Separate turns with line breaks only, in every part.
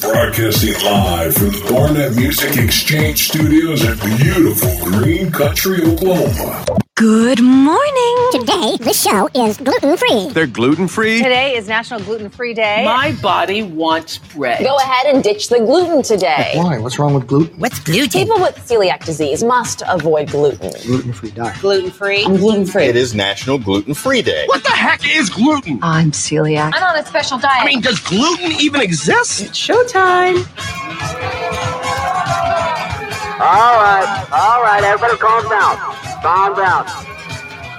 Broadcasting live from the Barnett Music Exchange Studios in beautiful Green Country, Oklahoma.
Good morning.
Today, the show is gluten free.
They're gluten free.
Today is National Gluten Free Day.
My body wants bread.
Go ahead and ditch the gluten today.
Why? What's wrong with gluten?
What's gluten?
People with celiac disease must avoid gluten.
Gluten free diet.
gluten free.
I'm gluten free.
It is National Gluten Free Day.
What the heck is gluten?
I'm celiac.
I'm on a special diet.
I mean, does gluten even exist?
It's showtime.
All right, all right, everybody calm down. Calm down.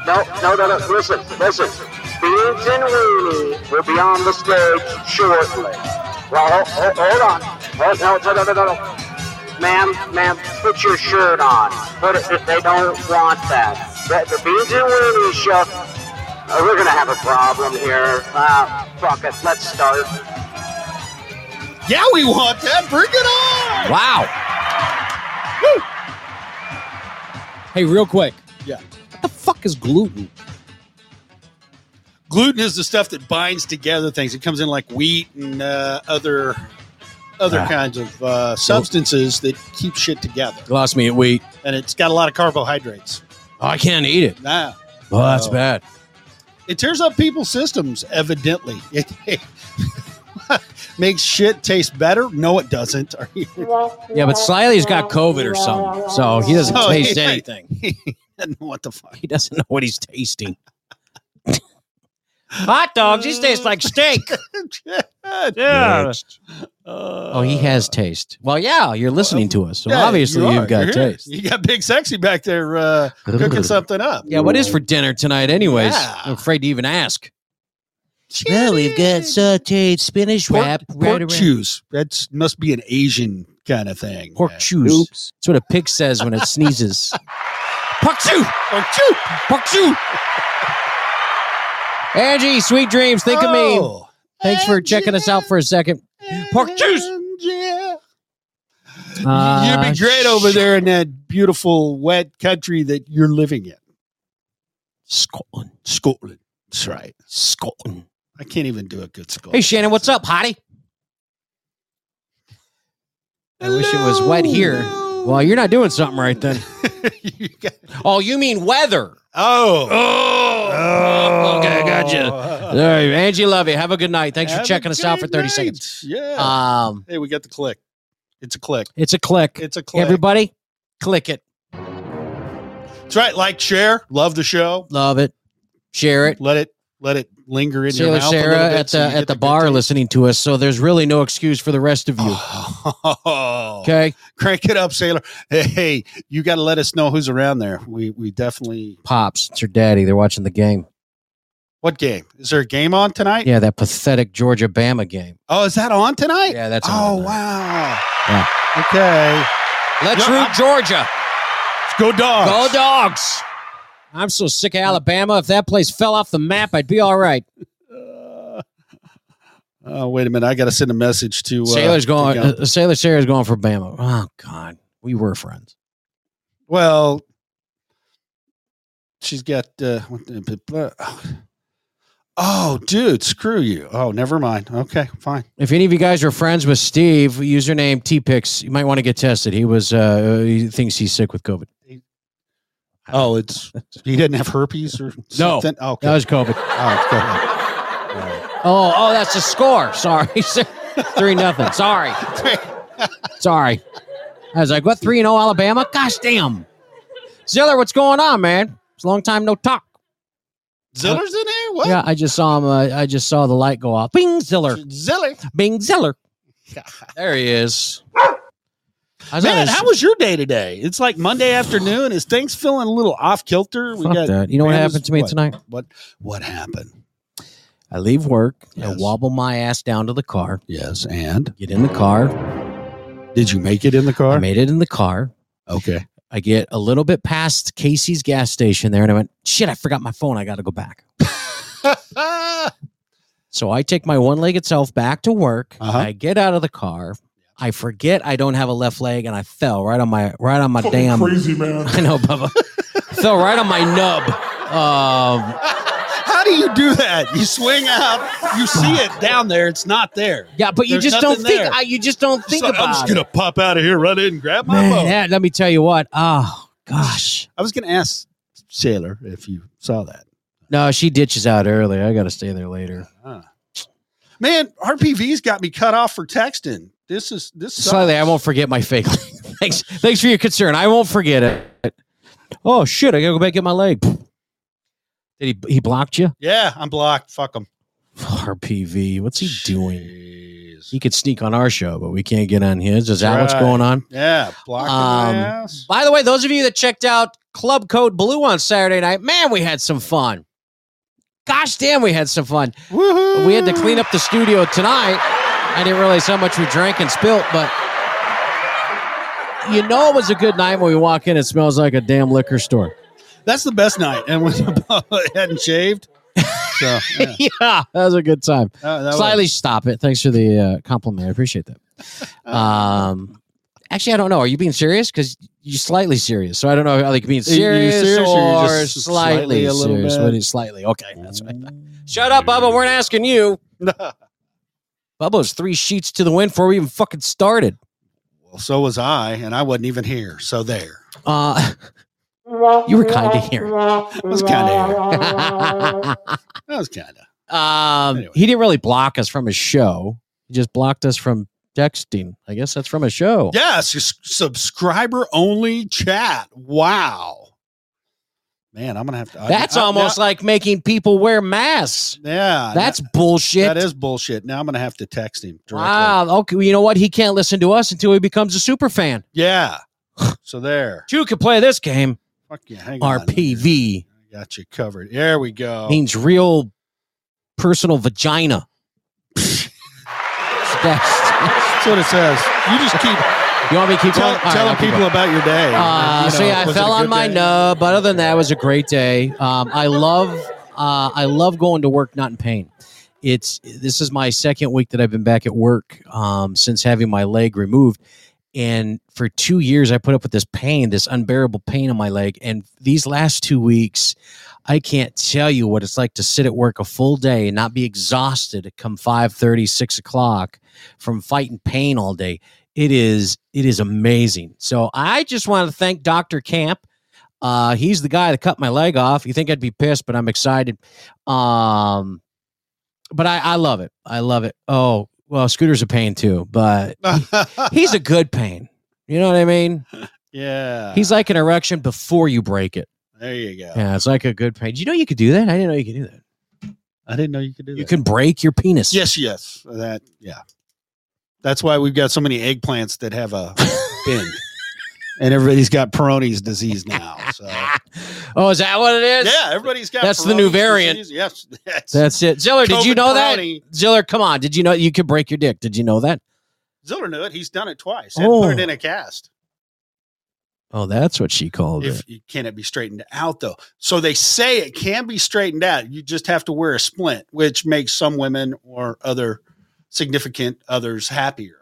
No, no, no, no. Listen, listen. Beans and Weenie will be on the stage shortly. Well, hold, hold on. Hold, no, no, no, no, no, no. Ma'am, ma'am, put your shirt on. Put it, they don't want that. The, the Beans and Weenie show. Uh, we're gonna have a problem here. Uh, fuck it, let's start.
Yeah, we want that. Bring it on.
Wow.
Hey, real quick.
Yeah.
What the fuck is gluten?
gluten is the stuff that binds together things. It comes in like wheat and uh, other other
Ah.
kinds of uh, substances that keep shit together,
Lost me at wheat.
and it's got a lot of carbohydrates.
Oh, I can't eat it.
Nah,
Oh, that's
Oh.
bad.
it tears up people's systems. Evidently, it, it makes shit taste better. No, it doesn't. Are you?
Yeah, but Slyly's got COVID or something, so he doesn't
Oh,
taste
yeah.
anything.
what the fuck?
He doesn't know what he's tasting. Hot dogs, these taste like steak. Yeah. Oh, he has taste. Well, yeah, you're listening to us, so
Yeah,
obviously
you
you
are.
have got
You're here.
taste.
You got Big Sexy back there uh, cooking something up.
Yeah, what is for dinner tonight, anyways?
Yeah.
I'm afraid to even ask.
Well, we've got sauteed spinach
pork,
wrap.
pork
right around.
chews. That must be an Asian kind of thing.
Pork
Yeah.
chews. That's what a pig says when it sneezes. Pork chew!
Pork chew.
Pork chew! Angie, sweet dreams. Think of me.
Oh.
Thanks for checking us out for a second. Pork juice.
Yeah.
Uh,
You'd be great over there in that beautiful wet country that you're living in.
Scotland.
Scotland. That's right.
Scotland.
I can't even do a good Scotland.
Hey, Shannon, what's up, hottie? I wish it was wet here. Well, you're not doing something right then.
You got-
Oh, you mean weather.
oh.
Oh. Okay, gotcha. All right, Angie, love you. Have a good night. Thanks
Have
for
a
checking us out for
great
30
night.
seconds.
Yeah.
Um,
hey, we got the click. It's a click.
It's a click.
It's a click.
Everybody, click it.
That's right. Like, share, love the show.
Love it. Share it.
Let it let it linger in your
Sailor
mouth. a little
Sarah
bit
at the
so you get
at the
good
bar
taste.
listening to us, so there's really no excuse for the rest of you.
Oh.
Okay,
Crank it up, Sailor. Hey, you got to let us know who's around there. We we definitely.
pops, it's your daddy. They're watching the game.
What game? Is there a game on tonight?
Yeah, that pathetic Georgia Bama game.
Oh, is that on tonight?
Yeah, that's.
oh,
on tonight.
wow.
Yeah.
Okay.
Let's
No,
root Georgia.
Let's go dogs.
Go dogs. I'm so sick of Alabama. If that place fell off the map, I'd be all right.
Uh, Oh, wait a minute. I got to send a message to. Uh,
Sailor's
to
going.
Gun-
Uh, Sailor Sarah's going for Bama. Oh God, we were friends.
well, she's got. Uh, what the- blah- blah. oh, dude, screw you. Oh, never mind. Okay, fine.
If any of you guys are friends with Steve, username TPix, you might want to get tested. He was uh he thinks he's sick with COVID.
Oh, it's he didn't have herpes or
No.
something. Oh, okay.
That was COVID.
Oh, okay.
Oh, oh, that's the score. Sorry. three nothing. Sorry. Sorry. I was like, what three and oh Alabama? Gosh damn. Ziller, what's going on, man? It's a long time no talk.
Ziller's in there? What?
Yeah, I just saw him. Uh, I just saw the light go off. Bing Ziller.
Ziller.
Bing Ziller. There he is. I was on
Man,
his-
how was your day today? It's like Monday afternoon. Is things feeling a little off kilter?
Fuck that. You know what
Bama's-
happened to me
what?
tonight?
What what happened?
I leave work. I
Yes.
wobble my ass down to the car.
Yes, and
Get in the car.
did you make it in the
I
car?
made it in the car.
okay.
I get a little bit past Casey's gas station there, and I went, shit, I forgot my phone. I got to go back.
Ah,
So I take my one legged self back to work.
Uh-huh.
I get out of the car. I forget I don't have a left leg, and I fell right on my right on my damn.
crazy man.
I know, Bubba. fell right on my nub. Um,
How do you do that? You swing out, you see it down there, it's not there.
Yeah, but you
There's
just don't
nothing
think.
there.
I, you just don't
It's
think
like,
about
I'm just
it.
gonna pop out of here, run in, grab my
Man,
phone.
that- let me tell you what. Oh gosh.
I was gonna ask Sailor if you saw that.
No, she ditches out early. I got to stay there later.
Man, RPV's got me cut off for texting. This is this sucks.
Slightly, I won't forget my fake. thanks, thanks for your concern. I won't forget it. Oh shit! I gotta go back and get my leg. Did he? He blocked you?
Yeah, I'm blocked. Fuck them.
RPV. What's he doing? He could sneak on our show, but we can't get on his. Is that what's
Right.
going on?
Yeah, blocked my
Um,
ass.
By the way, those of you that checked out Club Code Blue on Saturday night, man, we had some fun. Gosh damn, we had some fun. We had to clean up the studio tonight. I didn't realize how much we drank and spilt, but you know it was a good night when we walk in. It smells like a damn liquor store.
That's the best night. And when I hadn't shaved, so yeah.
yeah, that was a good time.
That- that
Slightly stop it. Thanks for the uh, compliment. I appreciate that.
Uh,
Um, actually, I don't know. Are you being serious? Because you're slightly serious, so I don't know. Are like being
Are you
serious,
serious or
or,
you're just
slightly,
slightly a little
serious?
bit? Mm.
What is slightly? Okay, that's what I thought. Shut up, Bubba. We're not asking you. Bubba's three sheets to the wind before we even fucking started.
Well, so was I, and I wasn't even here. So there.
Uh, you were kind of here.
I was kind of here. I was kind of.
Um, he didn't really block us from his show. He just blocked us from texting. I guess that's from a show.
Yes, your s- subscriber only chat. Wow. Man, I'm gonna have to. I-
That's
I-
almost
now-
like making people wear masks.
yeah.
That's
now-
bullshit.
that is bullshit. Now I'm gonna have to text him directly.
wow. Okay. well, you know what? He can't listen to us until he becomes a super fan.
Yeah. So there.
Two can play this game.
Fuck you. Hang on. Oh.
RPV
I Got you covered. There we go.
means real personal vagina. That's-
That's what it says. You just keep
you want me to keep
tell,
going? All right,
telling
I'll keep
people
going.
about your day.
Uh,
You
so
know,
yeah, I
was it
fell
a
on
good
my
day?
nub. Other than that, it was a great day. Um, I love uh, I love going to work not in pain. It's this is my second week that I've been back at work um, since having my leg removed, and for two years I put up with this pain, this unbearable pain in my leg. And these last two weeks, I can't tell you what it's like to sit at work a full day and not be exhausted come 5:30, 6 o'clock from fighting pain all day. It is it is amazing. So I just want to thank Dr. Camp. Uh, he's the guy that cut my leg off. You think I'd be pissed, but I'm excited. Um, but I, I love it. I love it. Oh, well, Scooter's a pain too, but he's a good pain. You know what I mean?
yeah.
He's like an erection before you break it.
there you go.
Yeah, it's like a good pain. Did you know you could do that? I didn't know you could do that.
I didn't know you could do that.
You can break your penis.
Yes, yes. That yeah. That's why we've got so many eggplants that have a bend. And everybody's got Peroni's disease now. So yeah,
Oh, is that what it is?
everybody's got
That's the new
Peyronie's
variant.
disease. Yes. That's,
That's it. Ziller, did you
COVID
know
Peroni.
that? Ziller, come on. Did you know you could break your dick? Did you know that?
Ziller knew it. He's done it twice. And
Oh.
put it in a cast.
Oh, that's what she called
If
it.
can it be straightened out though? So they say it can be straightened out. You just have to wear a splint, which makes some women or other significant others happier.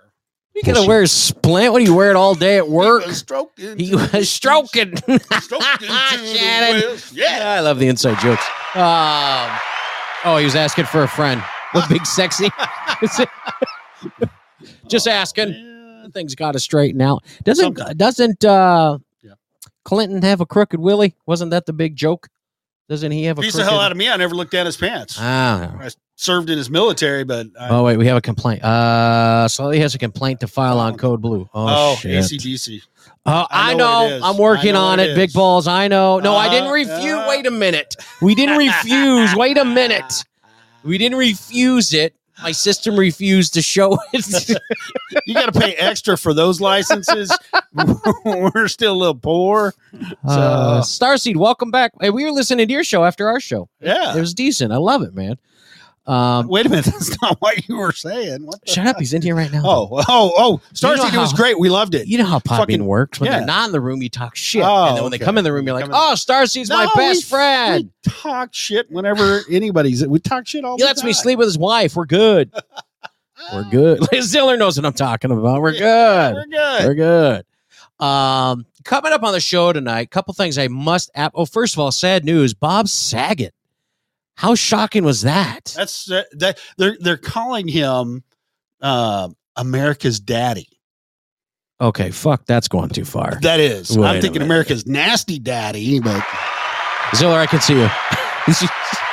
You gotta wear a splint. What do you wear it all day at work?
A stroke into
He was stroking.
Stroke into the
Shannon.
west. Yeah.
I love the inside jokes. Um, oh, he was asking for a friend. What big sexy?
Oh,
Just asking.
Yeah.
Things got to straighten out. Doesn't
Sometimes.
doesn't uh,
Yeah.
Clinton have a crooked willy? Wasn't that the big joke? Doesn't he have a
Beats the
crooked?
hell out of me. I never looked down his pants.
Ah.
I served in his military, but I,
Oh wait, we have a complaint. Uh, Sully has a complaint to file on Code Blue. Oh,
oh,
shit.
ACDC.
Oh, I,
I know what
know.
it is.
I'm working
I know
on
what
it,
it
Big
is.
Balls. I know. No, I didn't
Uh,
refuse.
uh.
Wait a minute. We didn't refuse. Wait a minute. We didn't refuse it. My system refused to show it.
You got to pay extra for those licenses. We're still a little poor.
uh, Starseed, welcome back. Hey, we were listening to your show after our show. It
Yeah.
was decent. I love it, man. Um,
Wait a minute. That's not what you were saying. What the-
shut up. He's in here right now.
Oh, oh, oh.
You
Starseed,
know
it was
how-
great. We loved it.
You know how Podbean
Fucking-
works. When
yeah.
they're not in the room, you talk shit.
Oh,
and then when they
okay.
come in the room, you're like,
Come in-
oh, Starseed's my
No,
best
we-
friend.
We talk shit whenever anybody's. We talk shit all
He
the
lets
time. Ah,
me sleep with his wife. We're good. We're good. Ziller knows what I'm talking about. We're good.
We're good.
We're good. Um, coming up on the show tonight, couple things I must. Ap- oh, first of all, sad news. Bob Saget How shocking was that?
That's uh, that they're they're calling him uh, America's daddy.
Okay, fuck, that's going too far.
That is.
Wait
I'm
a
thinking
minute.
America's nasty daddy, but
Ziller, I can see you.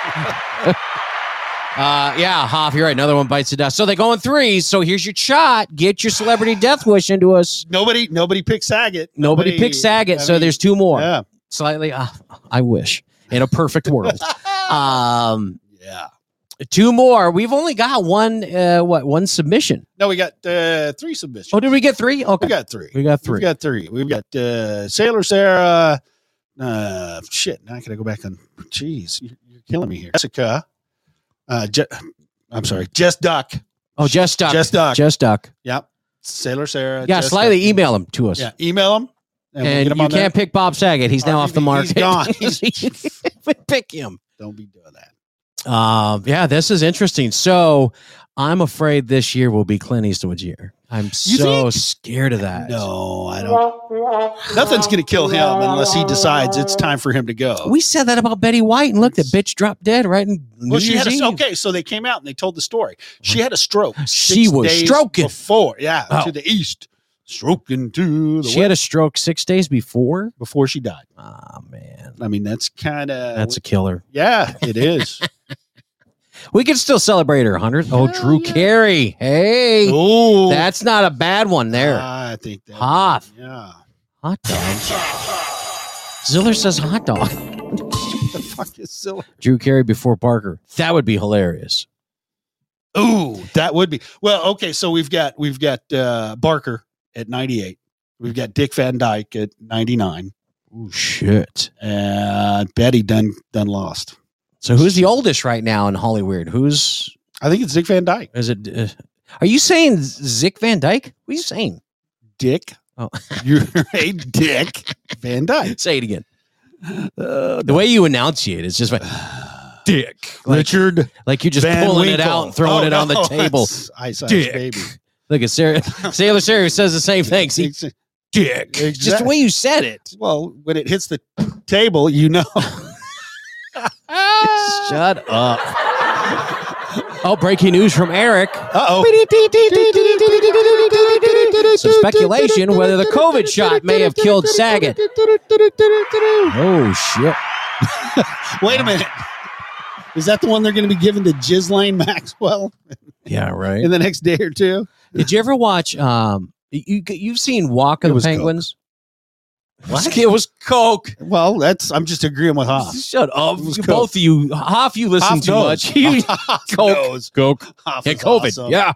uh, yeah, Hoff, you're right. Another one bites the dust. So they go in threes. So here's your shot. Get your celebrity death wish into us.
nobody nobody picks Saget.
Nobody, picks Saget.
I
so
mean,
there's two more.
Yeah.
Slightly. Uh, I wish in a perfect world. um,
Yeah.
two more. We've only got one. Uh, what one submission?
No, we got uh, three submissions.
Oh, did we get three? Okay,
We got three.
we got three.
We've got three. We've got uh, Sailor Sarah. Uh, shit. Now I gotta go back on. Jeez, you're, you're killing me here. Jessica. Uh, Je- I'm sorry. Jess Duck.
oh, just duck.
Jess Duck.
Just duck.
Yep. Sailor Sarah.
Yeah,
Jess
slightly
Duck.
email him to us.
Yeah. Email them.
And you can't pick Bob Saget. He's now
Oh,
off
he-
the market.
he's gone.
We pick him.
Don't be doing that.
Um, yeah, this is interesting. So I'm afraid this year will be Clint Eastwood's year. I'm so
think?
scared of that.
No, I don't. Nothing's gonna kill him unless he decides it's time for him to go.
We said that about Betty White and look, that bitch dropped dead right in New
Well, she had
Year's
a,
Eve.
okay, so they came out and they told the story. She had a stroke.
She
six
was
days
stroking.
before, yeah,
Oh.
to the east, stroking to the
She
west
had a stroke six days before.
before she died.
Ah man,
I mean, that's kind of
that's a killer.
yeah, it is.
We can still celebrate her hundredth. Oh, Drew Carey. Hey,
oh, Ah.
that's not a bad one there.
I think that.
Hoff.
Yeah.
hot dog. Ziller says hot dog.
The fuck is silly?
Drew Carey before Parker. That would be hilarious.
Ooh, that would be well. Okay, so we've got we've got uh, Barker at ninety eight. We've got Dick Van Dyke at ninety nine,
Oh shit.
and Betty done done lost.
So who's the oldest right now in Hollywood? Who's
I think it's Dick Van Dyke.
Is it? Uh, are you saying Zick Van Dyke? What are you saying?
Dick.
Oh.
You're a dick Van Dyke.
Say it again. the way you enunciate it's just like Dick, Uh, like,
Richard
like you're just
Van
pulling it
Winkle.
out and throwing
Oh,
it on the
no,
table.
that's Ice Ice
Dick.
Baby.
Look at Sarah, Sailor Sarah says the same thing. See,
Ex-
Dick, just the
exact-
way you said it.
Well, when it hits the table, you know.
Shut up. Oh, breaking news from Eric.
Uh
Some speculation whether the COVID shot may have killed Saget. Oh shit!
Wait a minute. Is that the one they're going to be giving to Ghislaine Maxwell
Yeah, right.
in the next day or two?
Did you ever watch? Um, you you've seen Walk
It
of the
was
Penguins? It was Coke.
Well, that's I'm just agreeing with Hoff.
Shut up,
Ah. It was
You-
Coke.
both of you. Half you listen
Hoff
too
knows.
much. You,
Hoff
Coke.
knows.
Coke
Hoff
and
is
COVID.
awesome.
Yeah.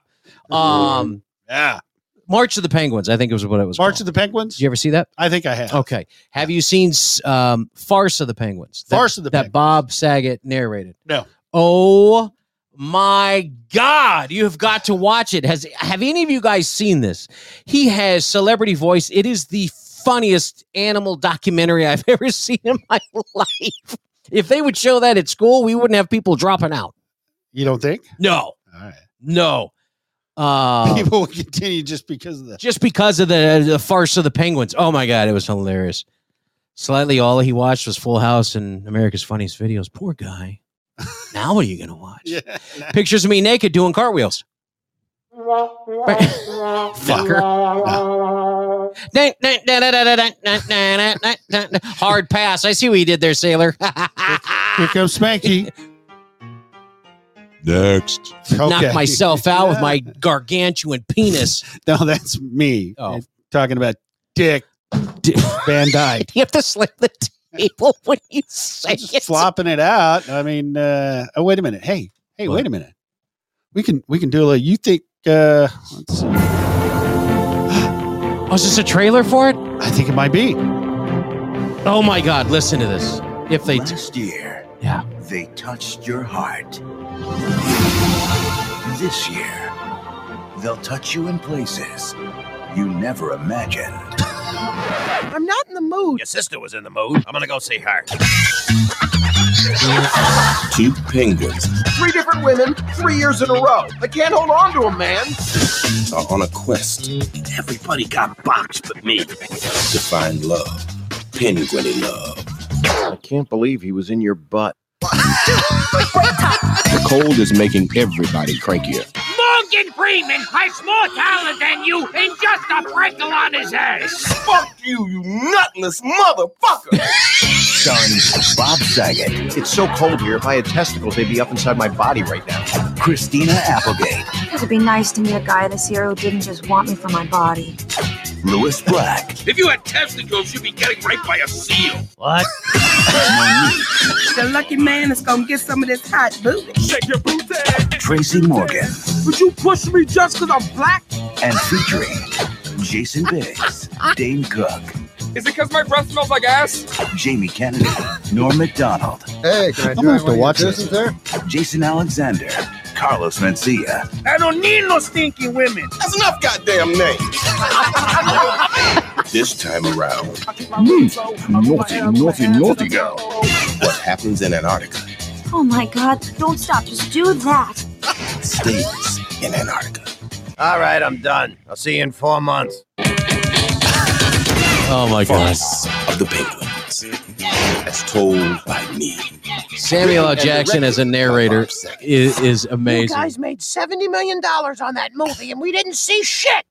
Um,
yeah.
March of the Penguins. I think it was what it was.
March
called.
of the Penguins.
Did you ever see that?
I think I have.
Okay. Have you seen s- um, Farce of the Penguins? That,
Farce of the
that
Penguins.
Bob Saget narrated.
No.
Oh my God! You have got to watch it. Has have any of you guys seen this? He has celebrity voice. It is the funniest animal documentary I've ever seen in my life. If they would show that at school, we wouldn't have people dropping out.
You don't think?
No,
All right.
no. Uh,
People will continue just because of the
just because of the, the farce of the penguins. Oh my god, it was hilarious. Slightly, all he watched was Full House and America's Funniest Videos. Poor guy. now what are you gonna watch?
yeah.
Pictures of me naked doing cartwheels. Fucker. Hard pass. I see what you did there, sailor.
Here comes Spanky.
Next.
Knocked myself out with my gargantuan penis.
No, that's me.
Oh.
Talking about Dick
Dick.
Van Dyke.
You have to slam the table when you say it.
flopping it out. I mean, uh, oh wait a minute. Hey, hey,
What?
wait a minute. We can we can do a little you think uh let's see.
Oh, is this a trailer for it?
I think it might be.
Oh my God! Listen to this. If they,
Last year,
Yeah.
they touched your heart. This year, they'll touch you in places you never imagined.
I'm not in the mood.
Your sister was in the mood. I'm gonna go see her.
Two penguins
Three different women, three years in a row. I can't hold on to them, man.
are on a quest
Everybody got boxed but me.
to find love. Penguin love.
I can't believe he was in your butt.
The cold is making everybody crankier.
Morgan Freeman has more talent than you and just a freckle on his ass.
Fuck you, you nutless motherfucker!
Son, Bob Saget. It's so cold here. If I had testicles, they'd be up inside my body right now. Christina Applegate.
It'd be nice to meet a guy this year who didn't just want me for my body.
Louis Black.
If you had testicles, you'd be getting raped by a seal.
What?
The lucky man is gonna get some of this hot booty. Shake your booty.
Tracy Morgan.
Would you push me just because I'm black?
And featuring Jason Biggs, Dane Cook,
Is it because my breath smells like ass?
Jamie Kennedy, Norm MacDonald.
Hey, can I I'm do gonna have to one of watch your this.
there? Jason Alexander, Carlos Mencia,
I don't need no stinky women. That's enough goddamn name.
This time around, Mm, naughty, naughty, naughty girl. What happens in Antarctica
Oh my god, don't stop, just do that.
stays in Antarctica.
All right, I'm done. I'll see you in four months.
Oh my gosh.
Of the penguins, as told by me.
Samuel L. Jackson as a narrator is, is
You
amazing.
guys made $70 million on that movie and we didn't see shit.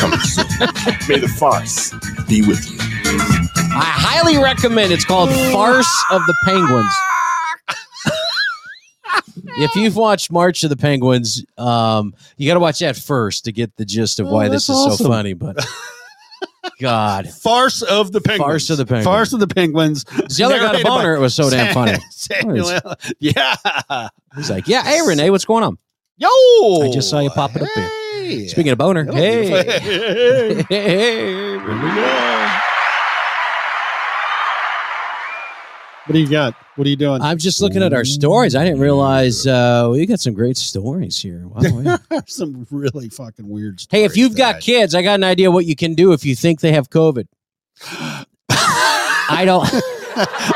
May the farce be with you.
I highly recommend. It's called Farce of the Penguins. if you've watched March of the Penguins, um, you got to watch that first to get the gist of
Oh,
why
that's
this is
awesome.
so funny. But God,
Farce of the Penguins.
Farce of the Penguins.
Farce of the Penguins.
Zeller got a
Narrated by
boner. It was so damn funny.
Samuel L. Yeah.
he's like, "Yeah, hey Renee, what's going on?
Yo.
I just saw you popping up here." Speaking of boner, hey,
Hey.
hey,
What do you got? What are you doing?
I'm just looking at our stories. I didn't realize uh, we got some great stories here. Wow, yeah.
Some really fucking weird stuff.
Hey, if you've got kids, I got an idea what you can do if you think they have COVID. I don't.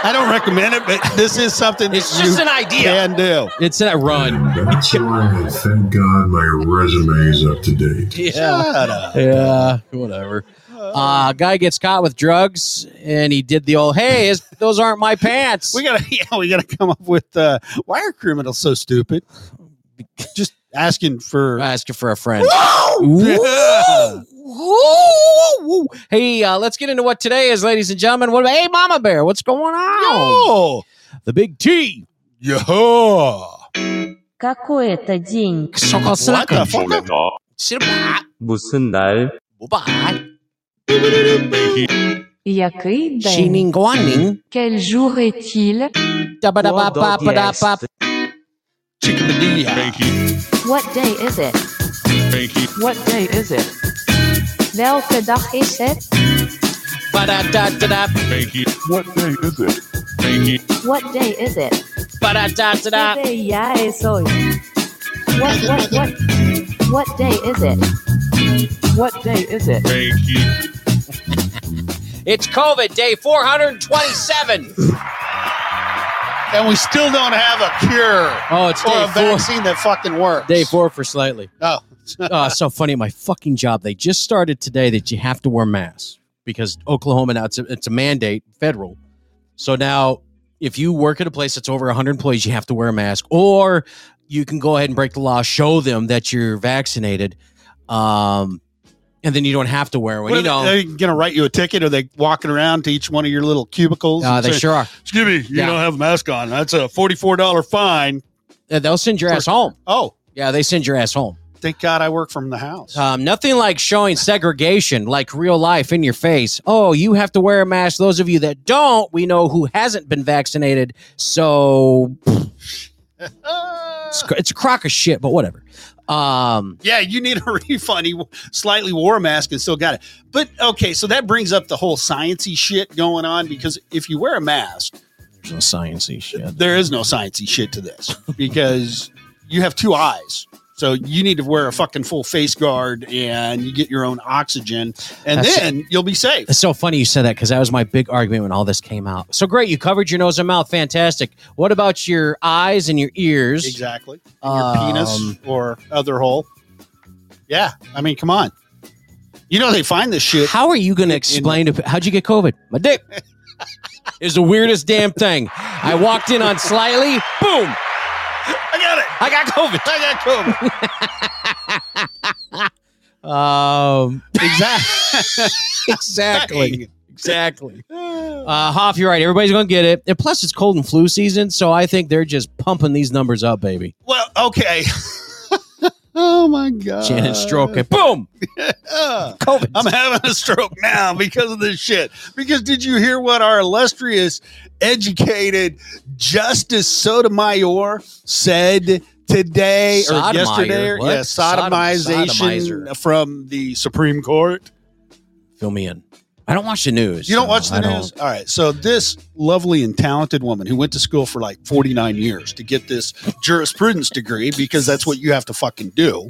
I don't recommend it, but this is something it's
just an idea.
can do.
It's a run.
That's why, thank God, my resume is up to date.
Yeah. Yeah. Whatever. Uh, guy gets caught with drugs, and he did the old, "Hey, is, those aren't my pants."
We gotta, yeah, we gotta come up with uh, why are criminals so stupid? Just asking for
asking for a friend. Hey, uh, let's get into what today is, ladies and gentlemen. What? Hey, Mama Bear, what's going on? The big T.
Oh. Yeah.
Какой это день?
무슨 날?
Який день?
Шинин Гуанин.
Quel jour est-il?
Та-ба-да-ба-ба-ба-да-ба.
What day is it? What day is it? Welke dag is het?
Ba-da-da-da-da.
What day is it? What day is it?
Ba-da-da-da-da.
¿Qué día es hoy? What, what, what? What day is it? What day is it?
It's COVID day 427.
And we still don't have a cure
Oh, it's
or
day
a
four.
vaccine that fucking works.
Day four for slightly.
Oh,
Oh, it's so funny. My fucking job. They just started today that you have to wear masks because Oklahoma now it's a, it's a mandate federal. So now, if you work at a place that's over 100 employees, you have to wear a mask, or you can go ahead and break the law, show them that you're vaccinated, um, and then you don't have to wear one.
What
you know,
are, they, going to write you a ticket? Are they walking around to each one of your little cubicles?
Uh,
and
they
saying,
sure are.
Excuse me, you
Yeah.
don't have a mask on. That's a forty-four dollar fine.
Yeah, they'll send your ass home.
Oh,
Yeah, they send your ass home.
thank God I work from the house.
Um, nothing like showing segregation, like real life in your face. Oh, you have to wear a mask. Those of you that don't, we know who hasn't been vaccinated. So
Uh,
it's, it's a crock of shit, but whatever. Um,
Yeah, you need a refund. He slightly wore a mask and still got it. But okay, so that brings up the whole sciency shit going on because if you wear a mask,
there's no sciencey shit.
There is no sciencey shit to this because you have two eyes. So you need to wear a fucking full face guard and you get your own oxygen and
That's-
then you'll be safe.
It's so funny you said that because that was my big argument when all this came out. So great, you covered your nose and mouth. Fantastic. What about your eyes and your ears?
Exactly. And your penis
Um,
or other hole. Yeah. I mean, come on. You know they find this shit.
How are you going to explain to how'd you get COVID? My dick is the weirdest damn thing. I walked in on slightly. Boom.
I got it.
I got COVID.
I
Um, exactly. exactly. Exactly. Uh, Hoff, you're right. Everybody's going to get it. And plus, it's cold and flu season. So I think they're just pumping these numbers up, baby.
Well, okay.
oh my God.
Shannon stroke it. Boom.
COVID. I'm having a stroke now because of this shit. Because did you hear what our illustrious, educated Justice Sotomayor said today
Sodomizer,
or yesterday? or-
what?
Yeah,
Sodom-
sodomization
sodomizer.
from the Supreme Court.
Fill me in. I don't watch the news.
You don't watch
so
the
I
news? All right. So this lovely and talented woman who went to school for like 49 years to get this jurisprudence degree because that's what you have to fucking do.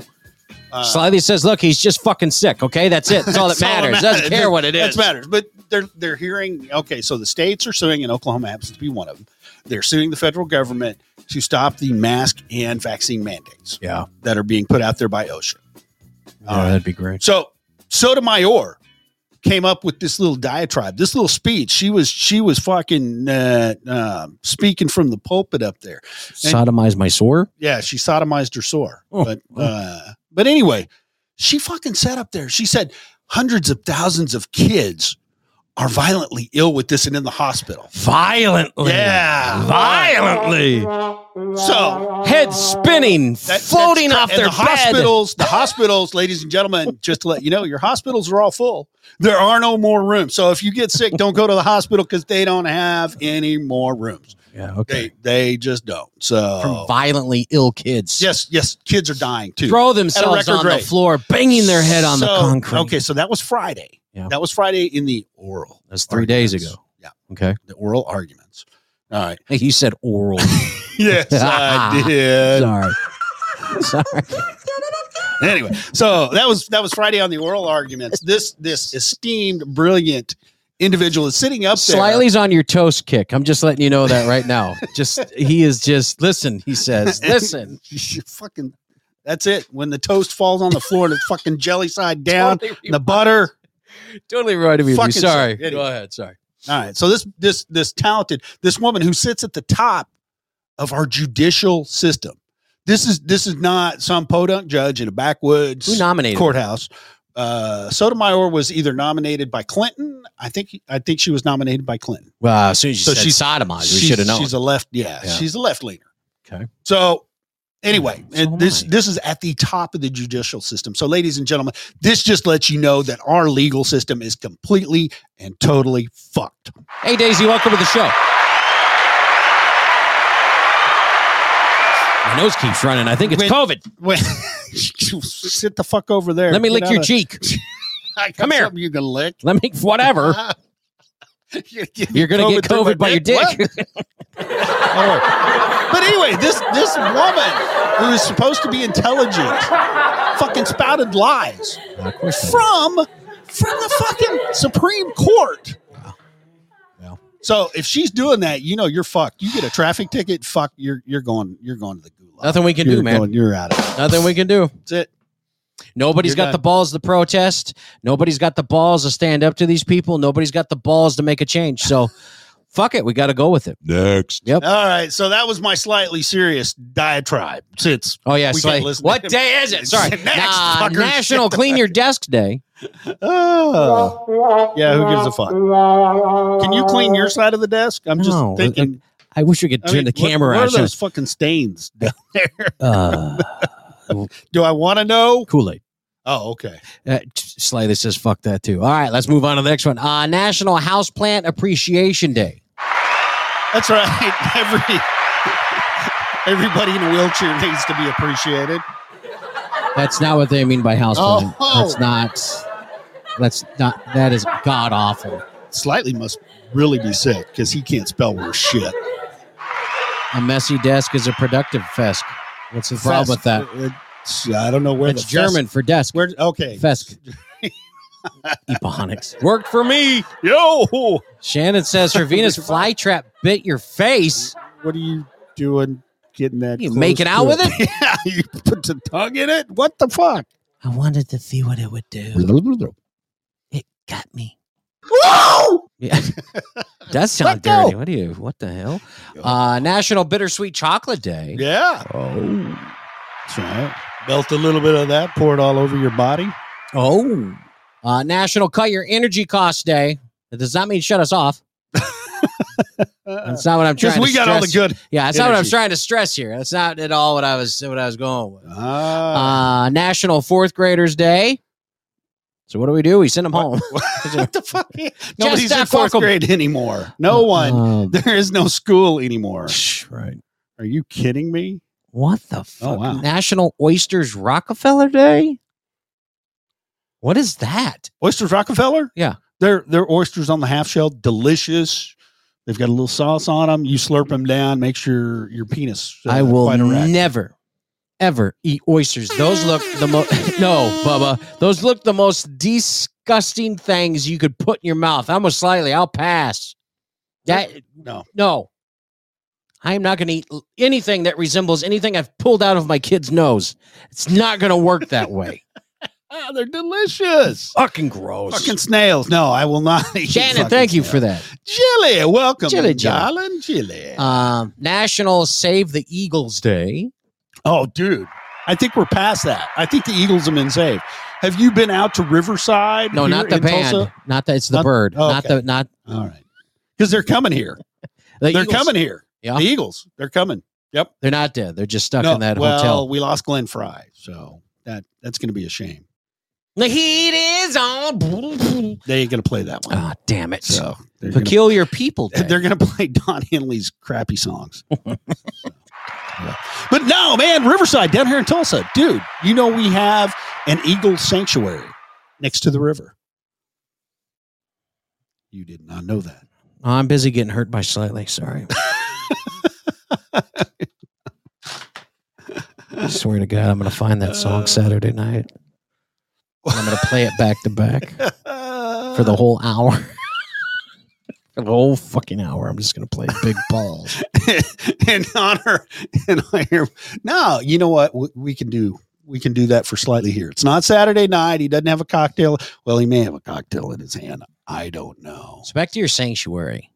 Slightly says, look, he's just fucking sick. Okay. That's it. That's all that
Uh, That's all that
matters.
matters.
Doesn't care what it is.
That's matters. But they're they're hearing okay, so the states are suing, and Oklahoma happens to be one of them. They're suing the federal government to stop the mask and vaccine mandates
Yeah.
that are being put out there by OSHA.
Oh, that'd be great.
So Sotomayor came up with this little diatribe, this little speech. She was she was fucking uh, uh, speaking from the pulpit up there. And-
Sodomize my sore?
yeah, she sodomized her sore.
Oh.
but uh, but anyway, she fucking sat up there. She said hundreds of thousands of kids are violently ill with this and in the hospital.
Violently.
Yeah.
Violently.
So
Head spinning, floating off
and
their
the
bed.
hospitals, the hospitals, ladies and gentlemen, just to let you know, your hospitals are all full. There are no more rooms. So if you get sick, don't go to the hospital because they don't have any more rooms.
Yeah, okay.
They they oh. just don't. So
From violently ill kids.
Yes, yes, kids are dying too.
Throw
At a
themselves
record
on the
rate.
floor, banging their head on the
So,
concrete.
Okay, so that was Friday.
Yeah.
That was Friday in the oral.
That's three days
arguments.
ago.
Yeah,
Okay.
the oral arguments. All right.
You said oral.
Yes, I did.
Sorry. Sorry.
Anyway, so that was that was Friday on the oral arguments. This this esteemed, brilliant individual is sitting up there.
Slightly's on your toast kick. I'm just letting you know that right now. Just he is just listen. He says, listen.
You fucking. That's it. When the toast falls on the floor and it's fucking jelly side down, and the butter.
Totally right of you.
Fucking
Sorry.
sorry.
Go ahead. Sorry.
All right. So this this this talented this woman who sits at the top of our judicial system. This is this is not some podunk judge in a backwoods
Who nominated her?
courthouse. Uh, Sotomayor was either nominated by Clinton. I think I think she was nominated by Clinton.
Well, Uh, as soon as you
So
said
she's-
sodomized, Ah, we
She's-
should have known.
She's a left. Yeah,
Yeah.
she's a left leaner.
Okay.
So anyway,
So
and this this is at the top of the judicial system. So ladies and gentlemen, this just lets you know that our legal system is completely and totally fucked.
Hey Daisy, welcome to the show. My nose keeps running. I think it's
Wait.
COVID.
Wait, sit the fuck over there.
Let me
Get
lick
out
your
of-
cheek.
I got
Come here.
something You can lick
Let me whatever. You're gonna get
through my
COVID by your dick.
What? but anyway, this this woman who is supposed to be intelligent, fucking spouted lies
of course.
from from the fucking Supreme Court.
Well.
So if she's doing that, you know you're fucked. You get a traffic ticket, fuck, you're you're going you're going to the gulag.
Nothing we can
You're
do, man.
going- you're out of it.
Nothing we can do.
That's it.
Nobody's
You're
got
done.
the balls to protest. Nobody's got the balls to stand up to these people. Nobody's got the balls to make a change. So fuck it. We got to go with it.
Next.
Yep.
All right, so that was my slightly serious diatribe. Since
Oh, yeah.
We
it's
can't
like,
listen to
what
him.
day is it? Sorry.
Next,
Nah,
fuckers.
National Clean Your Desk Day.
Oh. Yeah, who gives a fuck? Can you clean your side of the desk? I'm just
No,
thinking.
I wish we could
I
turn
mean,
the
what-
camera
What,
on.
are those fucking stains down there?
Uh,
Do I want to know?
Kool Aid.
Oh, okay.
Uh, t- Slightly says fuck that too. All right, let's move on to the next one. Uh, National Houseplant Appreciation Day.
That's right. Every everybody in a wheelchair needs to be appreciated.
That's not what they mean by houseplant.
Oh.
That's not. That's not. That is god awful.
Slightly must really be sick because he can't spell worth shit.
A messy desk is a productive fesk. What's the problem with that?
It's- I don't know where
It's
the
German for desk.
Where? Okay.
Fesk. Ebonics. Worked for me.
Yo,
Shannon says her Venus flytrap bit your face.
what are you doing? Getting that?
You
close
making out
to
with it?
yeah, you put the tongue in it. What the fuck?
I wanted to see what it would do. It got me.
Whoa!
Yeah. Does sound dirty. What do you? What the hell? Uh, National Bittersweet Chocolate Day.
Yeah.
Oh.
That's right. Melt a little bit of that. Pour it all over your body.
Oh. Uh, National Cut Your Energy Cost Day. That does not mean shut us off. that's not what I'm
Because
trying.
Uh, we
to
got all the
stress.
good
Yeah, that's not what I'm
energy.
trying to stress here. That's not at all what I was what I was going with.
Ah.
Uh, National Fourth Graders Day. So what do we do? We send them home.
what the fuck? Nobody's in
not
fourth
fuck 'em.
grade anymore. No one.
Um,
there is no school anymore.
Right.
Are you kidding me?
What the fuck?
Oh, wow.
National Oysters Rockefeller Day. What is that?
Oysters Rockefeller?
Yeah.
They're they're oysters on the half shell, delicious. They've got a little sauce on them. You slurp them down, makes your your penis. uh,
I will
quite erect.
never, ever eat oysters. Those look the most. no, Bubba. Those look the most disgusting things you could put in your mouth. I'm almost slightly. I'll pass. That
no,
no. I am not going to eat l- anything that resembles anything I've pulled out of my kid's nose. It's not going to work that way.
Ah, they're delicious.
Fucking gross.
Fucking snails. No, I will not.
Oh,
Eat
Shannon,
fucking
thank you for that.
Jelly, welcome,
Jelly, jelly.
darling. Jelly.
Um, National Save the Eagles Day.
Oh, dude. I think we're past that. I think the Eagles have been saved. Have you been out to Riverside?
No,
here
not the
in
band.
Tulsa?
Not the it's the
Not-
bird.
oh,
Not
okay.
the not
All right. Because they're coming here.
The
they're
Eagles.
coming here.
Yeah.
The Eagles. They're coming. Yep.
They're not dead. They're just stuck
No,
in that
well,
hotel.
we lost Glenn Fry, so that that's going to be a shame.
The heat is on.
They ain't going to play that one.
Ah, damn it.
So they're gonna-
Peculiar people. Day.
they're going to play Don Henley's crappy songs. So, yeah. But no, man, Riverside down here in Tulsa, dude. You know we have an eagle sanctuary next to the river. You did not know that.
Oh, I'm busy getting hurt by slightly. Sorry. I swear to God, I'm going to find that song Saturday night. And I'm going to play it back to back for the whole hour. for the whole fucking hour, I'm just going to play Big Balls.
in honor and honor. No, you know what? We, we can do we can do that for slightly here. It's not Saturday night. He doesn't have a cocktail. Well, he may have a cocktail in his hand. I don't know.
So back to your sanctuary.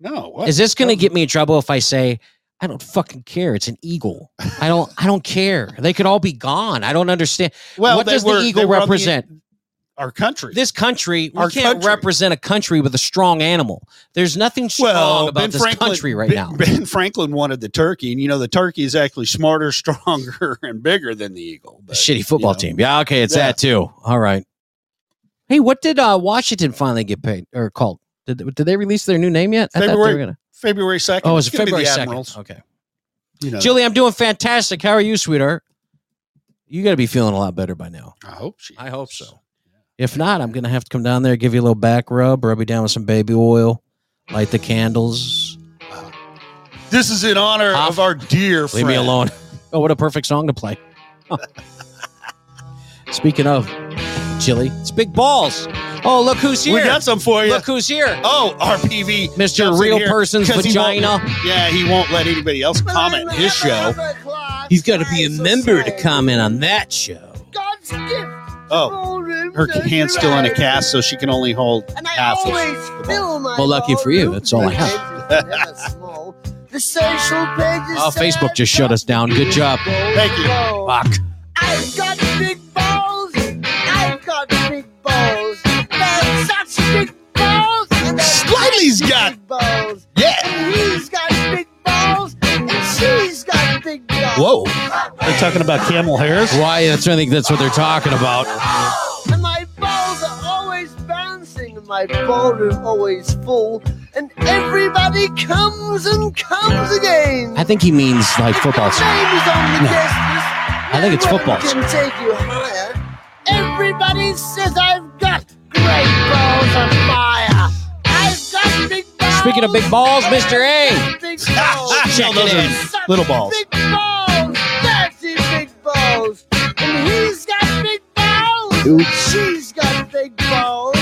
No. What?
Is this going to get me in trouble if I say I don't fucking care? It's an eagle. I don't. I don't care. They could all be gone. I don't understand.
Well,
what
they
does
were-
the
they
eagle
were on the-
represent?
our country?
this country, we
Our
can't
country.
represent a country with a strong animal. There's nothing strong about this country right
Ben-
now.
Ben Franklin wanted the turkey, and you know the turkey is actually smarter, stronger, and bigger than the eagle.
A shitty football team. Yeah, okay, it's
Yeah.
that too. All right. Hey, what did uh, Washington finally get paid or called? Did, did they release their new name yet? I thought they were
February-
gonna-
February second.
Oh, it's February
the
2nd.
Admirals.
Okay.
You know,
Julie, I'm doing fantastic. How are you, sweetheart? You got to be feeling a lot better by now.
I hope she.
I hope so. If not, I'm gonna have to come down there, give you a little back rub, rub you down with some baby oil, light the candles.
This is in honor of our dear.
Leave me
friend.
alone. Oh, what a perfect song to play. Speaking of chili, it's big balls. Oh, look who's here.
We got some for you.
Look who's here.
Oh, RPV.
Mr.
jumps in
Real
here
Person's
'cause he won't-
Vagina.
yeah, he won't let anybody else comment his show.
He's got to be a member to comment on that show.
God's gift.
Oh, her hand's still in a cast, so she can only hold half of the ball.
Well, lucky for you, that's all I have.
The social pages.
Oh, Facebook just shut us down. Good job.
Thank you.
Fuck.
I've got big balls. I've got big balls. There's such big balls. and there's
Slightly's
such
got-
big balls.
Yeah.
And he's got big balls. And she's got big balls.
Whoa. They're talking about camel hairs.
Why? That's I think that's what they're talking about.
And my balls are always bouncing, and my ballroom always full, and everybody comes and comes again.
I think he means like football.
Baby's on the guest list.
I think it's
No one
football.
Can take you higher. Everybody says I've got great balls of fire. I've got big balls.
Speaking of big balls, Mr. A.
Big balls.
Check
Ah, those
it in.
are little balls.
Big balls. Dirty big balls. And he's got big balls.
Oops.
She's got big balls.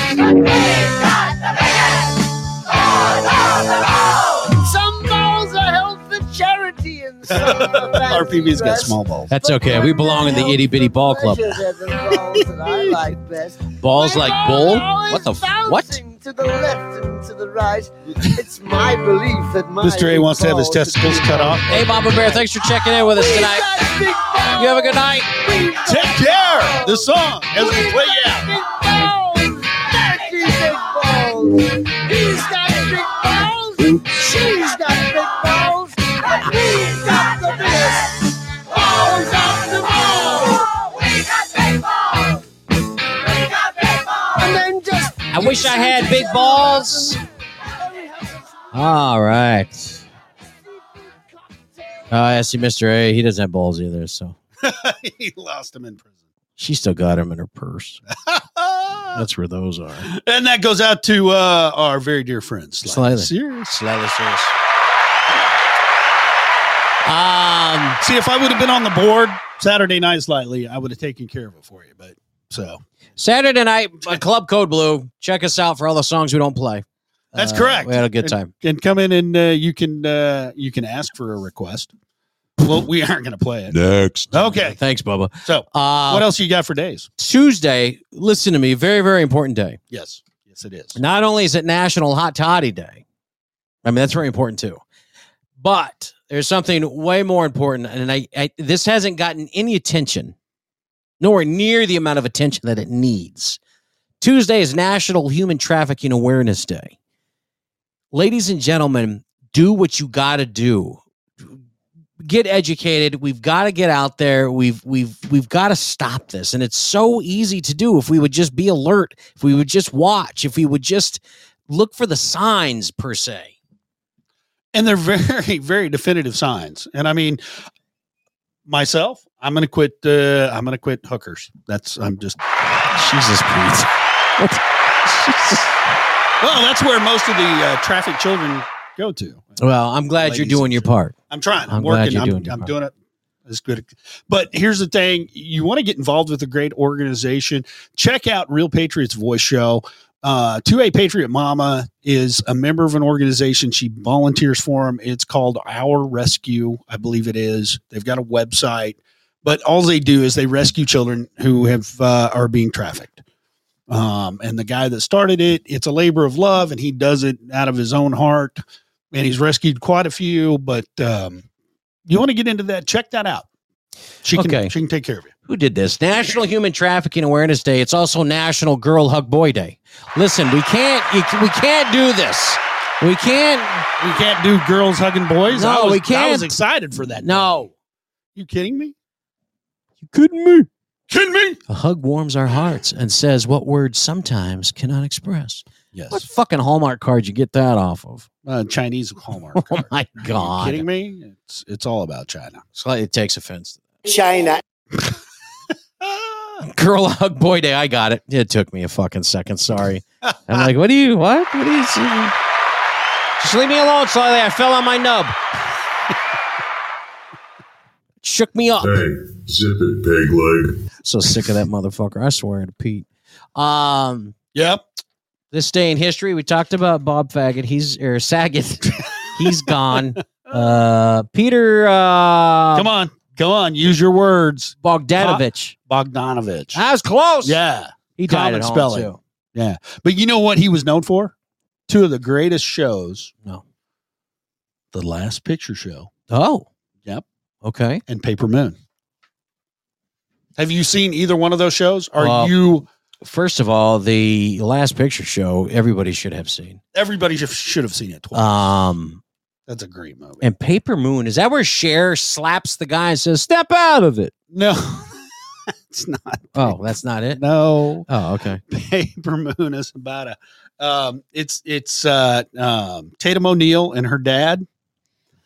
Some balls are held for charity and some are fancy
RPV's got
dress.
small balls.
That's okay. We belong in the itty bitty ball club.
Pleasures are the balls that I like best.
Balls like bull. What the? F- what?
Bouncing
to the left and to the right. It's my belief that my
Mr. A wants to have his
ball-
testicles cut off.
Hey, Mama Bear, thanks for checking in with us tonight. You have a good night.
Take care. The song as we play you out.
Thank you, big balls. He's got big balls. She's got big balls. And he's got the biggest balls of them all. We got big balls. We got big balls. And then just
I wish I had big balls. All right. Uh, I see Mr. A. He doesn't have balls either, so
he lost him in prison.
she still got him in her purse. That's where those are.
And that goes out to uh, our very dear friend, Slightly,
Slightly.
Serious.
Slightly Serious. Um,
See, if I would have been on the board Saturday night slightly, I would have taken care of it for you. But so
Saturday night, uh, Club Code Blue. Check us out for all the songs we don't play.
that's
Uh,
correct.
We had a good
And-
time.
And, come in and uh, you can uh, you can ask for a request. Well, we aren't going to play it.
Next.
Okay.
Thanks, Bubba.
So
Uh,
what else you got for days?
Tuesday, listen to me, very, very important day.
Yes. Yes, it is.
Not only is it National Hot Toddy Day, I mean, that's very important too, but there's something way more important. And I, I this hasn't gotten any attention, nowhere near the amount of attention that it needs. Tuesday is National Human Trafficking Awareness Day. Ladies and gentlemen, do what you got to do. Get educated. We've got to get out there. We've we've we've got to stop this. And it's so easy to do if we would just be alert, if we would just watch, if we would just look for the signs per se.
And they're very, very definitive signs. And I mean, myself, I'm going to quit. Uh, I'm going to quit hookers. That's I'm just
Jesus, Pete.
well, that's where most of the uh, traffic children go to.
Well, I'm glad you're
Ladies
doing your part.
I'm trying. I'm,
I'm glad
working.
you're
I'm,
doing your
I'm
part.
doing it as good. But here's the thing: you want to get involved with a great organization. Check out Real Patriots Voice Show. Uh, 2A Patriot Mama is a member of an organization. She volunteers for them. It's called Our Rescue, I believe it is. They've got a website, but all they do is they rescue children who have uh, are being trafficked um, and the guy that started it it's a labor of love and he does it out of his own heart and he's rescued quite a few but um, you want to get into that check that out she can
Okay.
she can take care of you
Who did this? National Human Trafficking Awareness Day. It's also National Girl Hug Boy Day. Listen, we can't you, we can't do this. We can't
we can't do girls hugging boys I
No,
was,
we
i was
can't.
excited for that
No.
you kidding me
You kidding me?
kidding me
A hug warms our hearts and says what words sometimes cannot express.
yes
What fucking Hallmark card you get that off of?
uh, chinese hallmark
Oh my
Are you
god!
kidding me it's it's all about china
Slightly takes offense.
China.
Ah.
Girl hug boy day. I got it. It took me a fucking second. Sorry. I'm like, what do you? What? What is? Just leave me alone, Slightly. I fell on my nub. Shook me up.
Hey, zip it, peg leg.
So sick of that motherfucker. I swear to Pete. Um,
yep
this day in history, we talked about Bob Faggot. He's or Saget. He's gone. Uh, Peter. Uh,
come on go on use your words
Bogdanovich.
bogdanovich
I was close.
yeah
He died
Common
at home,
spelling.
too.
Yeah. But you know what he was known for? Two of the greatest shows.
No.
The Last Picture Show.
Oh,
Yep.
okay.
And Paper Moon. Have you seen either one of those shows? Are
Well-
you
First of all, the last picture show everybody should have seen.
everybody sh- should have seen it twice.
Um,
That's a great movie.
and Paper Moon is that where Cher slaps the guy and says, "Step out of it."
No. it's not.
Oh, that's not it.
No.
Oh, okay.
Paper Moon is about a um it's it's uh um Tatum O'Neill and her dad.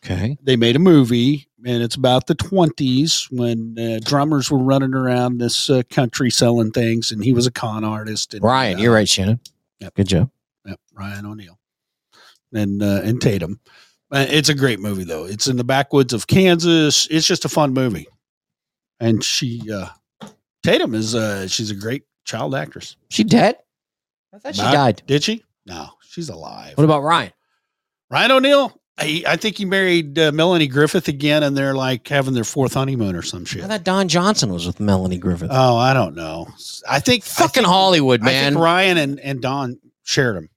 Okay.
They made a movie and it's about the 20s when uh, drummers were running around this uh, country selling things and he was a con artist and
Brian,
uh,
you're right, Shannon.
Yep.
Good job.
Yep, Ryan O'Neill and uh, and Tatum. Uh, It's a great movie though. It's in the backwoods of Kansas. It's just a fun movie. And she uh Tatum is uh she's a great child actress.
She dead? I thought she
Not-
died.
Did she? No, she's alive.
What about Ryan?
Ryan O'Neill. I, I think he married uh, Melanie Griffith again, and they're like having their fourth honeymoon or some shit.
I thought Don Johnson was with Melanie Griffith.
Oh, I don't know. I think I
Fucking
think-
Hollywood,
I
man.
think Ryan and and Don shared him.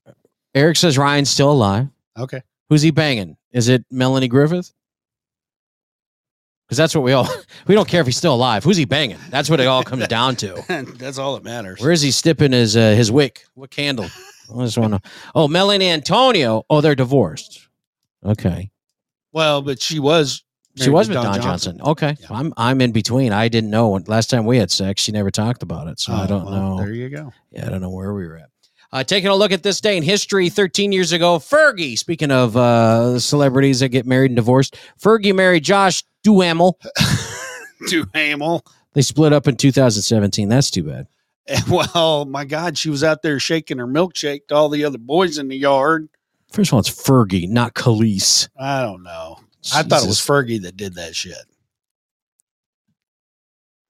Eric says Ryan's still alive.
Okay.
Who's he banging? Is it Melanie Griffith? Because that's what we all we don't care if he's still alive. Who's he banging? That's what it all comes down to.
That's all that matters.
Where is he stipping his uh, his wick? What candle? I just want to. Oh, Melanie Antonio. Oh, they're divorced. Okay,
Well, but she was.
she
married
was
to
with Don, Johnson. Okay, I'm I'm in between. I didn't know when, last time we had sex. She never talked about it, so I
Oh,
don't
well,
know.
There you go.
Yeah, I don't know where we were at. Uh, taking a look at this day in history, 13 years ago, Fergie. Speaking of uh, celebrities that get married and divorced, Fergie married Josh Duhamel.
To Hamel.
They split up in 2017. That's too bad.
And, well, my God, she was out there shaking her milkshake to all the other boys in the yard.
First of all, it's Fergie, not Khalees.
I don't know. I thought it was
Jesus.
Fergie that did that shit.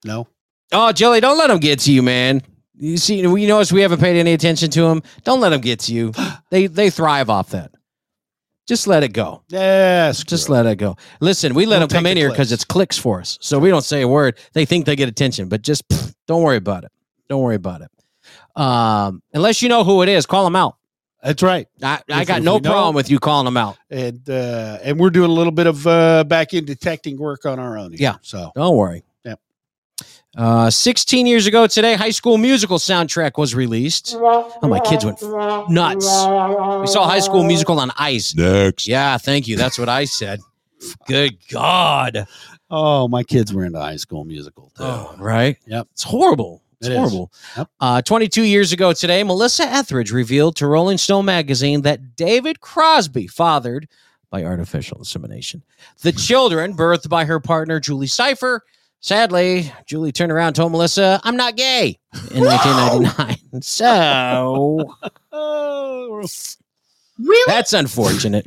No.
Oh, Jelly, don't let him get to you, man. You see, we notice we haven't paid any attention to him. Don't let him get to you. They they thrive off that. Just let it go.
Yes.
Just let it go. Listen, we let
We'll
them come
take
in
the
here because
clicks.
it's clicks for us. So we don't say a word. They think they get attention, but just pfft, don't worry about it. Don't worry about it. Um, unless you know who it is, call them out.
That's right.
I, I
If-
got
if
no
we know-
problem with you calling them out.
And uh, and we're doing a little bit of uh, back end detecting work on our own.
Yeah.
So
Don't worry.
Yep.
Uh, 16 years ago today, High School Musical soundtrack was released. Oh, my kids went f- nuts. We saw High School Musical on ice.
Next.
Yeah, thank you. That's what I said. Good God.
Oh, my kids were into high school musical. Too.
Oh, right?
Yep.
It's horrible. It's
It is.
horrible.
Yep.
Uh, 22 years ago today, Melissa Etheridge revealed to Rolling Stone magazine that David Crosby fathered by artificial insemination the children birthed by her partner Julie Cipher. Sadly, Julie turned around and told Melissa, "I'm not gay." In 1999. So
Oh, Really?
that's unfortunate.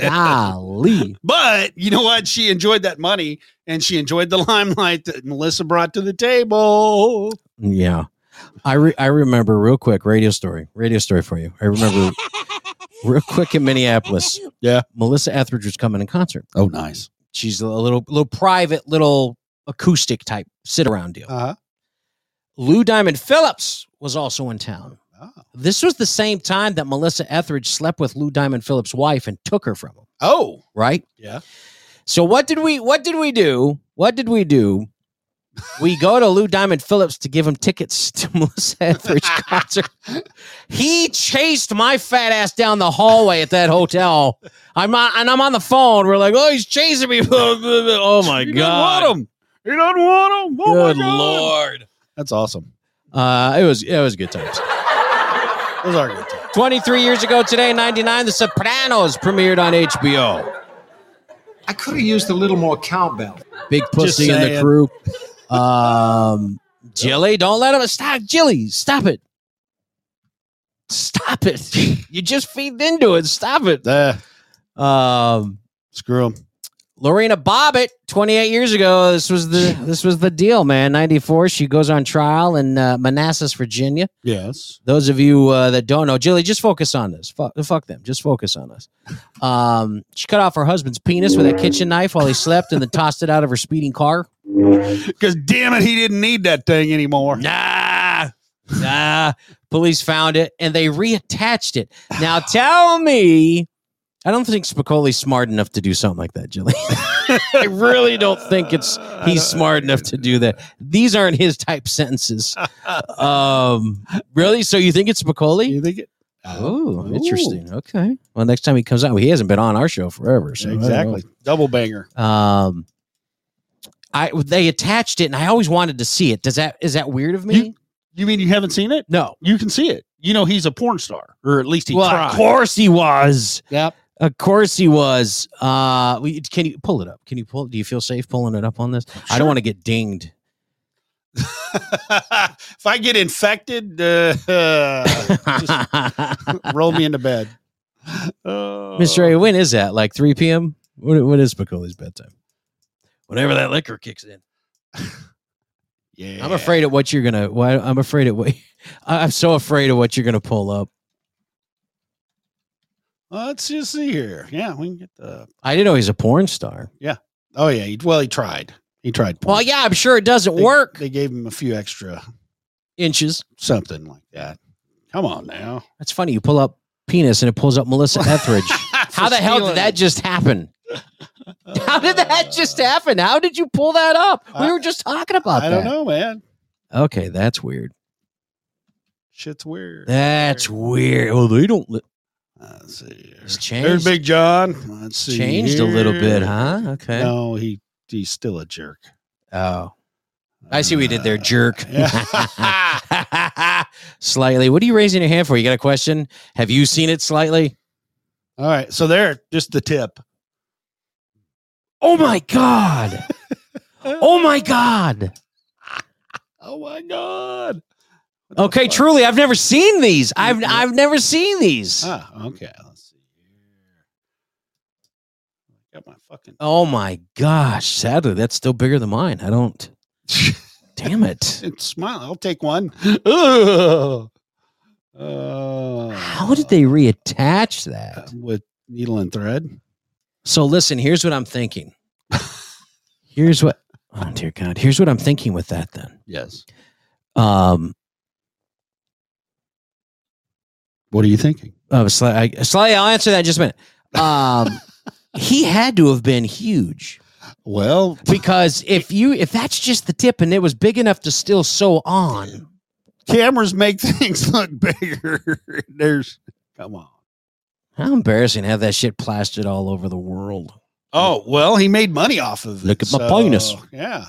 Golly.
But you know what? She enjoyed that money and she enjoyed the limelight that Melissa brought to the table.
Yeah. I re- I remember real quick radio story. Radio story for you. I remember real quick in Minneapolis.
Yeah.
Melissa Etheridge was coming in concert.
Oh, nice.
She's a little little private little acoustic type sit around deal.
Uh-huh.
Lou Diamond Phillips was also in town.
Oh.
This was the same time that Melissa Etheridge slept with Lou Diamond Phillips' wife and took her from him,
Oh,
right?
yeah.
So what did we what did we do? What did we do? We go to Lou Diamond Phillips to give him tickets to Melissa Etheridge concert. He chased my fat ass down the hallway at that hotel. I'm on, and I'm on the phone. We're like, oh, he's chasing me. oh my god!
want him. He doesn't want him. Oh,
Good
my God.
lord!
That's awesome.
Uh, it was it was good times.
Those are good times.
23 years ago today, 99, The Sopranos premiered on HBO.
I could have used a little more cowbell.
Big Pussy and the
saying.
crew. Um, Jilly, don't let him stop. Jilly, stop it. Stop it. You just feed into it. Stop it.
Uh,
Um,
screw him.
Lorena Bobbitt, 28 years ago, this was the this was the deal, man. 94, she goes on trial in uh, Manassas, Virginia.
Yes.
Those of you uh, that don't know, Jilly, just focus on this. Fuck, fuck them. Just focus on us. Um, she cut off her husband's penis with a kitchen knife while he slept and then tossed it out of her speeding car.
Because damn it, he didn't need that thing anymore.
Nah. Nah. Ah, Police found it and they reattached it. Now tell me. I don't think Spicoli's smart enough to do something like that, Jilly. I really don't think it's he's smart enough to do that. These aren't his type sentences. Um, really? So you think it's Spicoli?
You think it?
Oh, interesting. Okay. Well, next time he comes out, he hasn't been on our show forever. So I don't know.
Exactly. Double banger.
Um, I they attached it, and I always wanted to see it. Does that is that weird of me?
You mean you haven't seen it?
no.
You can see it. You know he's a porn star, or at least he
Well,
tried.
of course he was.
Yep.
Of course he was. Uh, we- can you pull it up? Can you pull? Do you feel safe pulling it up on this? I
Sure.
don't want to get dinged.
if I get infected, uh, just roll me into bed. Uh,
Mr. A, when is that? Like 3 p.m. What, what is Piccoli's bedtime? Whenever that liquor kicks in.
yeah.
I'm afraid of what you're gonna. Why I'm afraid of what. I- I'm so afraid of what you're gonna pull up.
Let's just see here. Yeah, we can get the.
I didn't know he's a porn star.
Oh yeah. He, well, he tried. He tried.
Well, yeah, I'm sure it doesn't
They-
work.
They gave him a few extra
Inches.
something like that. Come on now.
That's funny. You pull up penis and it pulls up Melissa Etheridge. How the hell
stealing
did that just happen? How did that just happen? How did you pull that up? We were just talking about
I
that.
don't know, man.
Okay, that's weird.
Shit's weird.
That's weird. Well, they don't. Li-
Let's see.
It's
There's
changed.
Big John. Let's see.
Changed a little
here.
bit, huh? Okay.
No, he he's still a jerk. Uh,
Oh. I see what you did there, jerk. slightly. What are you raising your hand for? You got a question? Have you seen it slightly?
All right. So there, just the tip.
Oh my God. oh my God.
Oh my god.
Okay, truly, I've never seen these. I've I've never seen these.
Ah, okay. Let's see here. Got my fucking
Oh my gosh. Sadly, that's still bigger than mine. I don't. Damn it.
smile. I'll take one. Ugh. Uh,
How did they reattach that?
with needle and thread?
So listen, here's what I'm thinking. Here's what Oh dear God. Here's what I'm thinking with that then.
Yes.
Um
What are you thinking?
oh, Slay, I, Slay, I'll answer that in just a minute. Um he had to have been huge.
Well,
Because if you if that's just the tip and it was big enough to still sew on.
cameras make things look bigger. There's come on.
How embarrassing to have that shit plastered all over the world.
Oh well, he made money off of it.
Look at my penis.
Yeah.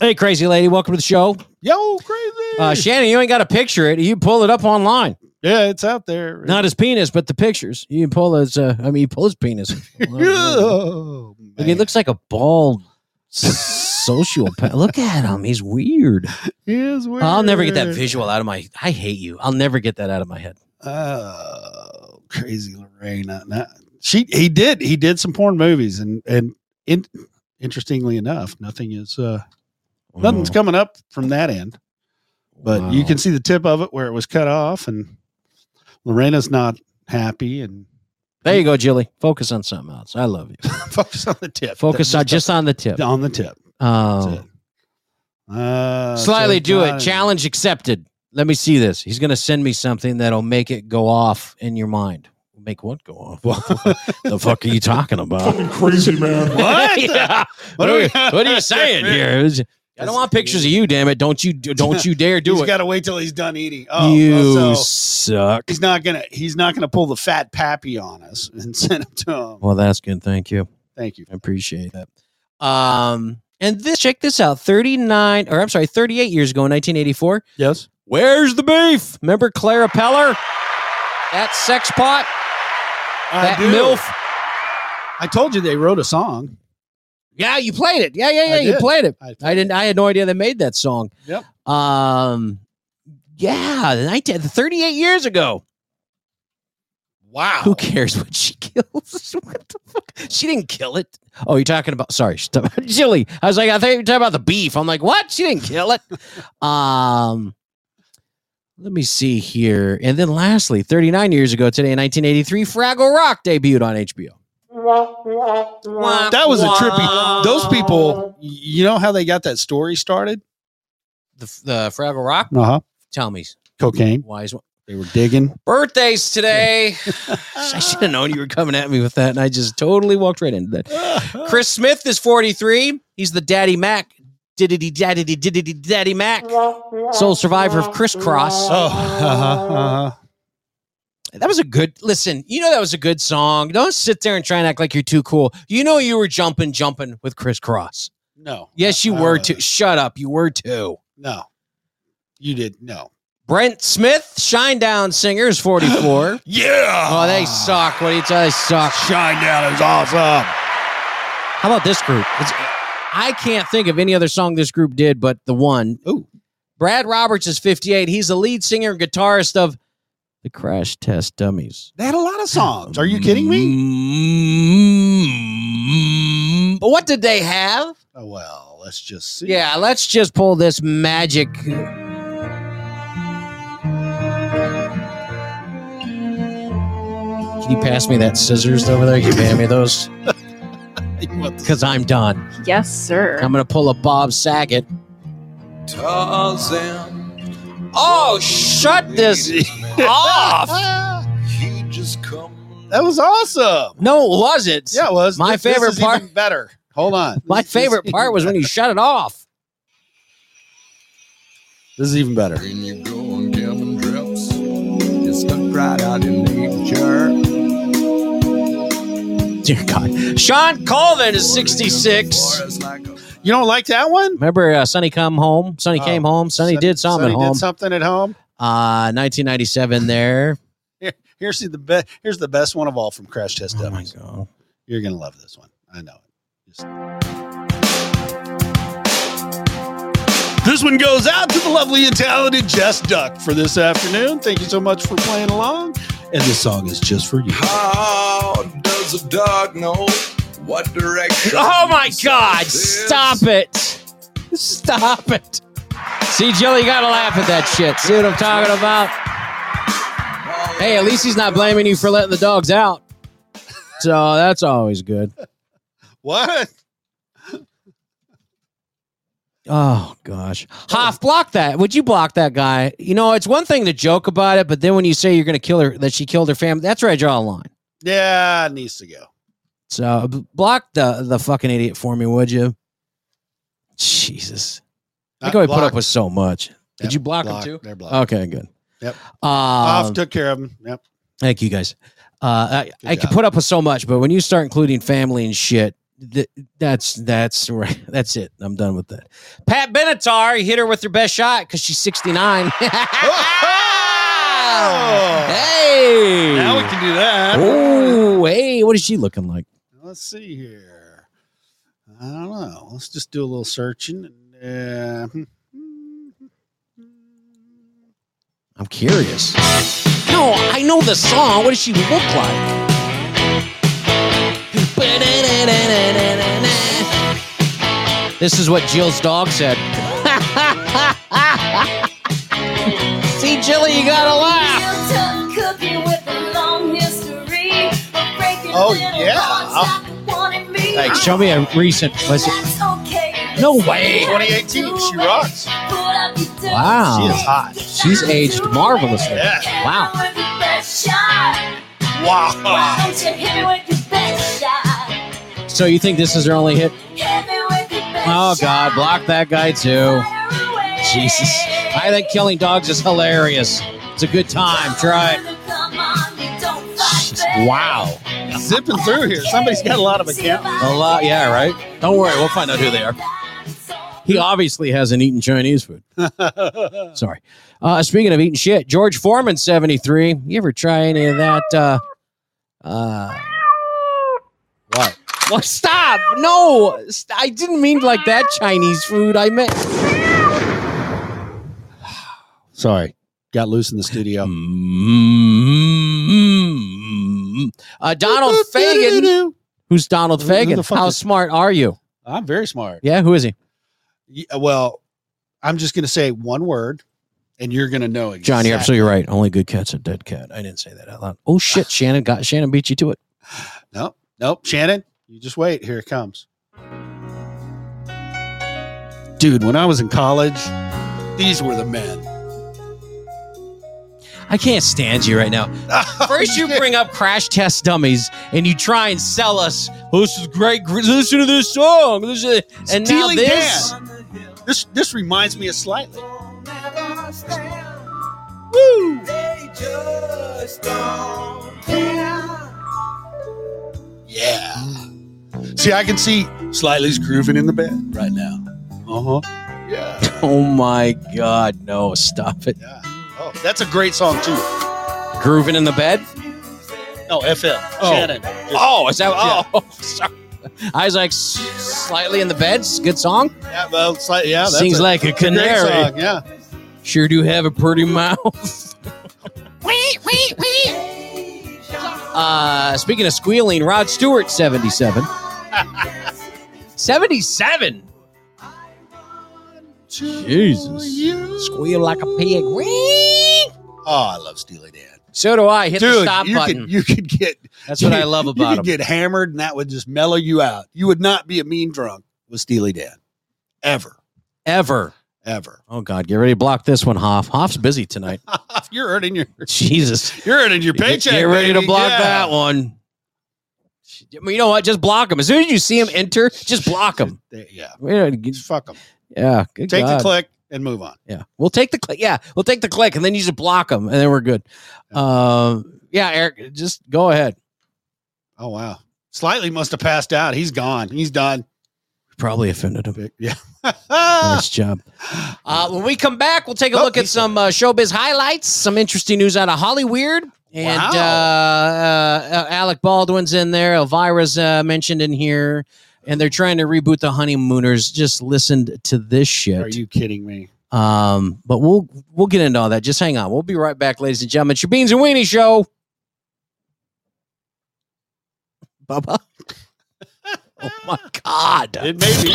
Hey, crazy lady, welcome to the show.
Yo, crazy.
Uh, Shannon, you ain't got to picture it. You pull it up online.
yeah, it's out there.
Not his penis, but the pictures. You can pull his. Uh, I mean, you pull his penis.
Oh,
Like, he looks like a bald s- sociopath. Look at him. He's weird.
he is weird.
I'll never get that visual out of my. I hate you. I'll never get that out of my head.
Oh, crazy Lorena. Not, she he did he did some porn movies and and in, interestingly enough, nothing is uh nothing's
Oh.
coming up from that end. But you
Wow.
can see the tip of it where it was cut off and Lorena's not happy and
There you go, Jilly. Focus on something else. I love you.
focus on the tip.
Focus on just on the tip.
on the tip.
Um,
Uh,
slyly
so
do it.
God-
Challenge accepted. Let me see this. He's gonna send me something that'll make it go off in your mind. Make what go off? What the fuck are you talking about?
Crazy man.
What?
Yeah.
What
What
do
are,
we
you,
got?
what are you saying here? It was- I don't want pictures of you, damn it! Don't you don't you dare do
He's
it.
got to wait till he's done eating. Oh,
you
well, so
suck.
he's not gonna he's not gonna pull the fat pappy on us and send him to him.
Well, that's good. Thank you.
Thank you.
I appreciate that. Um, and this check this out. Thirty nine, or I'm sorry, thirty eight years ago, in 1984.
Yes.
Where's the beef? Remember Clara Peller? That sex pot.
I
that
do.
milf.
I told you they wrote a song.
Yeah, you played it. Yeah, yeah, yeah.
I
You
did.
played it.
I,
I didn't. I had no idea they made that song.
Yep.
Um. Yeah, the 19, 38 years ago.
Wow.
Who cares what she kills? what the fuck? She didn't kill it. Oh, you're talking about sorry, she's talking about chili. I was like, I thought you were talking about the beef. I'm like, what? She didn't kill it. um, let me see here. And then lastly, 39 years ago today in 1983, Fraggle Rock debuted on HBO.
That was a trippy. Those people, you know how they got that story started?
The, the Fraggle Rock.
Uh huh.
Tell me,
Cocaine.
why is
They were digging.
birthdays today? I should have known you were coming at me with that, and I just totally walked right into that. Chris Smith is 43. He's the daddy Mac. Diddity daddy diddity daddy Mac. Sole survivor of Crisscross.
Oh, uh-huh, uh-huh.
That was a good listen. You know that was a good song. Don't sit there and try and act like you're too cool. You know you were jumping, jumping with Crisscross.
no.
Yes, you
I
were
wasn't.
too. Shut up. You were too.
No, you did no.
Brent Smith, Shinedown singer, is 44.
Yeah.
oh, they suck. What do you tell? They suck.
Shine down is awesome.
How about this group? It's, I can't think of any other song this group did but the one.
Ooh.
Brad Roberts is 58. He's the lead singer and guitarist of The Crash Test Dummies.
They had a lot of songs. Are you kidding me?
me? Mm-hmm. But what did they have?
Oh, well, let's just see.
Yeah, let's just pull this magic. Can you pass me that scissors over there? Can you hand me those? Because I'm done.
Yes, sir.
I'm going to pull a Bob Saget.
Tarzan.
Oh, shut this off.
ah, That was awesome.
No, it wasn't.
Yeah, it was.
My
This- this
favorite
is even
part-
better. Hold on.
My
This is even
favorite part was when you
better.
shut it off.
This is even better.
In you go on Kevin trips. You're stuck right out in nature.
Dear God. Sean Colvin is 66.
You don't like that one?
Remember uh, Sonny Come Home? Sonny
Oh,
Came Home? Sonny, did something
Sonny
at home.
did something at home.
Uh, 1997 there.
Here, here's the best. Here's the best one of all from Crash Test
Oh
Dummies. You're gonna love this one. I know it. Just- This one goes out to the lovely and talented Jess Duck for this afternoon. Thank you so much for playing along. And this song is just for you.
How does a dog know what direction?
Oh my God! Stop it! Stop it! See, Jill, you gotta laugh at that shit. See what I'm talking about? Hey, at least he's not blaming you for letting the dogs out. So that's always good.
What?
Oh gosh, Hoff, block that. Would you block that guy? You know, it's one thing to joke about it, but then when you say you're gonna kill her, that she killed her family, that's where I draw a line.
Yeah, it needs to go.
So b- block the the fucking idiot for me, would you? Jesus, I
Not
can only put
blocked.
up with so much. Did
Yep,
you block
blocked.
him too?
They're blocked.
Okay, good.
Yep.
Um,
Off took care of him. Yep.
Thank you guys. Uh, I, I
job.
can put up with so much, but when you start including family and shit, th- that's that's right. That's it. I'm done with that. Pat Benatar he hit her with her best shot because she's 69. hey,
Oh! Now we can do that.
Oh, hey, what is she looking like?
Let's see here. I don't know. Let's just do a little searching. Uh, hmm.
I'm curious. No, I know the song. What does she look like? This is what Jill's dog said. See, Jilly, you gotta laugh.
Ah.
Oh
yeah.
Like, show me a recent. Was it? No way.
2018. She rocks.
Wow.
She is hot.
She's aged marvelously.
Yeah.
Wow.
Wow.
So you think this is her only hit? Oh God, block that guy too. Jesus, I think killing dogs is hilarious. It's a good time. Try it. Wow,
Zipping through here. Somebody's got a lot of account.
a lot. Yeah, right. Don't worry, we'll find out who they are. He obviously hasn't eaten Chinese food. Sorry. Uh, speaking of eating shit, George Foreman, seventy-three. You ever try any of that? Uh, uh, what? Well, stop! No, st- I didn't mean like that Chinese food. I meant.
Sorry. Got loose in the studio.
Uh, Donald Fagan. Who's Donald
Who- who
Fagan?
the fuck
How
is-
smart are you?
I'm very smart.
Yeah, who is he?
Yeah, well, I'm just going to say one word and you're going to know exactly.
John, you're absolutely right. Only good cat's a dead cat. I didn't say that out loud. Oh shit, Shannon got Shannon beat you to it.
Nope. Nope. Shannon, you just wait. Here it comes. Dude, when I was in college, these were the men.
I can't stand you right now. First, you bring up crash test dummies, and you try and sell us. "Oh, this is great. gr- Listen to this song. This is, and now
Steely
this.
This this reminds me of slightly.
Woo!
Yeah. See, I can see slightly's grooving in the bed right now. Uh huh. Yeah.
Oh my God! No, stop it.
Oh, that's a great song too.
Grooving in the bed.
No, FM.
Oh.
Shannon.
Oh, is that? Oh, sorry. I was like, s- slightly in the bed. s- Good song.
Yeah, well, slight, yeah. that's
Sings like a
it's great
canary.
song, yeah.
Sure do have a pretty mouth.
Wait, wait, wait.
Uh, speaking of squealing, Rod Stewart, 77. 77? Jesus. Squeal like a pig. Wee!
Oh, I love Steely Dan.
So do I. Hit the
Dude,
stop
you
button.
Could, you could get.
That's what I love about
You could
him.
get hammered, and that would just mellow you out. You would not be a mean drunk with Steely Dan, ever,
Ever.
ever.
Oh God, get ready to block this one, Hoff. Hoff's busy tonight.
You're earning your
Jesus.
You're earning your
Get-
paycheck.
Get ready
baby.
to block
Yeah.
that one. I mean, You know what? Just block him. As soon as you see him enter, just block him.
Yeah.
Fuck him. Yeah. Good
Take
God.
the click and move on.
Yeah. We'll take the click. Yeah. We'll take the click and then you just block him and then we're good. Um, yeah, Eric, just go ahead.
Oh wow. Slightly must have passed out. He's gone. He's done.
Probably offended him.
Yeah.
nice job. Uh, when we come back, we'll take a look at some uh, showbiz highlights, some interesting news out of Hollyweird. And uh, uh, Alec Baldwin's in there. Elvira's uh, mentioned in here. And they're trying to reboot the Honeymooners. Just listened to this shit.
Are you kidding me?
Um, but we'll we'll get into all that. Just hang on. We'll be right back, ladies and gentlemen. It's your Beans and Weenie Show. Bubba. oh my God.
It may be.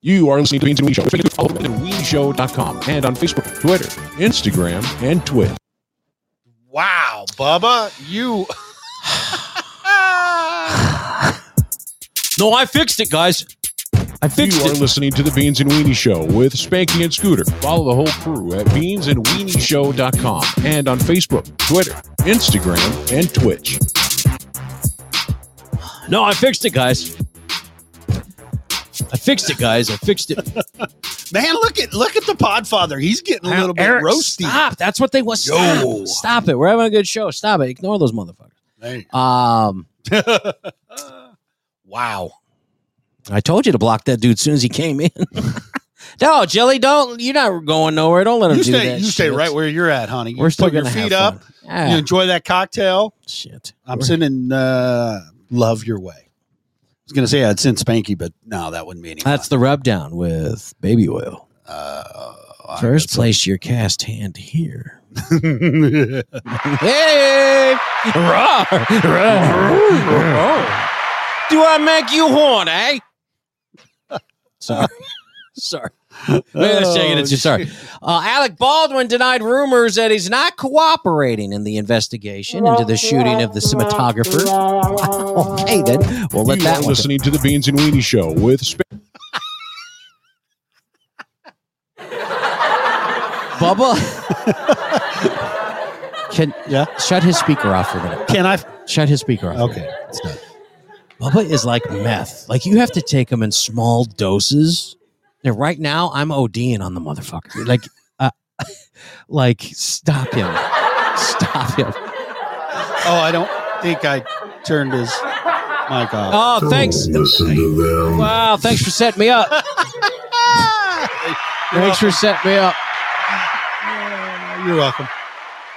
You are listening to Beans and Weenie Show. Follow us at weenieshow.com and on Facebook, Twitter, Instagram, and Twitch.
Wow, Bubba, you
No, I fixed it, guys. I
fixed you are listening to the Beans and Weenie Show with Spanky and Scooter. Follow the whole crew at beansandweenieshow.com and on Facebook, Twitter, Instagram, and Twitch.
No, I fixed it, guys. I fixed it, guys. I fixed it.
man, look at look at the Podfather. He's getting a little bit
Eric,
roasty.
Stop. That's what they was.
Yo.
Stop. Stop it. We're having a good show. Stop it. Ignore those motherfuckers.
Hey.
Um,
Wow.
I told you to block that dude as soon as he came in. no, Jilly, don't. You're not going nowhere. Don't let him
You
do
stay,
that.
you stay
shit.
right where you're at, honey. You
We're still
put your
gonna have
feet
fun.
up.
Yeah.
You enjoy that cocktail.
Shit.
I'm
We're-
sending uh, love your way. I was gonna say I'd send Spanky, but no, that wouldn't be any.
That's the rub down with baby oil.
Uh,
First, place your cast hand here. hey, Rawr. Rawr. Do I make you horn, eh? Sorry. Oh, Sorry. Maybe that's taking it too sorry. Uh, Alec Baldwin denied rumors that he's not cooperating in the investigation into the shooting of the cinematographer. hey, then we'll let
you
that
are
one.
listening to the Beans and Weenie Show with Spanky.
Bubba. Can yeah? Shut his speaker off for a minute.
Can I
shut his speaker off? Okay.
It's done.
Bubba is like meth. Like you have to take him in small doses. And right now, I'm ODing on the motherfucker. Like, uh, like stop him, stop him.
Oh, I don't think I turned his mic off.
Oh, thanks. Wow, thanks for setting me up. Oh.
Ah!
thanks for setting me up.
You're welcome.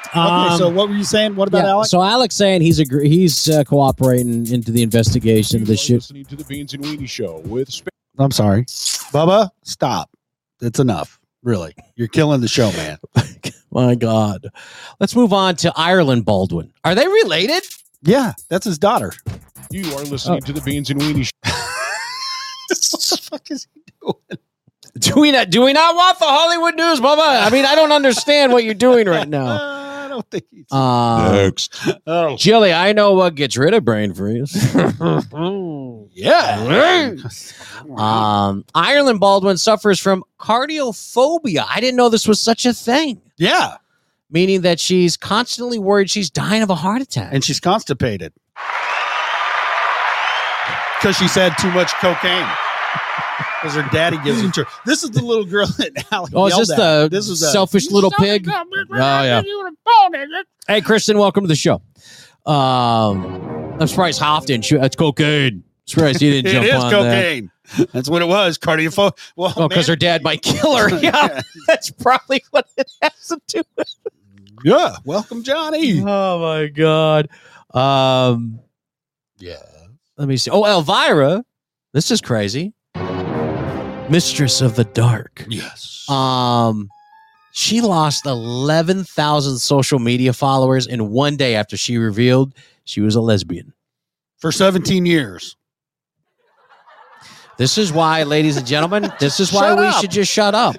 okay,
Um,
so what were you saying? What about
Yeah,
Alex?
So Alex saying he's agree- he's uh, cooperating into the investigation of the shoot.
Listening to the Beans and Weenie Show with Spanky.
I'm sorry. Bubba, stop. It's enough. Really. You're killing the show, man.
My God. Let's move on to Ireland Baldwin. Are they related?
Yeah, that's his daughter.
You are listening
Oh.
to the Beans and Weenie Show.
what the fuck is he
Do we not do we not want the Hollywood news, Bubba? I mean, I don't understand what you're doing right now.
I don't think he's
Uh,
Oh.
Jilly, I know what gets rid of brain freeze.
Yeah.
um, Ireland Baldwin suffers from cardiophobia. I didn't know this was such a thing.
Yeah.
Meaning that she's constantly worried she's dying of a heart attack.
And she's constipated. Because she's had too much cocaine. Because her daddy gives her. This is the little girl that Alex.
Oh, is
yelled
this
at.
the
this is
selfish little pig? Oh yeah. Hey, Kristen, welcome to the show. Um, I'm surprised Hoff didn't shoot. That's cocaine. Surprised he
It
didn't jump
is
on
cocaine. That's what it was. Cardiopho. Well,
that. Oh, because
man.
her dad might kill her. Yeah, that's probably what it has to do. with.
Yeah. Welcome, Johnny.
Oh my God. Um,
Yeah.
let me see. Oh, Elvira, this is crazy. Mistress of the dark.
Yes.
Um, she lost eleven thousand social media followers in one day after she revealed she was a lesbian.
For 17 years.
This is why, ladies and gentlemen, this is why
Shut
we
up.
should just shut up.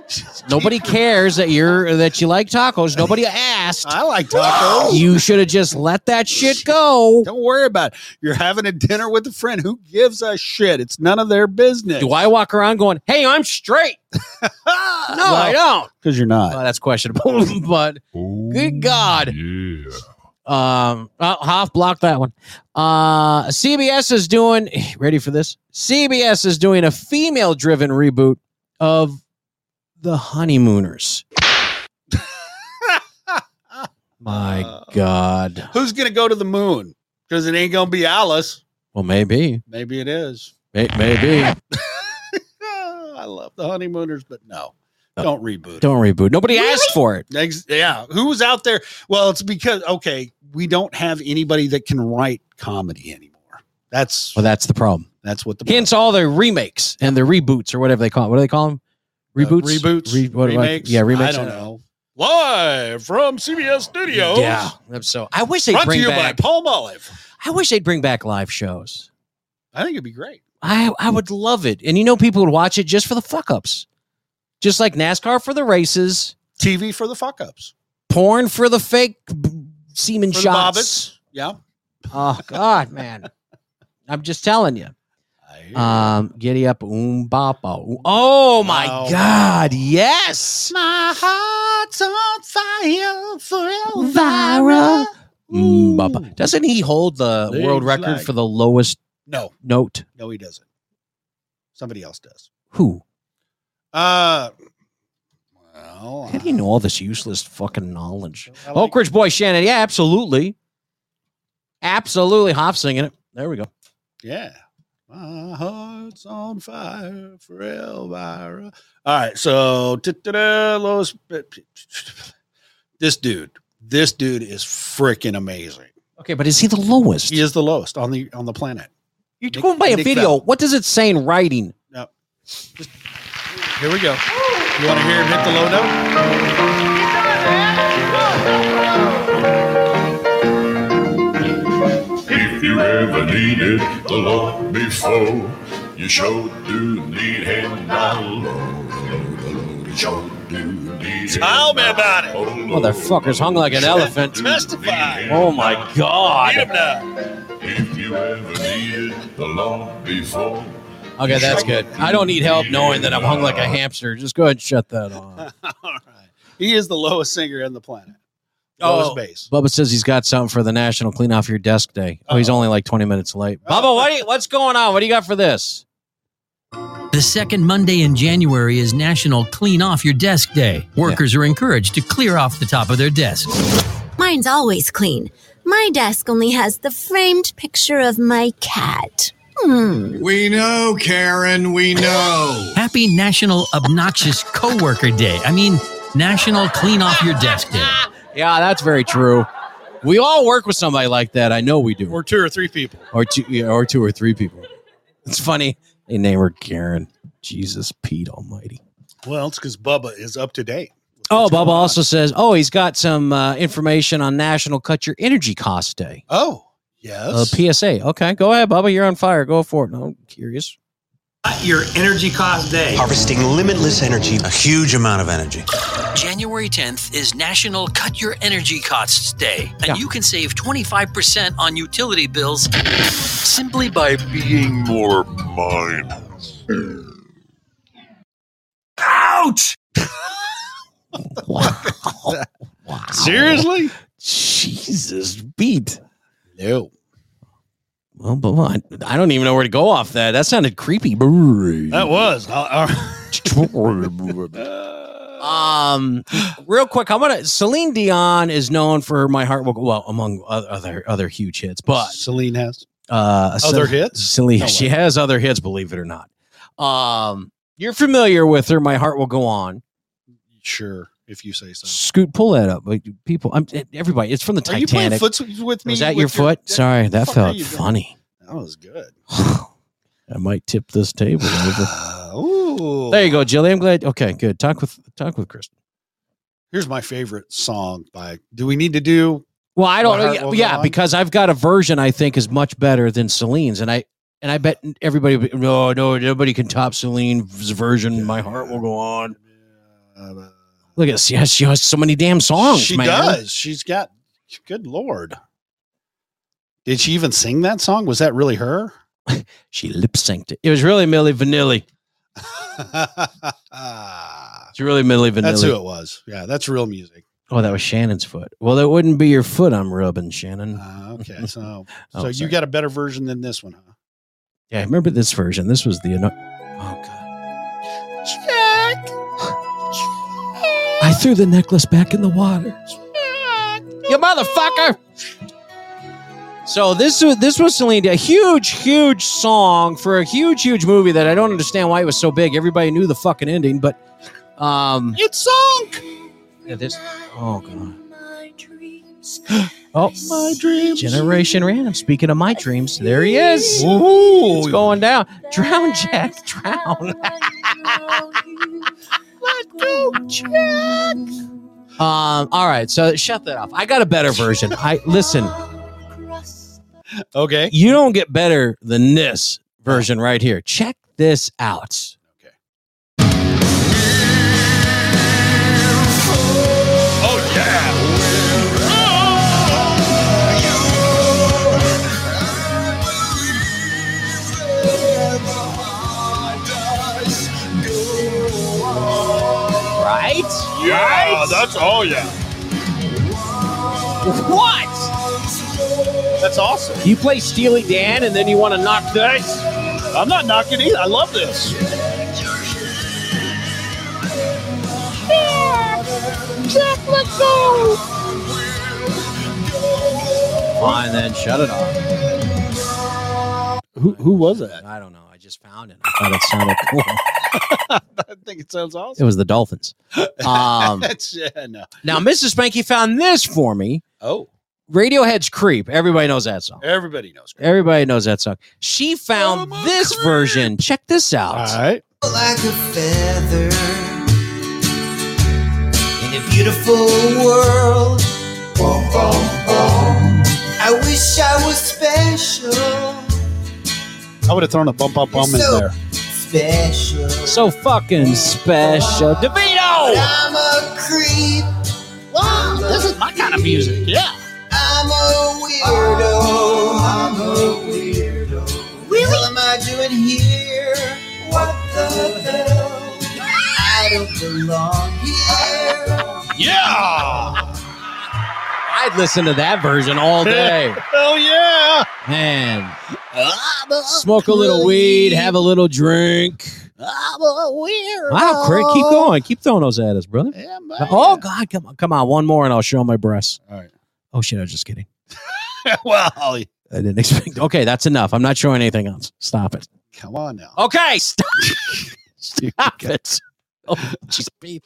Nobody cares that you're that you like tacos. Nobody asked.
I like tacos.
You should have just let that shit go.
Don't worry about it. You're having a dinner with a friend. Who gives a shit? It's none of their business.
Do I walk around going, "Hey, I'm straight"? no, I don't.
Because you're not.
Uh, Well, uh, that's questionable, but good God. Um, oh, Hoff blocked that one. Uh, CBS is doing, ready for this? CBS is doing a female driven reboot of The Honeymooners. My God.
Uh, Who's gonna go to the moon? Because it ain't gonna be Alice.
Well, maybe.
Maybe it is.
May- maybe.
Oh, I love the honeymooners, but no, don't reboot.
Don't reboot. Nobody asked for it.
Ex- yeah, who's out there? Well, it's because okay, we don't have anybody that can write comedy anymore. That's
Well, that's the problem.
that's what the
Hence all the remakes and the reboots or whatever they call it. What do they call them? Reboots?
Uh, reboots,
Re- what- what-
remakes.
yeah, remakes.
I don't know. Live from CBS Studios.
Yeah. I'm so, I wish they'd
Brought to
bring
you
back,
by Palm Olive.
I wish they'd bring back live shows.
I think it'd be great.
I I would love it. And you know people would watch it just for the fuck ups. Just like NASCAR for the races,
TV for the fuck ups.
porn for the fake b- semen
For the
shots.
Bobbits. Yeah.
Oh god, man. I'm just telling you. Um giddy up oom boppo. Oh my
Wow.
god, yes.
My heart's on fire for
Elvira. Oom boppo. Mm, Doesn't he hold the
Legs
world record
like-
for the lowest
No,
note?
no, he doesn't. Somebody else does.
Who?
Uh, well,
How do you know all this useless fucking knowledge?
I like-
Oak Ridge Oh, Boy Shannon. Yeah, absolutely. Absolutely. Hop singing it. There we go.
yeah. My heart's on fire for Elvira. All right, so da-da-da, lowest. This dude, this dude is freaking amazing.
Okay, but is he the lowest?
He is the lowest on the on the planet.
You're
Nick-
going by a
Nick
video.
Fallow.
What does it say in writing?
No. Just, here we go. You want to hear him hit the low note?
If you ever needed the Lord before, you sure do need him now, Lord. The Lord, you sure do need him. Oh,
Tell me about it.
Motherfucker's hung like an elephant.
Testify.
Oh my
Hit him
god.
now.
If you ever needed the Lord before,
Okay, that's good. I don't need help knowing that I'm hung like a hamster. Just go ahead and shut that on.
All right. He is the lowest singer on the planet. Lowest
Oh,
bass.
Bubba says he's got something for the National Clean Off Your Desk Day. Oh, he's only like 20 minutes late. Bubba, what do you, what's going on? What do you got for this?
The second Monday in January is National Clean Off Your Desk Day. Workers are encouraged to clear off the top of their desk.
Mine's always clean. My desk only has the framed picture of my cat. Hmm.
We know, Karen, we know. Happy National Obnoxious Coworker Day. I mean, National Clean Off Your Desk Day.
Yeah, that's very true. We all work with somebody like that. I know we do.
Or two or three people.
or two yeah, or two or three people. It's funny. They name her Karen. Jesus Pete Almighty.
Well, it's because Bubba is up to date.
Oh, Bubba also says, oh, he's got some uh, information on National Cut Your Energy Cost Day.
Oh,
Uh,
yes.
PSA. Okay, go ahead, Bubba. You're on fire. Go for it. No, I'm curious.
Your energy cost day. Harvesting limitless energy. A huge amount of energy.
January 10th is National Cut Your Energy Costs Day, and you can save 25% on utility bills simply by being more mindful.
Ouch!
Wow. wow.
Seriously?
Jesus Pete.
No.
Well, Bubba, I, I don't even know where to go off that. That sounded creepy. That
That was. Uh, uh,
um, real quick, I want to. Celine Dion is known for "My Heart Will Go." Well, among oth- other other huge hits, but
Celine has.
uh, Cel-
Other hits?
Celine,
No
she
way.
has other hits, believe it or not. Um, you're familiar with her. "My Heart Will Go On."
Sure, if you say so.
Scoot, pull that up, like, people. I'm eh, everybody. It's from the
Are you playing
Titanic.
footsies with me?
Was that
with
your foot?
that-
Sorry, that
fuck are
felt
you doing?
funny.
That was good.
I might tip this table over.
Uh, ooh.
There you go, Jilly. I'm glad. Okay, good. Talk with talk with Kristen.
Here's my favorite song by. Do we need to do?
Well, I don't
My Heart Will
know.
Go
Yeah,
On?
because I've got a version I think is much better than Celine's, and I And I bet everybody, would be, no, no, nobody can top Celine's version. My heart will go on. Look at she has, she has so many damn songs.
She
man.
does. She's got. Good lord. Did she even sing that song? Was that really her?
she lip synced it. It was really Millie Vanilli. it's really Millie Vanilli.
That's who it was. Yeah, that's real music.
Oh, that was Shannon's foot. Well, that wouldn't be your foot I'm rubbing, Shannon.
Uh, okay, so
Oh,
so you
sorry.
got a better version than this one, huh?
yeah, I remember this version. This was the. oh,
Check.
I threw the necklace back in the water. You motherfucker! So this was this was Celine a huge, huge song for a huge, huge movie that I don't understand why it was so big. Everybody knew the fucking ending, but um,
It's sunk.
yeah, this oh god, oh my dreams, Generation Random. Speaking of my dreams, there he is.
Ooh,
it's going down. Drown, Jack, drown.
Let go, Jack.
Um, all right, so shut that off. I got a better version. I listen.
Okay.
You don't get better than this version right here. Check this out.
Oh yeah.
Right?
Yeah, that's
oh yeah.
What?
That's awesome.
You play Steely Dan and then you want to knock this?
I'm not knocking either. I love this.
Jack, let go.
Fine, then shut it off.
Who who was that?
I don't know. I just found it. I thought it sounded cool.
I think it sounds awesome.
It was the Dolphins. Um,
That's- yeah, no.
now, Mrs. Spanky found this for me.
Oh,
Radiohead's "Creep." Everybody knows that song.
everybody knows.
Everybody knows that song. She found this version. Check this out.
All right.
like a feather in a beautiful world. Boom, boom, boom. I wish I was special,
I would have thrown a bump up bum in
So-
there.
special.
So fucking special.
But
DeVito.
I'm a creep. Wow, this is my kind of music.
Yeah.
I'm a weirdo. I'm a weirdo. Really? What am I doing here? What the hell? I don't belong here.
Yeah.
I'd listen to that version all day.
Hell yeah.
Man, smoke a little weed, have a little drink.
I'm a weirdo.
Wow, Craig, keep going. Keep throwing those at us, brother. oh God, come on, come on, one more, and I'll show my breasts.
All right.
Oh shit, I was just kidding.
well,
I didn't expect. Okay, that's enough. I'm not showing anything else. Stop it.
come on now.
Okay, stop, stop it. Oh, jeez, beep.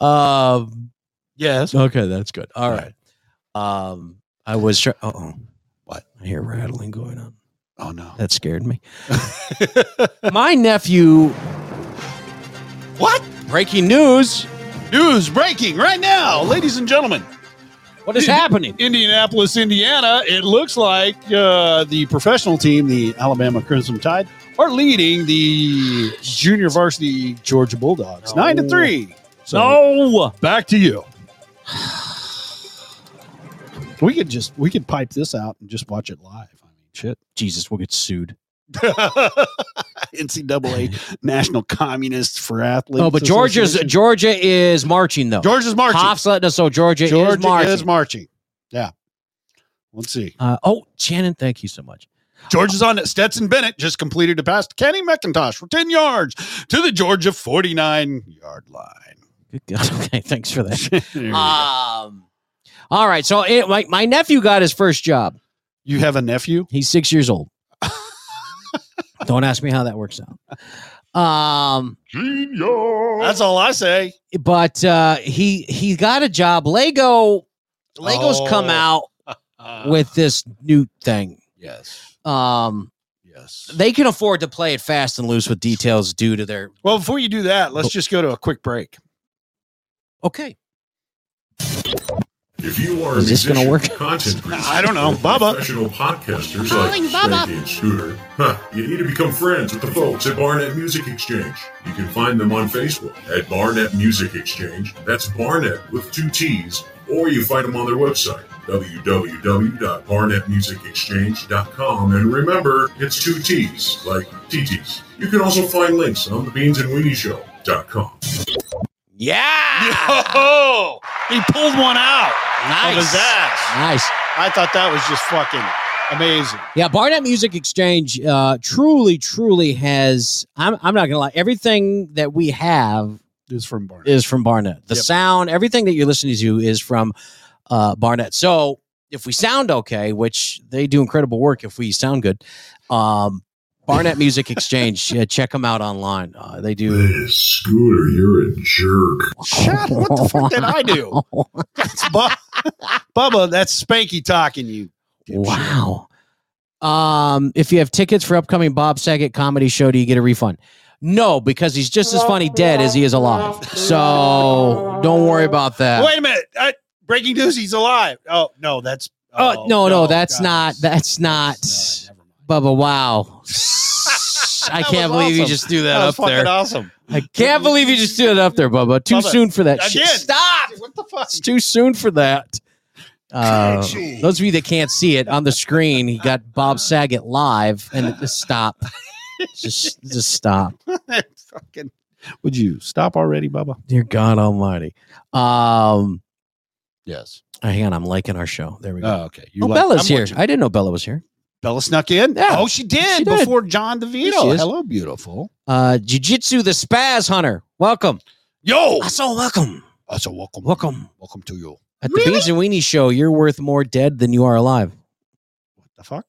Um.
Yes.
Okay, that's good. All right. Um, I was. Try- oh,
What?
I hear rattling going on.
Oh no.
That scared me. my nephew.
What?
Breaking news.
News breaking right now, ladies and gentlemen.
What is happening?
Indianapolis, Indiana. It looks like uh, the professional team, the Alabama Crimson Tide, are leading the junior varsity Georgia Bulldogs nine to three. So
No.
back to you. We could just we could pipe this out and just watch it live. I mean, shit.
Jesus, we'll get sued.
NCAA National Communist for Athletes.
Oh, but Georgia's
Association.
Georgia is marching though.
Georgia's marching.
Hoff's letting us know Georgia,
Georgia
is marching.
is marching. Yeah. Let's see.
uh, oh, Shannon, thank you so much.
Georgia's on it. Stetson Bennett just completed a pass to Kenny McIntosh for 10 yards to the Georgia 49 yard line.
Good God. Okay, thanks for that.
There you go.
Uh,
Um, all right. So it, my, my nephew got his first job.
you have a nephew?
He's six years old. Don't ask me how that works out. Um,
That's all I say.
but uh, he he got a job. Lego Legos come
Oh.
out
Uh,
with this new thing.
yes.
Um,
Yes.
they can afford to play it fast and loose with details due to their
Well, before you do that, let's just go to a quick break.
okay.
If you are
Is this
a
gonna
musician,
work?
Content producer,
I don't know.
or
Bubba.
Professional podcasters
Calling
like
Bubba.
Spanky and Scooter. Huh, you need to become friends with the folks at Barnett Music Exchange. You can find them on Facebook at Barnett Music Exchange. That's Barnett with two T's. Or you find them on their website, www.barnettmusicexchange.com. And remember, it's two T's, like TT's. You can also find links on the Beans and Weenie Show.com.
Yeah.
Ah.
Yo! He pulled one out. Nice. Of his ass.
Nice.
I thought that was just fucking amazing.
Yeah, Barnett Music Exchange uh, truly, truly has. I'm, I'm not gonna lie. Everything that we have
This is from Barney.
is from Barnett. The
Yep.
sound, everything that you're listening to is from uh, Barnett. So if we sound okay, which they do incredible work, if we sound good, um, Barnett Music Exchange, yeah, check them out online. Uh, they do.
Scooter, you're a jerk.
Shut up. What the fuck did I do?
oh,
That's Bu- Bubba, that's Spanky talking you.
Wow. Um, if you have tickets for upcoming Bob Saget comedy show, do you get a refund? No, because he's just as funny dead as he is alive. So don't worry about that.
Wait a minute. I, breaking news, he's alive. Oh, no, that's.
Oh, no, no, that's not. That's not. Bubba, wow. I can't believe you
awesome.
just threw that,
That was
up there.
fucking awesome.
I can't believe you just threw it up there, Bubba. Too
Bubba,
soon for that
Again.
shit.
Stop. What the fuck?
It's too soon for that. Uh, those of you that can't see it on the screen, he got Bob Saget live, and it- just stop. just, just stop.
fucking. Would you stop already, Bubba?
Dear God Almighty. Um, oh,
Yes.
hang on, I'm liking our show. There we go.
Oh, okay. You
oh,
like-
Bella's
I'm
here.
watching.
I didn't know Bella was here.
Bella snuck in.
Yeah.
Oh, she did,
She did.
before John
There she
DeVito.
is.
Hello, beautiful.
Uh, Jiu Jitsu the Spaz Hunter. Welcome.
Yo.
So welcome.
That's a welcome.
Welcome.
Welcome to you.
At the Beans and Weenie Show, you're worth more dead than you are alive.
The fuck?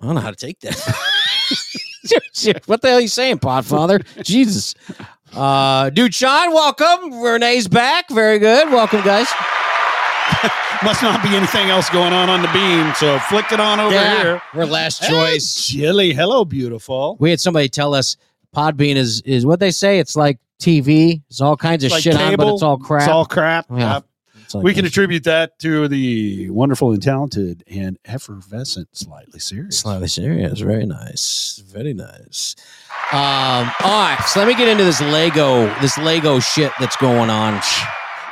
I don't know how to take that. Seriously, what the hell are you saying, Podfather? Jesus. Uh, dude, Sean, welcome. Renee's back. Very good. Welcome, guys.
Must not be anything else going on on the beam, so flick it on over
Yeah,
here.
We're last
Hey,
choice.
Chili. Hello, beautiful.
We had somebody tell us Podbean is is what they say. It's like TV. It's all kinds of
It's like
shit on, but it's
cable.
all crap.
It's all crap.
Yeah.
Yep.
It's like
we can attribute that to the wonderful and talented and effervescent, slightly serious.
Slightly serious. Very nice. Very nice. Um, all right, so let me get into this Lego, this Lego shit that's going on.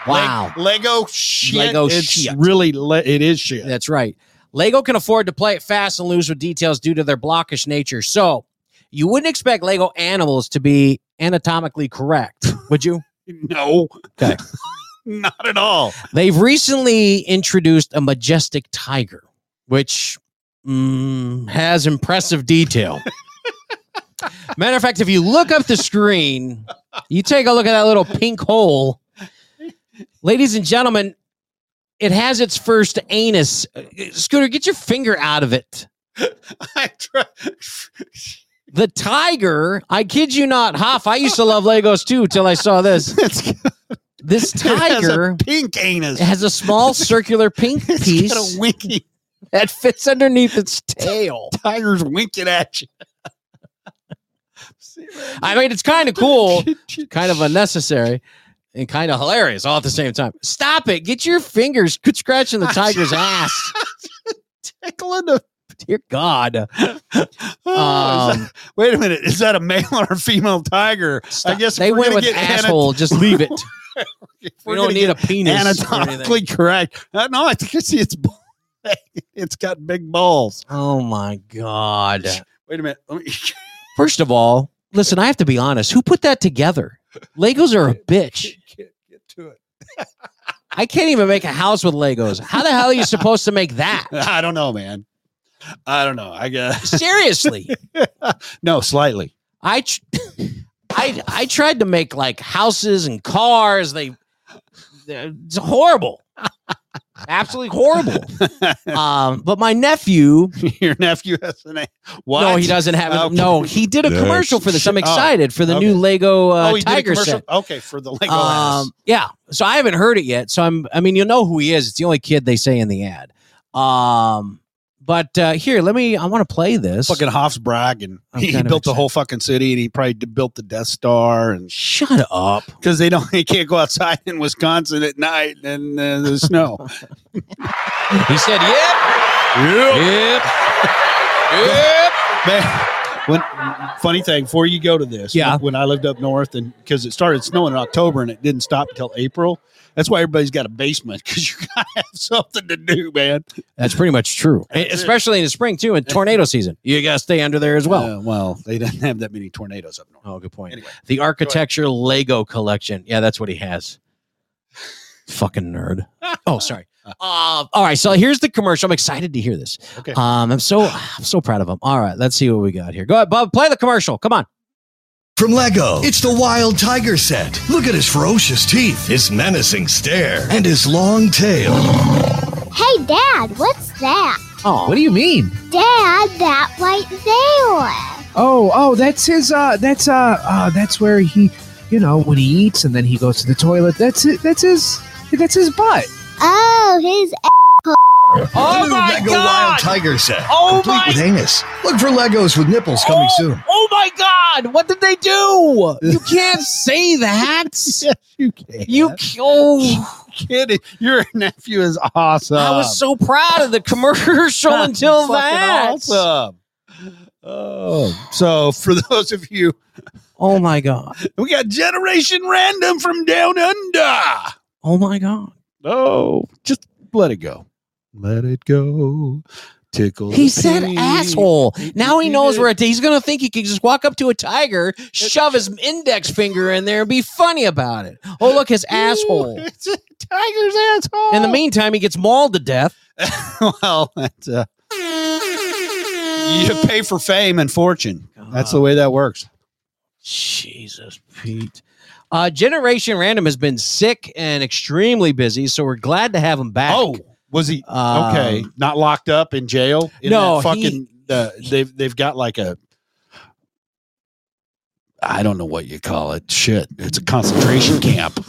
Wow.
Leg- Lego shit.
Lego
it's
shit.
really le- it is shit.
That's right. Lego can afford to play it fast and loose with details due to their blockish nature. So you wouldn't expect Lego animals to be anatomically correct, would you?
No.
Okay.
Not at all.
They've recently introduced a majestic tiger, which mm, has impressive detail. Matter of fact, if you look up the screen, you take a look at that little pink hole. Ladies and gentlemen, it has its first anus. Uh, Scooter, get your finger out of it.
I try-
The tiger, I kid you not, Hoff, I used to love Legos too till I saw this. This
It has
tiger
a pink anus.
it has a small circular pink
It's
piece.
got a winky
that fits underneath its tail.
tiger's winking at you.
I mean, it's kind of cool, kind of unnecessary, and kind of hilarious all at the same time. Stop it. Get your fingers. Quit scratching the tiger's ass.
Tickling the
Dear God. Um,
Oh, is that- wait a minute. Is that a male or a female tiger? I guess if
they
we're
went
gonna
with
get ana-
asshole. Just leave it.
if
We
we're
don't
gonna
need a
get
penis. or
Anatomically correct. Uh, no, I think I see it's ball- it's got big balls.
Oh my God.
Wait a minute. Let me,
First of all, listen, I have to be honest. Who put that together? Legos are a bitch.
get, get to it.
I can't even make a house with Legos. How the hell are you supposed to make that?
I don't know, man. I don't know. I guess
Seriously.
no, slightly.
I, tr- I, I tried to make like houses and cars. They, they're- it's horrible, absolutely horrible. Um, but my nephew,
Your nephew has an a what?
no, he doesn't have.
Okay.
No, he did a
Next.
commercial for this. I'm
Oh,
excited for the new
okay.
Lego uh,
oh, he
Tiger
did a commercial.
set.
Okay, for the Lego ass.
Um, yeah, so I haven't heard it yet. So I'm. I mean, you'll know who he is. It's the only kid they say in the ad. Um, But uh, here, let me. I want to play this.
Fucking Hofsbrag, and
I'm
he, he
kind of
built the whole fucking city, and he probably d- built the Death Star. And
shut up,
because they don't, they can't go outside in Wisconsin at night, and uh, there's snow.
he said,
"Yep, yep, yep." when funny thing, before you go to this, yeah. When, I lived up north, and because it started snowing in October and it didn't stop until April, that's why everybody's got a basement because you gotta have something to do, man.
That's pretty much true, especially in the spring too, in tornado season. You gotta stay under there as well.
Uh, well, they didn't have that many tornadoes up north.
Oh, good point. the architecture Lego collection. Yeah, that's what he has. Fucking nerd. Oh, sorry. Uh, all right, so here's the commercial. I'm excited to hear this.
Okay.
Um, I'm so I'm so proud of him. All right, let's see what we got here. Go ahead, Bob. Play the commercial. Come on.
From Lego, it's the Wild Tiger set. Look at his ferocious teeth, his menacing stare, and his long tail.
Hey, Dad, what's that?
Oh, what do you mean?
Dad, that right there.
Oh, oh, that's his. Uh, that's uh, uh, that's where he, you know, when he eats and then he goes to the toilet. That's it. That's his. That's his butt.
Oh, his
Oh the new
my
Lego
God!
Wild Tiger set,
Oh
complete
my-
with anus. Look for Legos with nipples coming soon.
Oh my God! What did they do? You can't say that. yes,
you can.
You oh.
Kid, your nephew is awesome.
I was so proud of the commercial until
Fucking
that.
awesome. Oh, so for those of you,
oh my god,
we got Generation Random from Down Under.
Oh my god,
no, just let it go, let it go. Tickle.
He
the
said
pink.
asshole. Now he knows we're at. He's gonna think he can just walk up to a tiger, shove his index finger in there, and be funny about it. Oh look, his asshole.
It's a tiger's asshole.
In the meantime, he gets mauled to death.
well, that, uh, you pay for fame and fortune. That's the way that works.
Jesus, Pete. Uh, Generation Random has been sick and extremely busy, so we're glad to have him back. Oh,
was he
Um,
okay, not locked up in jail. In
No,
that fucking.
he-
uh, they've they've got like a. I don't know what you call it. Shit, it's a concentration camp.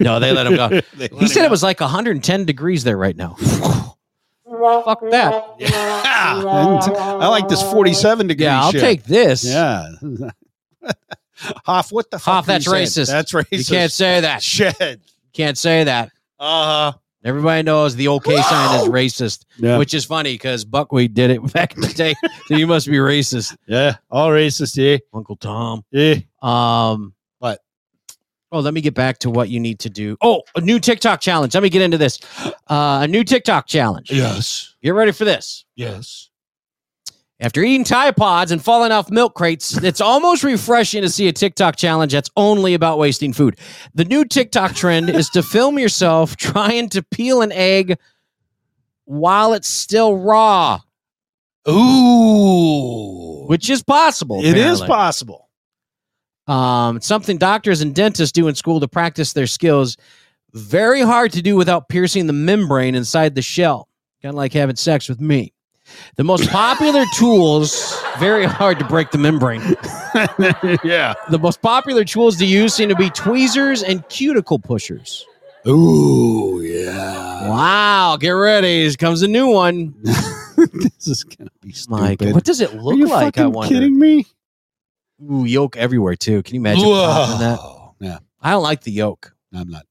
No, they let him go.
They let
he
him
said it was like 110 degrees there right now.
Fuck
that.
I like this 47 degree.
Yeah, I'll
shit.
take this.
Yeah. Hoff, what the fuck?
Hoff, that's
you said?
racist.
That's racist.
You can't say that.
Shit.
Can't say that.
Uh huh.
Everybody knows the OK sign is racist,
Yeah.
which is funny because Buckwheat did it back in the day. so you must be racist.
Yeah, all racist, yeah.
Uncle Tom.
Yeah.
Um,
but
oh, let me get back to what you need to do. Oh, a new TikTok challenge. Let me get into this. Uh, a new TikTok challenge.
Yes.
Get ready for this.
Yes.
After eating Tide Pods and falling off milk crates, it's almost refreshing to see a TikTok challenge that's only about wasting food. The new TikTok trend is to film yourself trying to peel an egg while it's still raw.
Ooh.
Which is possible.
It is
apparently.
possible.
Um, it's something doctors and dentists do in school to practice their skills. Very hard to do without piercing the membrane inside the shell. Kind of like having sex with me. The most popular tools, very hard to break the membrane.
yeah.
The most popular tools to use seem to be tweezers and cuticle pushers.
Ooh, yeah.
Wow, get ready. Here comes a new one.
this is going to be stupid.
My God, what does it look
you
like? I
fucking
wonder.
kidding me?
Ooh, yolk everywhere, too. Can you imagine
Whoa.
popping that?
Yeah.
I don't like the yolk.
I'm not.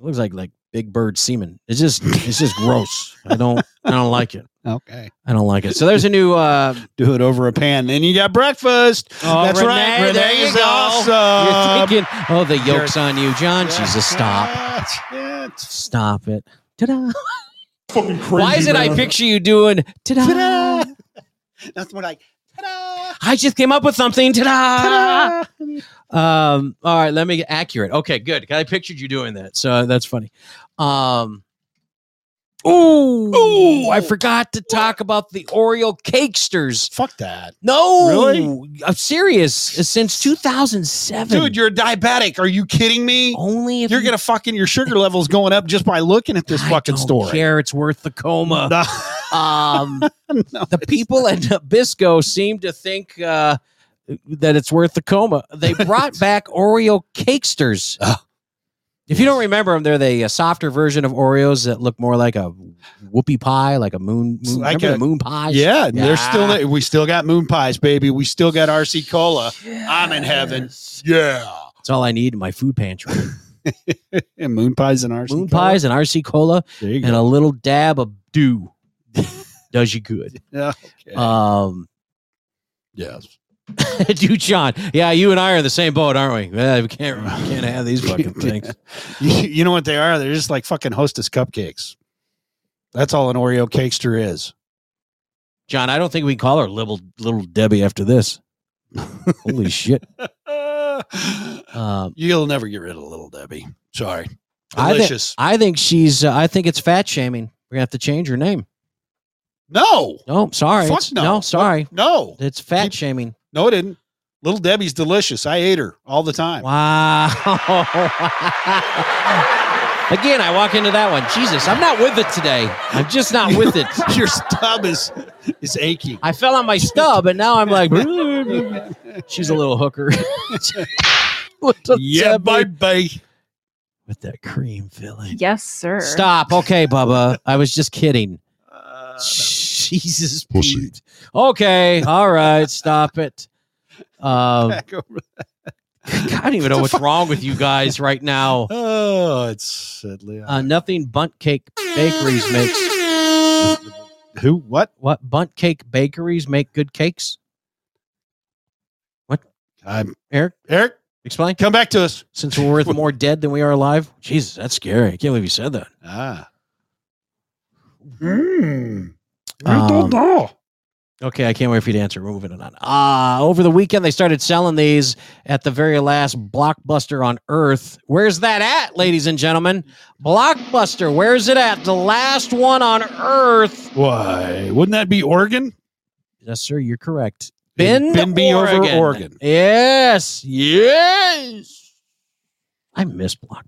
It looks like like big bird semen. It's just it's just gross. I don't I don't like it.
Okay.
I don't like it. So there's a new uh
Do it over a pan. Then you got breakfast.
Oh,
That's right.
Renee, there
Renee
you
is
go.
awesome.
You're thinking, oh, the
You're-
yolk's on you, John. Jesus, stop.
Yeah,
Stop it. Ta-da.
Fucking
Why is it I picture you doing ta-da?
That's more like
I just came up with something. Ta-da. Um, all right, let me get accurate. Okay, good. 'Cause I pictured you doing that. So that's funny. Um Ooh, I forgot to talk about the Oreo cakesters.
Fuck that.
No,
Really?
I'm serious. Since 2007,
Dude, you're a diabetic. Are you kidding me?
Only if
you're gonna fucking your sugar levels going up just by looking at this fucking story.
care. It's worth the coma.
Nah.
um, the people at Nabisco seem to think uh, that it's worth the coma. They brought back Oreo cakesters. If you don't remember them, they're the uh, softer version of Oreos that look more like a whoopie pie, like a moon. moon
like
remember the
a-
moon pies?
Yeah, and they're still we still got moon pies, baby. We still got RC cola. I'm in heaven. Yeah,
That's all I need in my food pantry.
and moon pies and RC
moon pies and RC cola, and a little dab of dew does you good.
Yeah.
Um.
Yes.
Dude, John. Yeah, you and I are in the same boat, aren't we? Yeah, we can't we can't have these fucking things.
you, you know what they are? They're just like fucking Hostess cupcakes. That's all an Oreo cakester is.
John, I don't think we can call her little little Debbie after this. Holy shit! Um,
You'll never get rid of Little Debbie. Sorry.
I thi-
Delicious.
I, think she's. Uh, I think it's fat shaming. We're gonna have to change her name.
no.
No, sorry.
Fuck
It's-
no.
sorry.
No.
It's fat shaming.
No, it didn't. Little Debbie's delicious. I ate her all the time.
Wow. Again, I walk into that one. Jesus, I'm not with it today. I'm just not with it.
Your stub is is aching.
I fell on my stub, and now I'm like, she's a little hooker. yeah, bye
bye.
With that cream filling.
Yes, sir.
Stop. Okay, Bubba. I was just kidding. Jesus, Pete. Okay. All right. Stop it. Um,
Back over
I don't even know what's wrong with you guys right now.
Oh, it's sadly.
Uh, nothing Bunt Cake Bakeries makes.
Who? What?
What? Bunt Cake Bakeries make good cakes? What?
I'm
Eric.
Eric,
explain.
Come back to us.
Since we're worth more dead than we are alive. Jesus, that's scary. I can't believe you said that.
Ah.
Um, Okay, I can't wait for you to answer. We're moving it on. Ah, over the weekend they started selling these at the very last Blockbuster on Earth. Where's that at, ladies and gentlemen? Blockbuster, where's it at? The last one on Earth.
Why? Wouldn't that be Oregon?
Yes, sir. You're correct. Bend,
Benby over
Oregon.
Oregon.
Yes. Yes. I miss Blockbuster.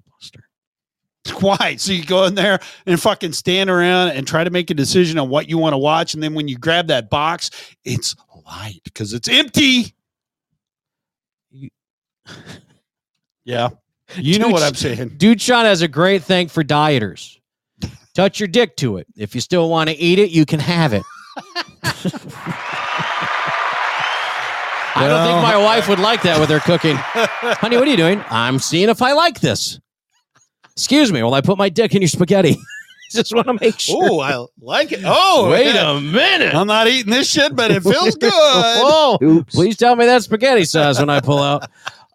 Why? So you go in there and fucking stand around and try to make a decision on what you want to watch, and then when you grab that box, it's light because it's empty. yeah, you know
Dude,
what I'm saying.
Dude Sean has a great thing for dieters. Touch your dick to it. If you still want to eat it, you can have it. I don't think my wife would like that with her cooking. Honey, what are you doing? I'm seeing if I like this. Excuse me, will I put my dick in your spaghetti? Just want to make sure.
Oh, I like it. Oh,
Wait
yeah.
a minute.
I'm not eating this shit, but it feels good.
Whoa. Please tell me that spaghetti sauce when I pull out.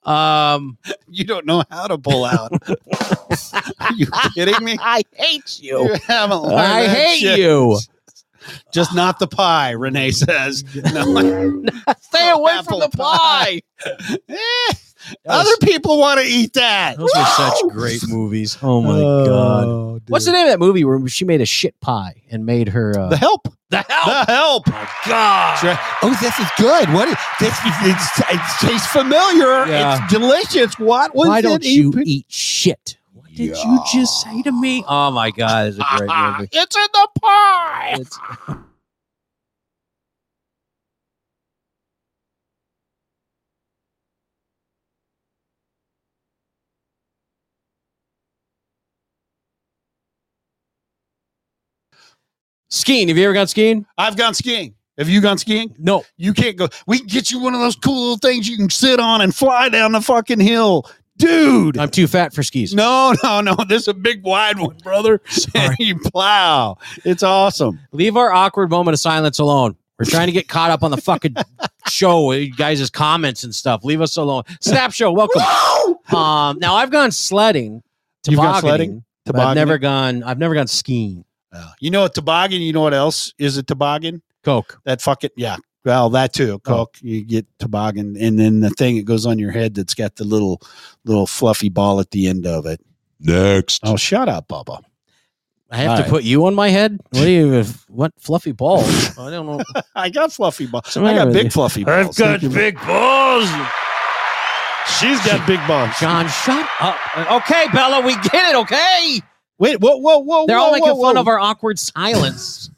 Um,
you don't know how to pull out. Are you kidding me?
I hate you.
You haven't learned
I
that
hate
shit.
you.
Just not the pie, Renee says. No.
Stay
Oh,
away from the pie.
Eh, Other people want to eat that.
Those were such great movies. Oh my god! What's the name of that movie where she made a shit pie and made her uh,
The help.
The
help. The help.
God.
Oh, this is good. What is this? It's, it tastes familiar.
Yeah.
It's delicious. What was
Why
it?
don't you eat shit? What did you just say to me? Oh my god! It's a great movie.
It's in the pie.
Skiing. Have you ever gone skiing?
I've gone skiing. Have you gone skiing?
No.
You can't go. We can get you one of those cool little things you can sit on and fly down the fucking hill. Dude.
I'm too fat for skis.
No, no, no. This is a big wide one, brother. And you plow. It's awesome.
Leave our awkward moment of silence alone. We're trying to get caught up on the fucking show, you guys' comments and stuff. Leave us alone. Snap show, welcome. Um, now I've gone sledding,
You've
tobogganing.
gone sledding?
but I've never
Tobogganing?
gone. I've never gone skiing.
Uh, You know a toboggan. You know what else is a toboggan?
Coke.
That fucking yeah. Well, that
Oh.
too. Coke. You get toboggan, and then the thing that goes on your head that's got the little little fluffy ball at the end of it.
Next.
Oh, shut up, Bubba.
I have
All
to
right.
put you on my head. What do you? What fluffy balls? I don't know.
I got fluffy balls.
What's the
I
matter
got
with
big
you?
fluffy
I've
balls.
got
big balls. She's got big balls.
John, shut up. Okay, Bella, we get it. Okay.
Wait. Whoa. Whoa. Whoa.
They're
whoa,
all making
whoa,
fun
whoa.
of our awkward silence.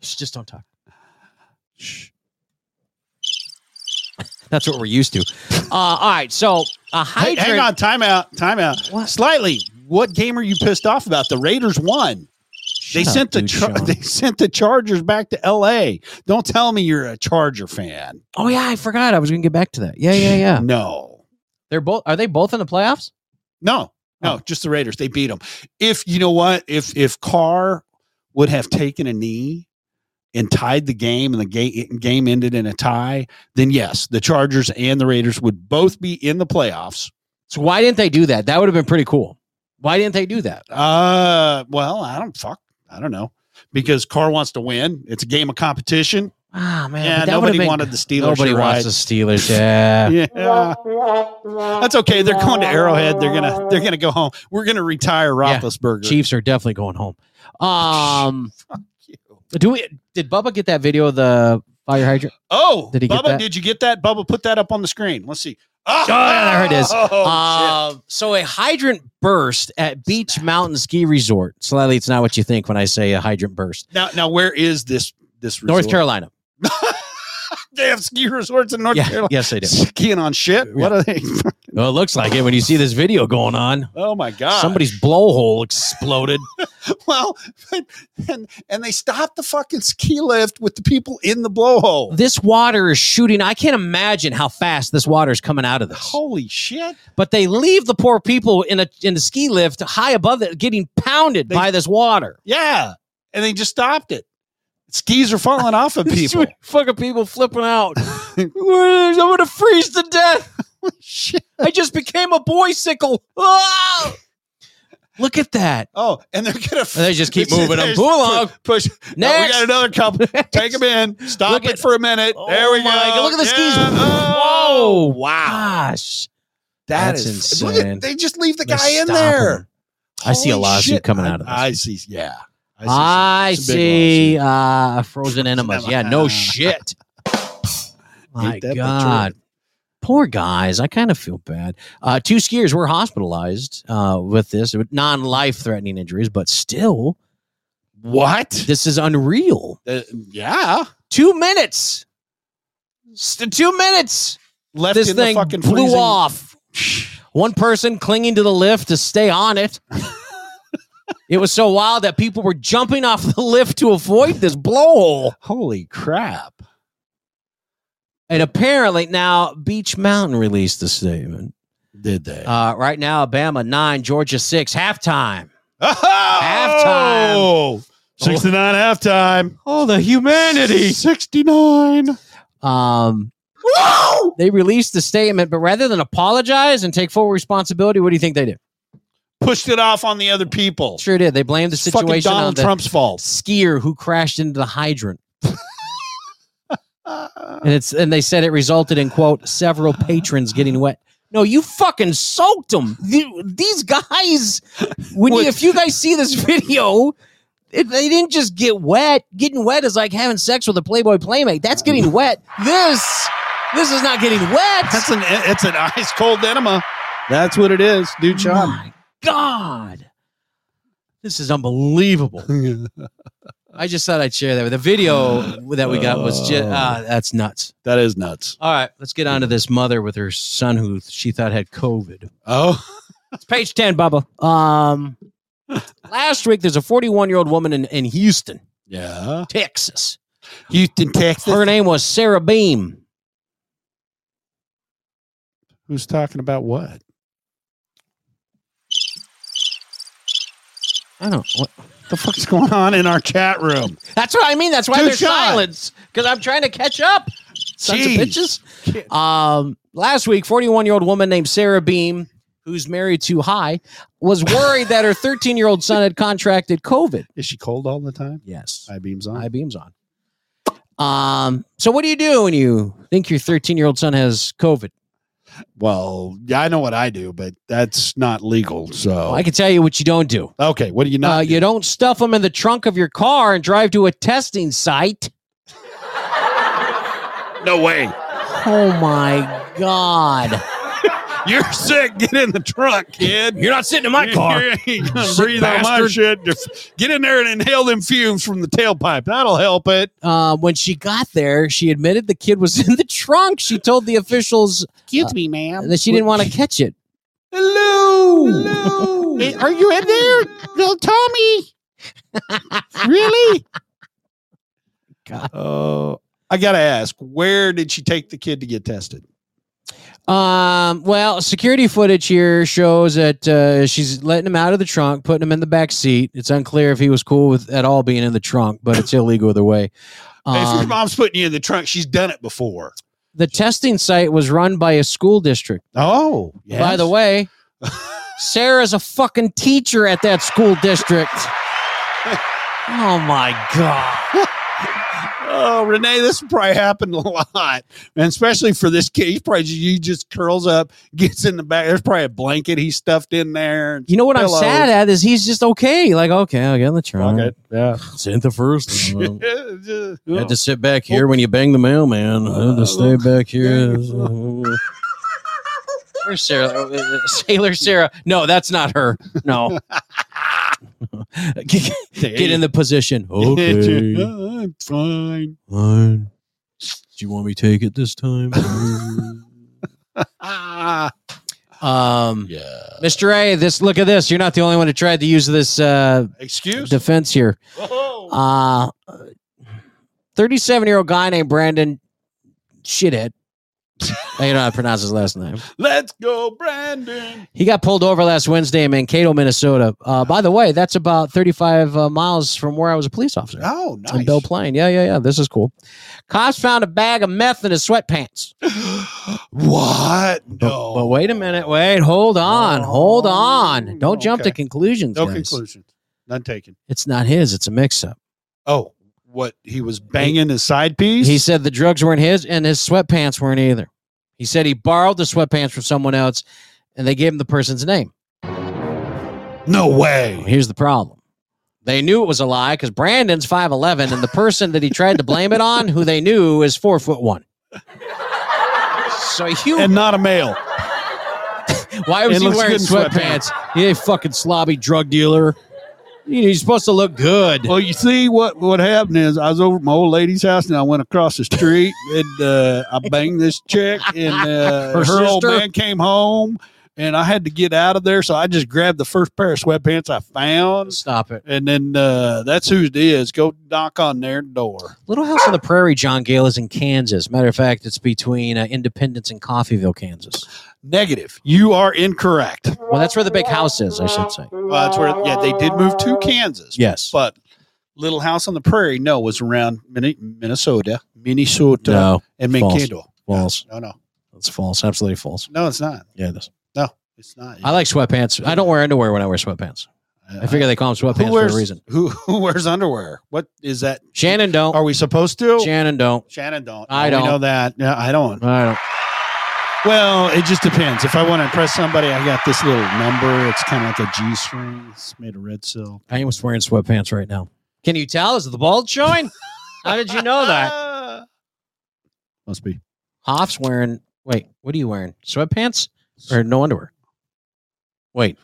Shh, Just don't talk. That's what we're used to. Uh, all right. So A
Hey,
hydrant.
hang on, timeout, timeout. Slightly. What game are you pissed off about? The Raiders won. They
Shut
sent
up,
the
dude,
char-
Sean.
they sent the Chargers back to L.A. Don't tell me you're a Charger fan.
Oh yeah, I forgot. I was going to get back to that. Yeah, yeah, yeah.
No,
they're both. Are they both in the playoffs?
No, no,
Oh.
just the Raiders. They beat them. If you know what, if if Carr would have taken a knee and tied the game, and the game game ended in a tie, then yes, the Chargers and the Raiders would both be in the playoffs.
So why didn't they do that? That would have been pretty cool. Why didn't they do that?
Uh, well, I don't fuck. I don't know because Carr wants to win. It's a game of competition.
Ah man,
yeah,
but that would have
nobody
been-
wanted the Steelers.
Nobody
you're
wants
right.
the Steelers. Yeah.
Yeah. Oh! That's okay. They're going to Arrowhead. They're gonna they're gonna go home. We're gonna retire Roethlisberger.
Chiefs are definitely going home. Um, do we? Did Bubba get that video of the fire hydrant?
Oh,
Did he get
Bubba,
that?
did you get that? Bubba, put that up on the screen. Let's see. Oh,
yeah, there it is.
Oh,
Uh, so a hydrant burst at Beach Mountain Ski Resort. Slightly, it's not what you think when I say a hydrant burst.
shit. now, now where is this this
North
resort?
Carolina.
They have ski resorts in North
Yeah,
Carolina.
yes, they do.
Skiing on shit. What are they?
Well, it looks like it when you see this video going on.
Oh my god!
Somebody's blowhole exploded.
well, and and they stopped the fucking ski lift with the people in the blowhole.
this water is shooting. I can't imagine how fast this water is coming out of this.
Holy shit!
But they leave the poor people in a in the ski lift high above it, getting pounded by this water.
Yeah, and they just stopped it. Skis are falling off of people.
Fucking people flipping out. I'm gonna freeze to death.
Shit.
I just became a boysicle. Ah! Look at that.
Oh, and they're gonna.
And they just keep moving them.
There's-
Move along.
Push.
Oh,
No, we
Next.
got another couple. Take them in. Stop it for a minute. there we go.
Oh my God, look at the skis.
Yeah. Oh,
Oh wow! Gosh,
that's
that's
Look
insane.
at, they just leave the
They're
guy in
stopping
there.
them. I see a
Holy
lawsuit
shit.
coming out of this.
I see. Yeah.
I
some big
see uh, frozen enemas. Yeah, no shit. My
Ain't that the
God. Poor guys. I kind of feel bad. Uh, two skiers were hospitalized uh, with this, with non life threatening injuries, but still.
What?
This is unreal.
Uh, yeah.
Two minutes. St- two minutes.
Left
this
in the
thing
fucking
blew
freezing-
off. One person clinging to the lift to stay on it. it was so wild that people were jumping off the lift to avoid this blowhole.
Holy crap.
And apparently now Beach Mountain released the statement.
Did they?
Uh, right now, Alabama nine, Georgia six, halftime.
Oh! Halftime. 69 halftime.
Oh, the humanity.
69.
Um, They released the statement, but rather than apologize and take full responsibility, what do you think they did?
Pushed it off on the other people.
Sure did. They blamed the
It's fucking
situation on
Donald
the
Trump's fault.
skier who crashed into the hydrant. and it's and they said it resulted in quote several patrons getting wet. No, you fucking soaked them. these guys, when you, if you guys see this video, it, they didn't just get wet. Getting wet is like having sex with a Playboy playmate. That's getting wet. This, this is not getting wet.
That's an it's an ice cold enema. That's what it is, dude. Sean.
God, this is unbelievable. I just thought I'd share that. The video that we got was just uh, that's nuts.
That is nuts.
All right, let's get on to this mother with her son who she thought had COVID.
Oh,
it's page 10, Bubba. Um, last week, there's a 41 year old woman in, in Houston,
Yeah.
Texas.
Houston, Texas.
Her name was Sarah Beam.
Who's talking about what?
I don't what
the fuck's going on in our chat room.
That's what I mean. That's why
Two
there's
shots.
silence because I'm trying to catch up. Sons of
Jeez.
bitches. Um, last week, 41 year old woman named Sarah Beam, who's married to High, was worried that her 13 year old son had contracted COVID.
Is she cold all the time?
Yes.
Eye beams on.
High beams on. Um, so what do you do when you think your 13 year old son has COVID?
Well, yeah, I know what I do, but that's not legal. So
I can tell you what you don't do.
okay, what do you
uh,
not?
you don't stuff them in the trunk of your car and drive to a testing site.
no way.
Oh my God.
You're sick. Get in the trunk, kid.
You're not sitting in my car.
You ain't gonna
Sick
breathe on my
bastard.
shit. Just get in there and inhale them fumes from the tailpipe. That'll help it.
Uh, when she got there, she admitted the kid was in the trunk. She told the officials,
"Excuse me, ma'am,"
that Uh, she didn't want to catch it.
Hello. Hello. Are you in there, little Tommy? really?
Oh, I gotta ask, where did she take the kid to get tested?
Um, well, security footage here shows that uh, she's letting him out of the trunk, putting him in the back seat. It's unclear if he was cool with at all being in the trunk, but it's illegal either way.
if your
Um,
mom's putting you in the trunk, she's done it before.
the testing site was run by a school district.
Oh, yes.
by the way, Sarah's a fucking teacher at that school district. oh my god.
Oh, Renee, this probably happened a lot, and especially for this kid. He probably ju- he just curls up, gets in the back. There's probably a blanket he stuffed in there. and
You know what
pillows.
I'm sad at is he's just okay. Like, okay, I'll get in the trunk.
Okay, yeah.
Sent the first. one.
Yeah,
You had to sit back here when you bang the mailman. I had to stay back here. Where's Sarah? Uh, uh, Sailor Sarah. No, that's not her. No. get,
oh.
get in the position. Okay.
I'm fine.
Fine. Do you want me to take it this time? um, yeah. Mr. A, this look at this. You're not the only one who tried to use this uh,
excuse
defense here. Uh, 37 year old guy named Brandon Shithead. I don't know how to pronounce his last name.
Let's go, Brandon.
He got pulled over last Wednesday in Mankato, Minnesota. Uh, by the way, that's about 35 uh, miles from where I was a police officer.
Oh, nice.
In Belle Plaine. Yeah, yeah, yeah. This is cool. Cops found a bag of meth in his sweatpants.
What?
But,
No.
but wait a minute. Wait. Hold on. hold on. Don't jump to
okay.
conclusions.
No
guys.
conclusions. None taken.
It's not his. It's a mix up.
Oh, what he was banging his side piece.
He said the drugs weren't his and his sweatpants weren't either. He said he borrowed the sweatpants from someone else and they gave him the person's name.
No way.
here's the problem. They knew it was a lie because Brandon's 5'11 and the person that he tried to blame it on, who they knew, is four foot one. So you
and not a male.
Why was
It
he
looks
wearing
good in sweatpants.
sweatpants? You fucking slobby drug dealer. You're supposed to look good.
Well, you see what what happened is I was over at my old lady's house and I went across the street and uh, I banged this chick and uh, her,
Her
old
sister?
man came home and I had to get out of there, so I just grabbed the first pair of sweatpants I found.
Stop it.
And then uh, that's who it is. Go knock on their door.
Little House on the Prairie, John Gale, is in Kansas. Matter of fact, it's between uh, Independence and Coffeeville, Kansas.
Negative. You are incorrect.
Well, that's where the big house is, I should say.
Well, that's where yeah they did move to Kansas.
Yes.
but Little House on the Prairie no was around Minne- Minnesota, Minnesota,
No,
and
false.
Mankato.
False.
No, no,
That's false. Absolutely false.
no, it's not.
Yeah, it is.
No, it's not.
I like sweatpants. I don't wear underwear when I wear sweatpants. I figure they call them
Who
sweatpants
wears
for a reason.
Who who wears underwear? What is that?
Shannon don't.
Are we supposed to?
Shannon don't.
Shannon don't.
I
No, we
don't.
know that. No, I don't.
I don't.
Well, it just depends. If I want to impress somebody, I got this little number. It's kind of like a G string. It's made of red silk.
I am wearing sweatpants right now. Can you tell? Is the bald showing? How did you know that?
Must be.
Hoff's wearing. Wait, what are you wearing? Sweatpants or no underwear? Wait,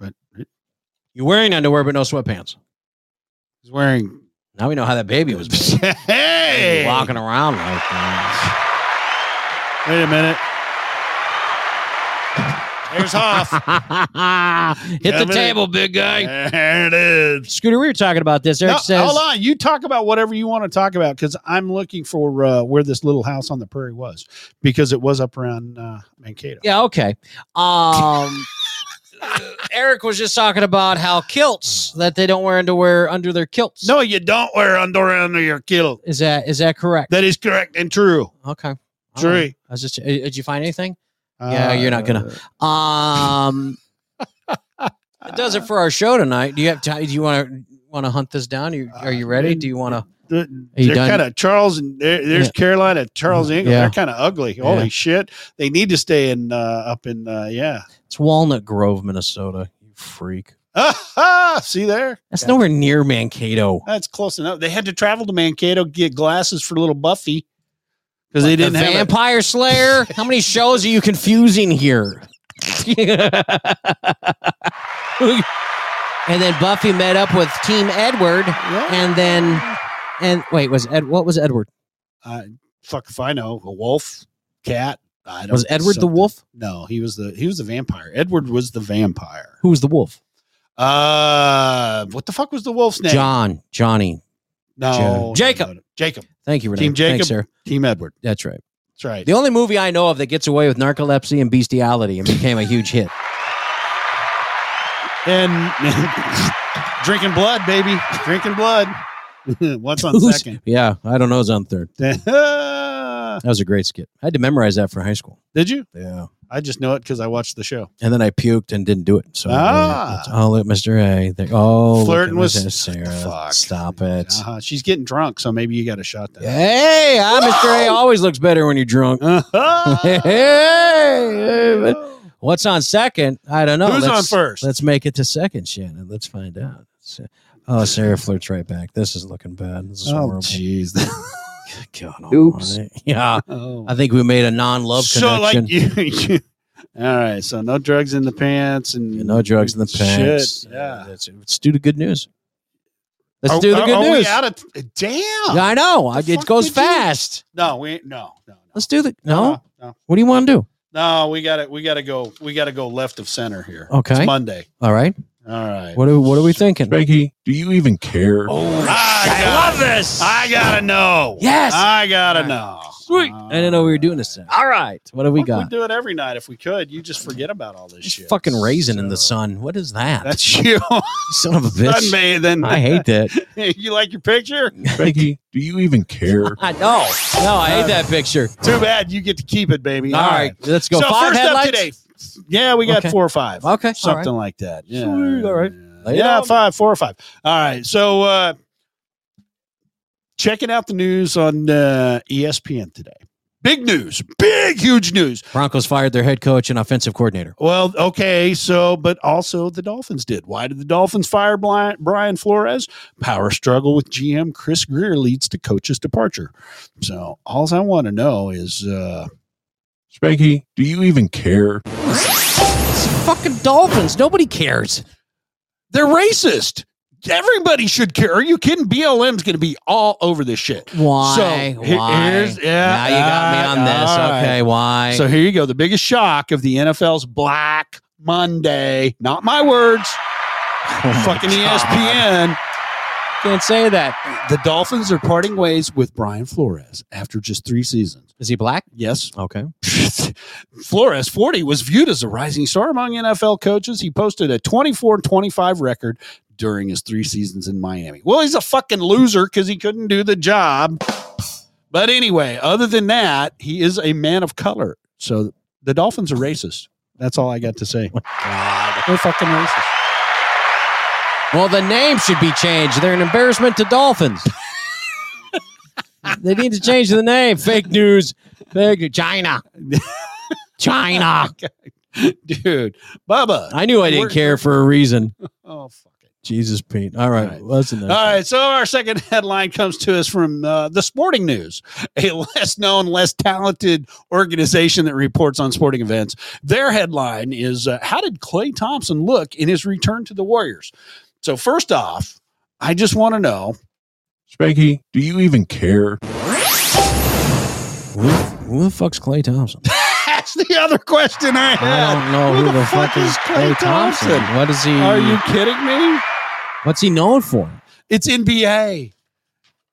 you're wearing underwear but no sweatpants.
He's wearing.
Now we know how that baby was born.
Hey,
walking around like that.
Wait a minute. There's Hoff.
Hit
Coming
the
in.
table, big guy.
There it is.
Scooter, we were talking about this. Eric
No,
says,
hold on. You talk about whatever you want to talk about because I'm looking for uh, where this little house on the prairie was because it was up around uh, Mankato.
"Yeah, okay." Um, Eric was just talking about how kilts that they don't wear underwear under their kilts.
No, you don't wear underwear under your kilt.
Is that is that correct?
That is correct and true.
Okay. All
True. Uh,
right. I was just. uh, Did you find anything? yeah, you're not gonna. Um, that does it for our show tonight. Do you have time? Do you want to want to hunt this down? Are you, are you ready? Do you want to?
They're
you done?
kind of Charles and there, there's
Yeah. Mm-hmm.
Carolina Charles England.
Yeah.
They're kind of ugly. Holy
Yeah.
shit! They need to stay in uh, up in uh, yeah.
It's Walnut Grove, Minnesota. You freak.
Ah, see there.
That's nowhere near Mankato.
That's close enough. They had to travel to Mankato get glasses for little Buffy because they didn't
the
have. a-
Vampire Slayer. How many shows are you confusing here? and then Buffy met up with Team Edward, and then and wait, was Ed? What was Edward?
Uh, fuck if I know. A wolf, cat. I don't
Was Edward the
something.
wolf?
No, he was the he was the vampire. Edward was the vampire.
Who was the wolf?
Uh, what the fuck was the wolf's name?
John, Johnny.
No,
Joe-
no,
Jacob.
no, no. Jacob.
Thank you, Renee.
Team Jacob.
Thanks, sir.
Team Edward.
That's right.
That's right.
The only movie I know of that gets away with narcolepsy and bestiality and became a huge hit.
and drinking blood, baby. Drinking blood. What's on
Who's-
second?
Yeah, I don't know. Is on third.
Did
That was a great skit. I had to memorize that for high school,
you?
Yeah.
I just know it because I watched the show.
and then I puked and didn't do it. So,
Ah.
oh look, Mister A. There- Oh,
Flirting
look
with-
at Miss
what the
Sarah.
fuck?
Stop it.
Uh-huh. She's getting drunk, so maybe you got a shot there.
Hey, ah, Mr. A always looks better when you're drunk.
Ah.
hey,
Oh,
hey, but what's on second? I don't know.
Who's
Let's-
on first?
Let's make it to second, Shannon. Let's find out. Sa- Oh, Sarah flirts right back. This is looking bad. This is
Oh,
horrible.
jeez. Oh.
God, Oops. Yeah. I think we made a non-love
So
connection.
like you, you- all right. So no drugs in the pants and
no drugs in the
Shit,
pants.
yeah. Oh,
Let's, let's do the good news. Let's
Are-
do the
are-
good
are
news.
We out of, damn.
Yeah, I know. I- it
fuck
goes
did you- Uh-huh.
fast.
No, we no no
Let's do the no.
no.
What do you want to do?
no. We got to We got to go. We got to go left of center here.
Okay.
It's Monday.
All right.
All right.
What are, what are we thinking?
Becky, do you even care?
Oh,
I, love this. Ah. I gotta know.
Yes.
I gotta know.
Sweet. I didn't know we were doing this. Today. All right. What do we
We'd
got?
do it every night if we could. You just forget about all this shit.
Fucking raisin in the sun. What is that?
That's you.
Son of a bitch.
Sunbathing.
I hate that.
you like your picture?
Becky, do you even care?
I know. No, I hate that picture.
Too bad you get to keep it, baby.
All right, let's go.
So
Five
first
headlights?
up today. Yeah, we got
Okay.
four or five.
Okay.
Something
All right.
like that. Yeah.
Sweet, All right. Lay it
yeah,
on.
five, four or five. All right. So uh checking out the news on uh ESPN today. Big news. Big huge news.
Broncos fired their head coach and offensive coordinator.
Well, okay, so but also the Dolphins did. Why did the Dolphins fire Bli- Brian Flores? Power struggle with GM Chris Greer leads to coach's departure. So all I want to know is uh
Becky, do you even care?
Fucking Dolphins. Nobody cares.
They're racist. Everybody should care. Are you kidding? BLM's going to be all over this shit.
Why?
So he-
why?
here's yeah.
Now you got me on this.
all right.
Okay. Why?
So here you go. The biggest shock of the NFL's Black Monday. Not my words. Fucking
E
ESPN.
Can't say that.
The Dolphins are parting ways with Brian Flores after just three seasons.
Is he black?
Yes.
Okay.
Flores, 40, was viewed as a rising star among NFL coaches. He posted a 24 25 record during his three seasons in Miami. Well, he's a fucking loser because he couldn't do the job. But anyway, other than that, he is a man of color. So the Dolphins are racist. That's all I got to say.
Oh
They're fucking racist.
Well, the name should be changed. They're an embarrassment to Dolphins. they need to change the name. Fake news. Fake news. China. China.
Dude, Bubba.
I knew I didn't
We're-
care for a reason.
Oh, fuck.
Jesus, Pete. All right. That's enough.
All right, so our second headline comes to us from uh, the Sporting News, a less known, less talented organization that reports on sporting events. Their headline is uh, How did Clay Thompson look in his return to the Warriors? So, first off, I just want to know
Becky, do you even care?
Who, who the fuck's Clay Thompson?
that's the other question I
I
had.
don't know who, the, fuck, is Clay Thompson. What is he?
Are you kidding me?
What's he known for?
It's NBA.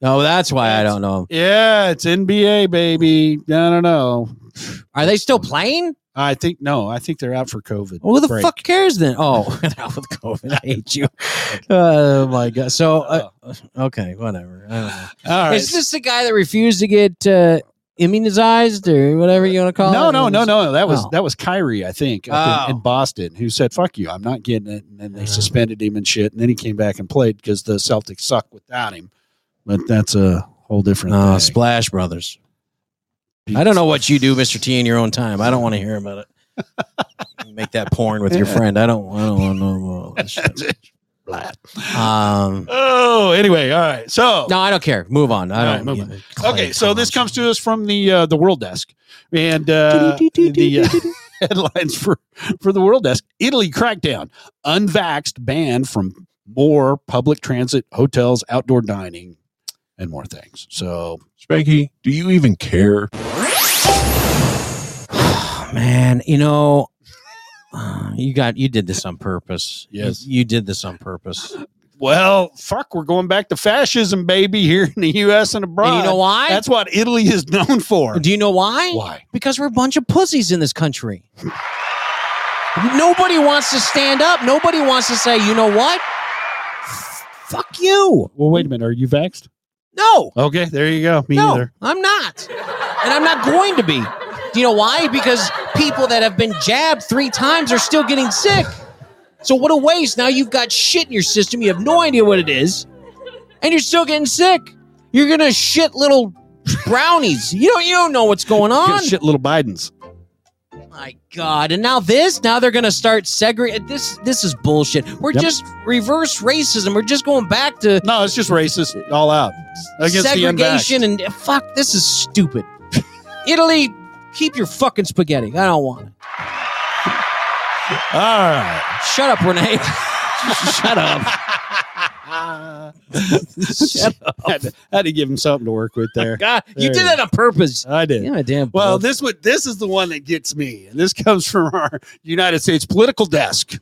Oh, that's why I don't know.
Yeah, it's NBA, baby. I don't know.
Are they still playing?
I think, no, I think they're out for COVID.
Well, who the
break.
fuck cares then? Oh, out with COVID. I hate you. Oh my god. So uh, okay, whatever. I don't know.
Oh. All right.
Is this the guy that refused to get uh, immunized or whatever you want to call
no,
it?
no, no, no. That was
Oh.
that was Kyrie, I think, up in,
Oh.
in Boston, who said "fuck you," I'm not getting it, and then they suspended him and shit, and then he came back and played because the Celtics suck without him. But that's a whole different.
No,
thing.
Oh, Splash Brothers. I don't know what you do, Mr. T, in your own time. I don't want to hear about it. Make that porn with your friend. I don't. I don't want to know all that shit. Um,
Oh, anyway, all right. So
no, I don't care. Move on. I
All
don't.
right, move okay, so this comes to us from the uh, the World Desk, and uh, the. uh, headlines for, for the World Desk. Italy crackdown. Unvaxxed banned from more public transit, hotels, outdoor dining, and more things. So,
Spanky, do you even care?
man, you know, you got you did this on purpose.
Yes.
you, you did this on purpose.
Well, fuck, we're going back to fascism, baby, here in the U.S. and abroad.
And you know why?
That's what Italy is known for.
Do you know why?
Why?
Because we're a bunch of pussies in this country. Nobody wants to stand up. Nobody wants to say, you know what? Fuck you.
Well, wait a minute. Are you vexed?
No.
Okay, there you go. Me
no,
either.
I'm not. And I'm not going to be. Do you know why? Because people that have been jabbed three times are still getting sick. So what a waste. Now you've got shit in your system. You have no idea what it is. And you're still getting sick. You're gonna shit little brownies. You don't you don't know what's going on.
Shit, little Biden's.
My God! And now this? Now they're gonna start segregating. This this is bullshit. We're
Yep.
just reverse racism. We're just going back to
No, it's just racist all out against
segregation and fuck. This is stupid. Italy, keep your fucking spaghetti. I don't want it.
All right,
shut up, Renee.
shut up. had, to, had to give him something to work with there.
God, you
There
did
it
that on purpose.
I did.
Yeah, damn.
Well,
bug.
this would this is the one that gets me, and this comes from our United States political desk.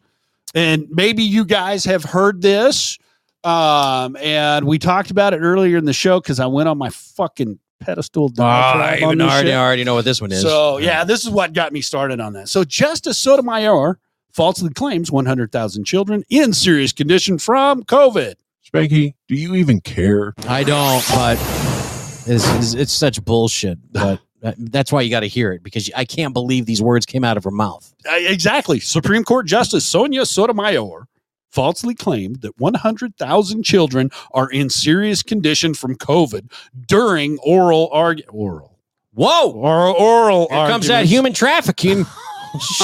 And maybe you guys have heard this, um, and we talked about it earlier in the show because I went on my fucking pedestal.
Oh,
diatribe
I
on
even
this
already,
shit.
I already know what this one is.
So yeah, this is what got me started on that. So Justice Sotomayor falsely claims 100,000 children in serious condition from COVID.
Spanky, do you even care?
I don't, but it's, it's, it's such bullshit. But that- that's why you got to hear it because I can't believe these words came out of her mouth.
Uh, exactly. Supreme Court Justice Sonia Sotomayor falsely claimed that 100,000 children are in serious condition from COVID during oral argument. Oral.
Whoa.
Oral, oral
Here comes that
arguments.
human trafficking.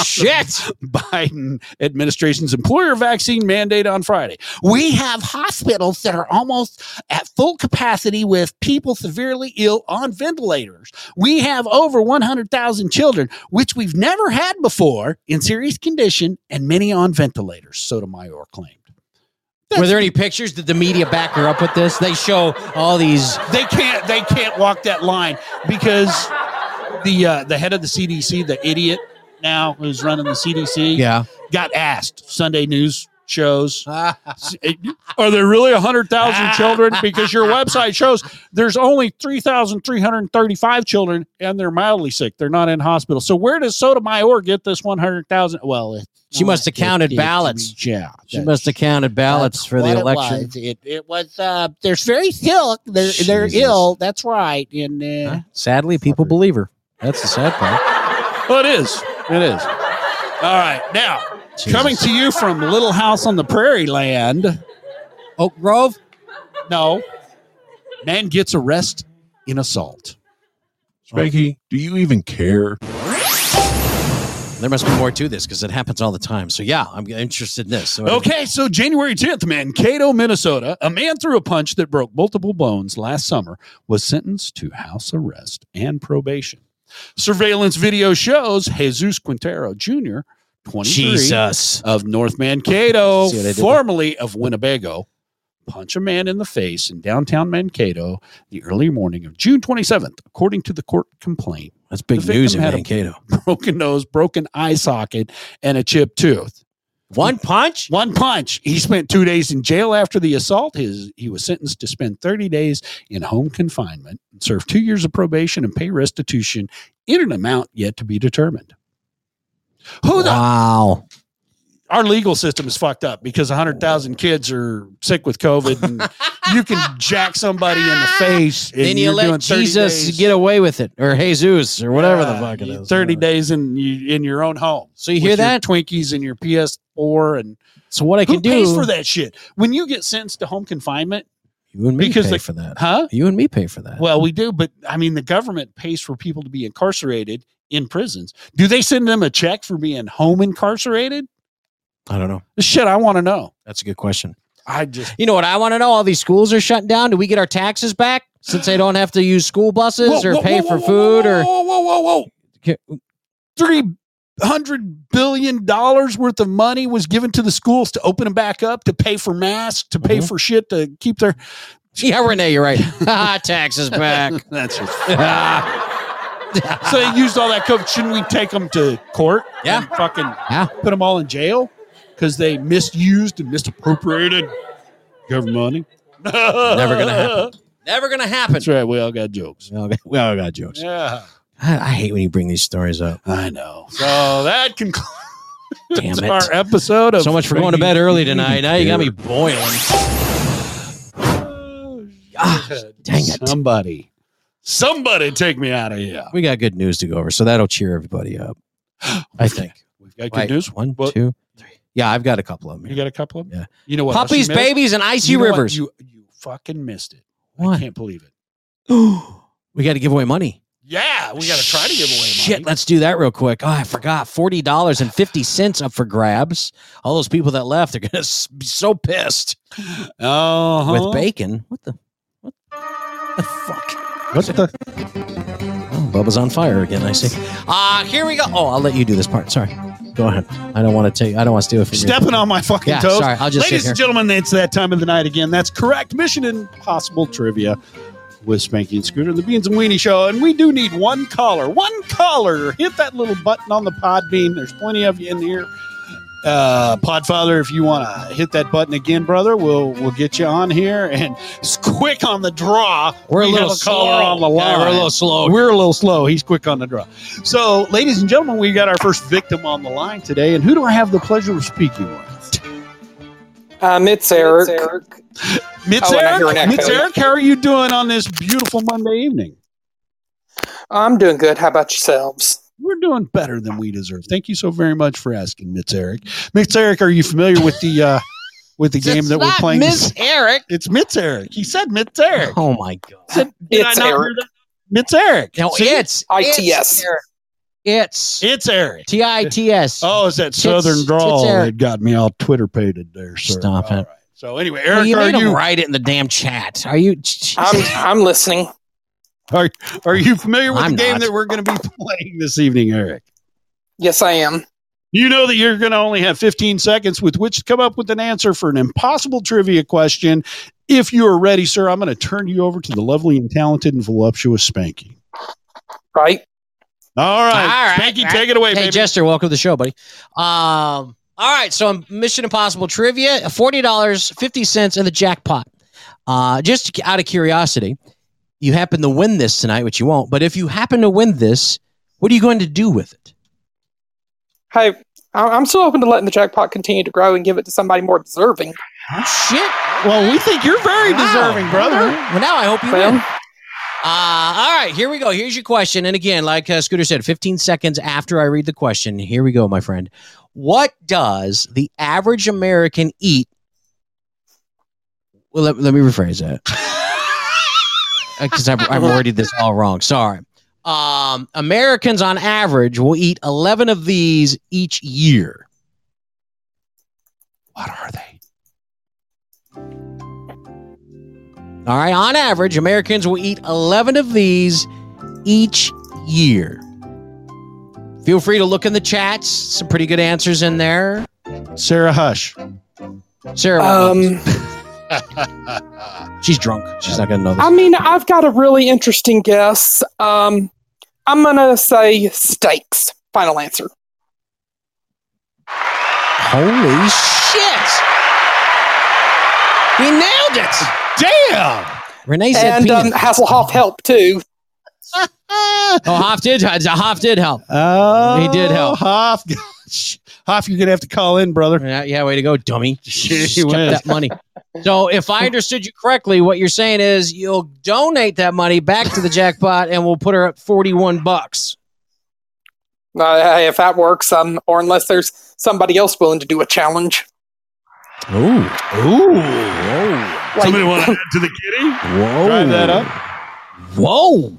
Shit.
Biden administration's employer vaccine mandate on Friday. We have hospitals that are almost at full capacity with people severely ill on ventilators. We have over 100,000 children, which we've never had before, in serious condition and many on ventilators, Sotomayor claimed.
Were there any pictures? Did the media back her up with this? They show all these.
They can't they can't walk that line because the uh, the head of the CDC, the idiot now who's running the CDC,
Yeah.
got asked Sunday news shows. eh, Are there really 100,000 children? Because your website shows there's only 3,335 children and they're mildly sick. They're not in hospital. So where does Sotomayor get this 100,000? Well, it- oh,
She must have counted
it- it-
ballots.
Yeah.
She must have counted ballots for the
what it
election.
was. It, it was, uh, there's very ill. They're, they're
Jesus.
ill. That's right. And, uh,
Sadly, people believe her. That's the sad part.
well, Oh, it is. It is. All right. Now, coming to you from Little House on the Prairie Land,
Oak Grove?
No. Man gets arrest in assault.
Spanky, do you even care?
There must be more to this because it happens all the time. So yeah, I'm interested in this. So-
Okay, so January 10th, Mankato, Minnesota, a man threw a punch that broke multiple bones last summer, was sentenced to house arrest and probation. Surveillance video shows Jesus Quintero Jr., 23,
Jesus.
of North Mankato,
uh, See what I did there?
formerly of Winnebago, punch a man in the face in downtown Mankato the early morning of June 27th, according to the court complaint.
That's big
The
news in
victim had a
Mankato.
broken nose, broken eye socket, and a chipped tooth.
One punch?
One punch. He spent two days in jail after the assault. His he was sentenced to spend 30 days in home confinement, serve two years of probation, and pay restitution in an amount yet to be determined. Who the
Wow.
our legal system is fucked up because 100,000 kids are sick with COVID and you can jack somebody in the face. And
Then you
you're doing
let
30
Jesus
days-
get away with it, or Jesus, or whatever the
Yeah,
fuck it
you-
is. Uh,
30 days in you, in your own home. So
you hear that?
Twinkies and your PS4 and
So what I
who
can do?
pays for that shit? When you get sentenced to home confinement,
You and me
Because
pay
the-
for that.
huh?
You and me pay for that.
Well, we do, but I mean, the government pays for people to be incarcerated in prisons. Do they send them a check for being home incarcerated?
I don't know.
Shit, I want to know.
That's a good question.
I just
You know what I want to know? All these schools are shutting down. Do we get our taxes back since they don't have to use school buses
Whoa,
or uh,
whoa,
pay
whoa,
for
whoa,
food
whoa, whoa, whoa, whoa, whoa.
or?
three hundred billion dollars worth of money was given to the schools to open them back up, to pay for masks, to
Mm-hmm.
pay for shit, to keep their.
Yeah, Renee, you're right.
Ah,
Taxes back.
That's just. so they used all that coke. Shouldn't we take them to court? Yeah, fucking. Yeah. put them all in jail because they misused and misappropriated government money.
Never gonna happen. Never gonna happen.
That's right. We all got jokes.
We all got, we all got jokes.
Yeah.
I, I hate when you bring these stories up.
I know. So that concludes
Damn it.
our episode of
So much for going to bed early tonight. Now you got me boiling.
Ah,
Ah,
Dang it. Somebody. Somebody take me out of here.
We got good news to go over, so that'll cheer everybody up. I think.
We've got good
Wait,
news.
One, two, three. Yeah, I've got a couple of them.
You got a couple of them?
Yeah.
You know what? else
Puppies,
you missed?
babies, and icy
You know what?
rivers.
You you fucking missed it. I
What?
can't believe it.
we got to give away money.
Yeah, we gotta try to give away money.
Shit, let's do that real quick. Oh, I forgot. Forty dollars and fifty cents up for grabs. All those people that left are gonna s- be so pissed
Oh,
with bacon. What the? What the fuck? What the? Oh, Bubba's on fire again. I see. Ah, here we go. Oh, I'll let you do this part. Sorry. Go ahead. I don't want to take. I don't want to steal it from you.
Stepping on my fucking
Yeah,
toes.
sorry, I'll just sit
Ladies and
here.
gentlemen, it's that time of the night again. That's correct. Mission Impossible Trivia with Spanky and Scooter, the Beans and Weenie Show. And we do need one caller. One caller. Hit that little button on the pod bean. There's plenty of you in here. Uh, Podfather, if you want to hit that button again, brother, we'll we'll get you on here and it's quick on the draw.
We're a
We
little
have caller
slow.
on the line.
Yeah, we're a little slow.
We're a little slow. He's quick on the draw. So, ladies and gentlemen, we got our first victim on the line today, and who do I have the pleasure of speaking with?
Um, it's Eric.
Mitz
Oh, and I hear an
Eric.
echo.
Mitz Eric, how are you doing on this beautiful Monday evening?
I'm doing good. How about yourselves?
We're doing better than we deserve. Thank you so very much for asking, Mitz Eric. Mitz Eric, are you familiar with the uh, with the game that we're
not
playing?
Miss
Eric. It's Mitz Eric. He said Mitz Eric.
Oh my god.
Did, did I
It's
not hear
Eric.
that? Mitz Eric.
No,
See?
it's It's Eric. it's
It's Eric.
T I T S.
Oh, is that
Tits-
Southern
tits
drawl
Eric.
that got me all Twitter pated there, sir?
Stop it.
So anyway,
Well,
Eric,
you made
are
him
you
write it in the damn chat. Are you?
I'm I'm listening.
Are, are you familiar with
I'm
the game
not.
that we're going to be playing this evening, Eric?
Yes, I am.
You know that you're going to only have 15 seconds with which to come up with an answer for an impossible trivia question. If you are ready, sir, I'm going to turn you over to the lovely and talented and voluptuous Spanky.
Right.
All right. Spanky, take it away,
Hey,
baby.
Jester, welcome to the show, buddy. Um, all right, so um, Mission Impossible trivia: forty dollars, fifty cents, and the jackpot. Uh, just out of curiosity, you happen to win this tonight, which you won't. But if you happen to win this, what are you going to do with it?
Hey, I- I'm still open to letting the jackpot continue to grow and give it to somebody more deserving.
Shit.
Well, we think you're very deserving, brother.
Well, now I hope you win. Uh, all right, here we go. Here's your question. And again, like uh, Scooter said, 15 seconds after I read the question, here we go, my friend. What does the average American eat? Well, let, let me rephrase that because I've, I've worded this all wrong. Sorry. Um, Americans on average will eat 11 of these each year.
What are they?
All right. On average, Americans will eat 11 of these each year. Feel free to look in the chats. Some pretty good answers in there.
Sarah Hush.
Sarah, uh,
Um,
she's drunk. She's not going to know this.
I mean, I've got a really interesting guess. Um, I'm gonna say steaks. Final answer.
Holy shit. He nailed it.
Damn.
Renee said
And um,
peanut.
Hasselhoff helped too.
Oh, Hoff did. Hoff did help.
Oh,
He did help.
Hoff, Hoff, you're going to have to call in, brother.
Yeah, yeah, way to go, dummy. Just kept
wins.
that money. So, if I understood you correctly, what you're saying is you'll donate that money back to the jackpot, and we'll put her at 41 bucks.
Uh, hey, if that works, um, or unless there's somebody else willing to do a challenge.
Ooh.
Ooh.
Somebody
want to add to the kitty?
Whoa.
Drive that up.
Whoa.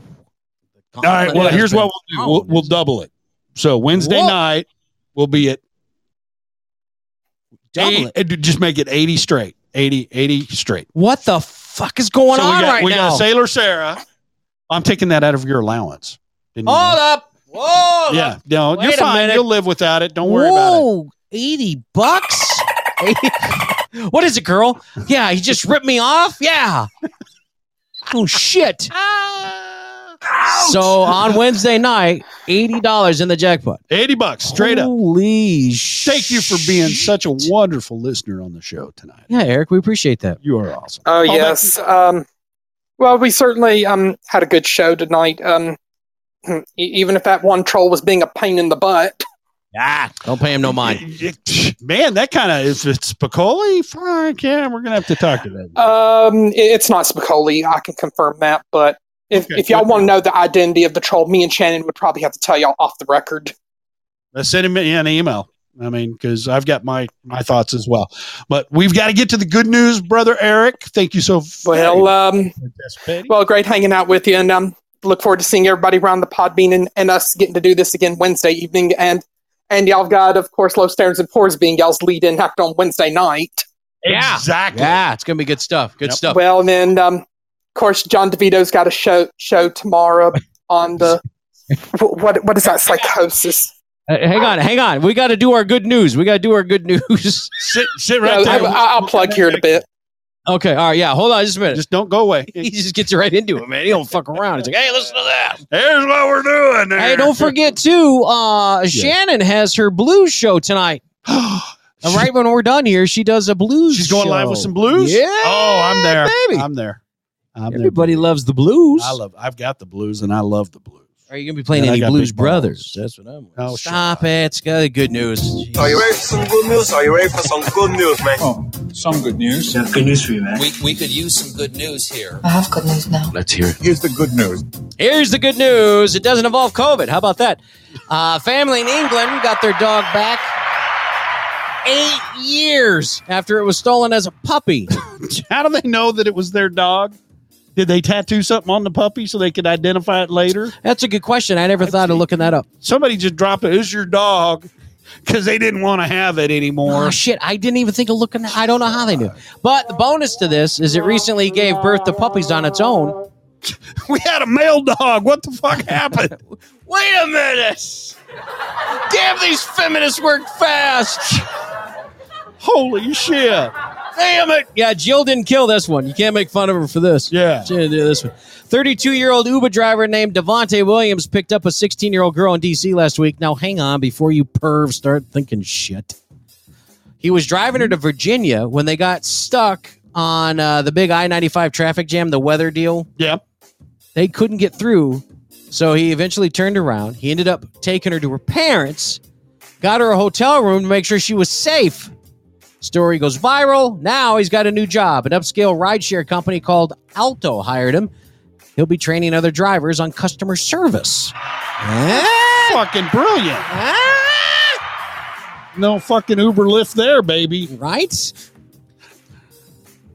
All right. Well, here's what we'll do. We'll, we'll double it. So Wednesday
Whoa.
night, we'll be at
Double
eight- uh, Just make it 80 straight. 80, 80 straight.
What the fuck is going
So we
on
got,
right
we
now?
got Sailor Sarah. I'm taking that out of your allowance. Didn't you
Hold up.
Whoa. Yeah. No,
Oh, Wait
you're
a
fine.
minute.
You'll live without it. Don't worry about it.
Whoa, 80 bucks? what is it, girl? Yeah, he just ripped me off? Yeah. Oh, shit. So on Wednesday night, $80 in the jackpot.
80 bucks straight up.
Holy
Thank you for being such a wonderful listener on the show tonight.
Yeah, Eric, we appreciate that.
You are awesome.
Oh,
back
yes. Um, well, we certainly um, had a good show tonight. Um, e- even if that one troll was being a pain in the butt.
Ah, don't pay him no mind.
Man, that kind of if it's Piccoli, fine. Yeah, we're gonna have to talk to that.
Um, i- it's not Spicoli. I can confirm that. But if,
Okay,
if y'all
good.
want to know the identity of the troll, me and Shannon would probably have to tell y'all off the record.
Uh, Send him an email. I mean, because I've got my my thoughts as well. But we've got to get to the good news, brother Eric. Thank you so
Well, um, well, great hanging out with you, and um, look forward to seeing everybody around the Podbean and, and us getting to do this again Wednesday evening. And and y'all got, of course, Low Standards and Pours being y'all's lead-in act on Wednesday night.
Yeah.
Exactly.
Yeah, it's going to be good stuff. Good stuff.
Well, and then um, of course, John DeVito's got a show show tomorrow on the wh- what what is that psychosis?
Uh, hang on, hang on. We got to do our good news. We got to do our good news.
sit, sit
right Yeah, there. I- I'll plug here in a bit.
Okay, all right, yeah. Hold on just a minute. Just
don't go away.
he just gets right into it, man. He don't fuck around. He's like, hey, listen to that.
Here's what we're doing. There.
Hey, don't forget too. Uh, Shannon has her blues show tonight. and right when we're done here, she does a blues.
She's going live with
show.
some blues.
Yeah.
Oh, I'm there.
baby.
I'm there. I'm there.
Everybody loves the blues.
I love. I've got the blues, and I love the blues.
Are you gonna be playing
And I
any
got
Blues
big
Brothers? That's what I'm.
Oh,
Stop it. It's got good news.
Are you ready for some good news? Are you ready for some good news, man? Oh, some good news. Yeah, good news for you, man.
We, we could use some good news here.
I have good news now.
Let's hear it.
Here's the good news.
Here's the good news. It doesn't involve COVID. How about that? Uh, family in England got their dog back eight years after it was stolen as a puppy.
How do they know that it was their dog? Did they tattoo something on the puppy so they could identify it later?
That's a good question. I never thought of looking that up.
Somebody just dropped it. It's your dog because they didn't want to have it anymore.
Oh shit! I didn't even think of looking. I don't know how they knew. But the bonus to this is it recently gave birth to puppies on its own.
we had a male dog. What the fuck happened?
Wait a minute! Damn, these feminists work fast.
Holy shit!
Damn it! Yeah, Jill didn't kill this one. You can't make fun of her for this.
Yeah,
she didn't do this one. Thirty-two-year-old Uber driver named Devonte Williams picked up a sixteen-year-old girl in D.C. last week. Now, hang on, before you perv start thinking shit. He was driving her to Virginia when they got stuck on uh, the big I ninety-five traffic jam, the weather deal.
Yep.
They couldn't get through, so he eventually turned around. He ended up taking her to her parents, got her a hotel room to make sure she was safe. Story goes viral. Now he's got a new job. An upscale rideshare company called Alto hired him. He'll be training other drivers on customer service.
Fucking brilliant. No fucking Uber lift there, baby.
Right?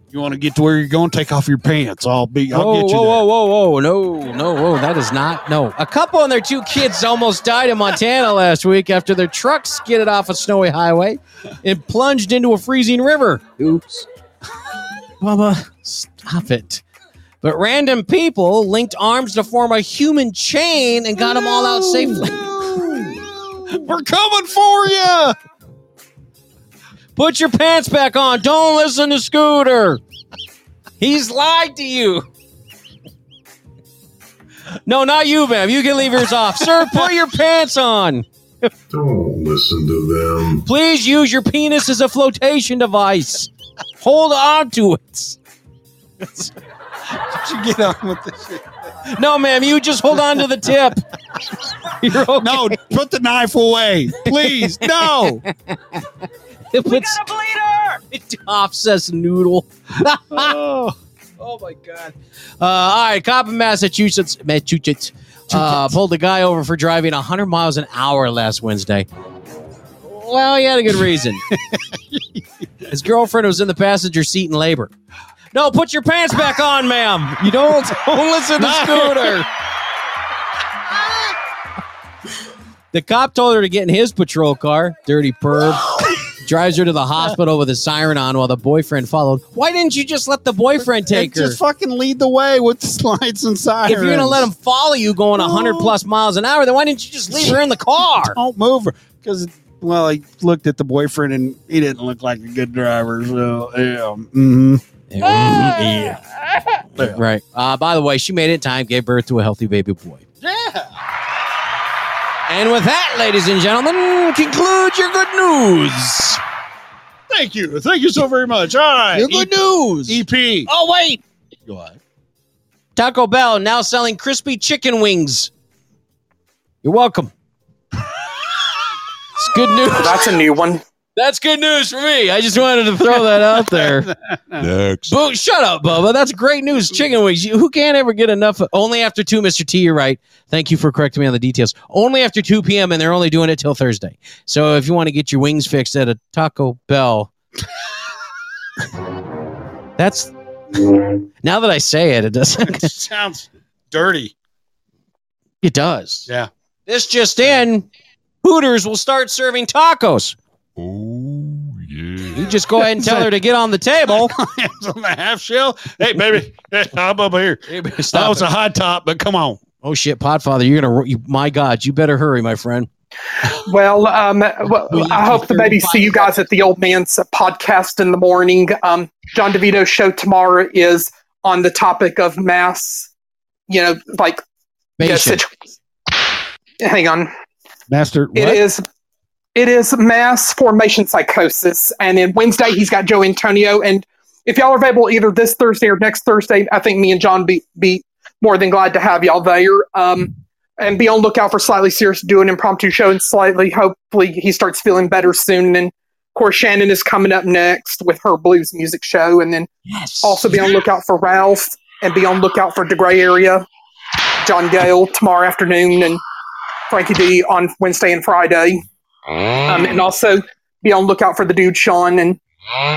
You want to get to where you're going? Take off your pants. I'll be. I'll
whoa,
get you
whoa,
there.
whoa, whoa, whoa! No, no, whoa! That is not no. A couple and their two kids almost died in Montana last week after their truck skidded off a snowy highway and plunged into a freezing river. Oops. Bubba, stop it! But random people linked arms to form a human chain and got them all out safely.
We're coming for you.
Put your pants back on. Don't listen to Scooter. He's lied to you. No, not you, ma'am. You can leave yours off. Sir, put your pants on.
Don't listen to them.
Please use your penis as a flotation device. Hold on to it.
get on with this shit.
No, ma'am, you just hold on to the tip.
No, put the knife away, please. No.
It puts, we got a bleeder. It offsets noodle. oh. my god. Uh, all right, cop in Massachusetts, Massachusetts, uh, pulled a guy over for driving 100 miles an hour last Wednesday. Well, he had a good reason. His girlfriend was in the passenger seat in labor. No, put your pants back on, ma'am. You don't, don't listen to Scooter. The cop told her to get in his patrol car. Dirty perv. drives her to the hospital with a siren on while the boyfriend followed. Why didn't you just let the boyfriend take her?
Just fucking lead the way with the slides and sirens.
If you're gonna let him follow you going 100 plus miles an hour, then why didn't you just leave her in the car?
Don't move her because well, I looked at the boyfriend and he didn't look like a good driver. So yeah,
Mm-hmm. yeah. Right. Uh, by the way, she made it in time, gave birth to a healthy baby boy.
yeah.
And with that, ladies and gentlemen, concludes your good news.
Thank you, thank you so very much. All right, E
Your good
news, EP.
Oh wait, Taco Bell now selling crispy chicken wings. You're welcome. it's good news.
That's a new one.
That's good news for me. I just wanted to throw that out there.
Next.
Boo, shut up, Bubba. That's great news. Chicken wings. You- Who can't ever get enough? of- only after 2, Mr. T, you're right. Thank you for correcting me on the details. Only after 2 p.m., and they're only doing it till Thursday. So if you want to get your wings fixed at a Taco Bell, that's. Now that I say it, it doesn't.
sounds dirty.
It does.
Yeah.
This just in, Hooters will start serving tacos. Oh, yeah. You just go ahead and tell her to get on the table.
on the half shell. Hey, baby, hey, I'm over here.
stop
that was
it.
a high top, but come on.
Oh, shit, Podfather, you're going to. You, my God, you better hurry, my friend.
Well, um, well, I hope the babies see you guys at the old man's podcast in the morning. Um, John DeVito's show tomorrow is on the topic of mass, you know, like you know,
Nation.
situ- hang on.
Master,
It is it is mass formation psychosis. And then Wednesday he's got Joe Antonio. And if y'all are available either this Thursday or next Thursday, I think me and John be be more than glad to have y'all there. Um and be on lookout for slightly serious to do an impromptu show and slightly hopefully he starts feeling better soon. And of course Shannon is coming up next with her blues music show. And then also be on lookout for Ralph and be on lookout for the gray area. John Gale tomorrow afternoon and Frankie D on Wednesday and Friday. Um, and also be on lookout for the dude Sean and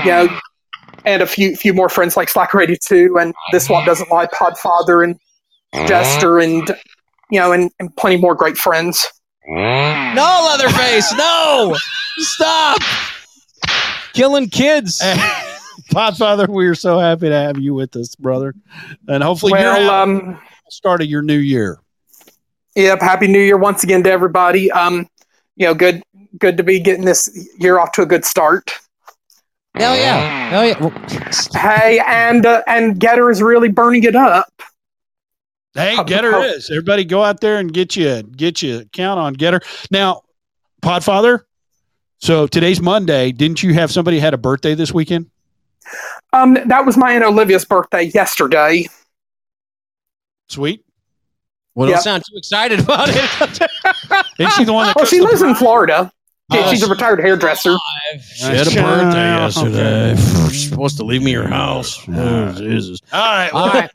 you know and a few few more friends like Slack Radio Two and This One Doesn't Lie Podfather and Jester and you know and, and plenty more great friends.
No, Leatherface, no! Stop! Killing kids.
Podfather, we are so happy to have you with us, brother. And hopefully
Well,
you're
um,
start of your new year.
Yep, happy new year once again to everybody. Um, you know, good good to be getting this year off to a good start.
Hell yeah. Hell yeah.
Hey, and uh, and Getter is really burning it up.
Hey, Getter is. Everybody go out there and get you get you count on Getter. Now, Podfather, so today's Monday. Didn't you have somebody had a birthday this weekend?
Um, that was my and Olivia's birthday yesterday.
Sweet.
Well,
Yeah.
don't sound too excited about it.
Is she the one that
Well, she lives in Florida. She-
Oh,
she's a
she-
retired hairdresser.
She had a birthday yesterday. She's supposed to leave me her house. Oh, Jesus.
All right.
All right.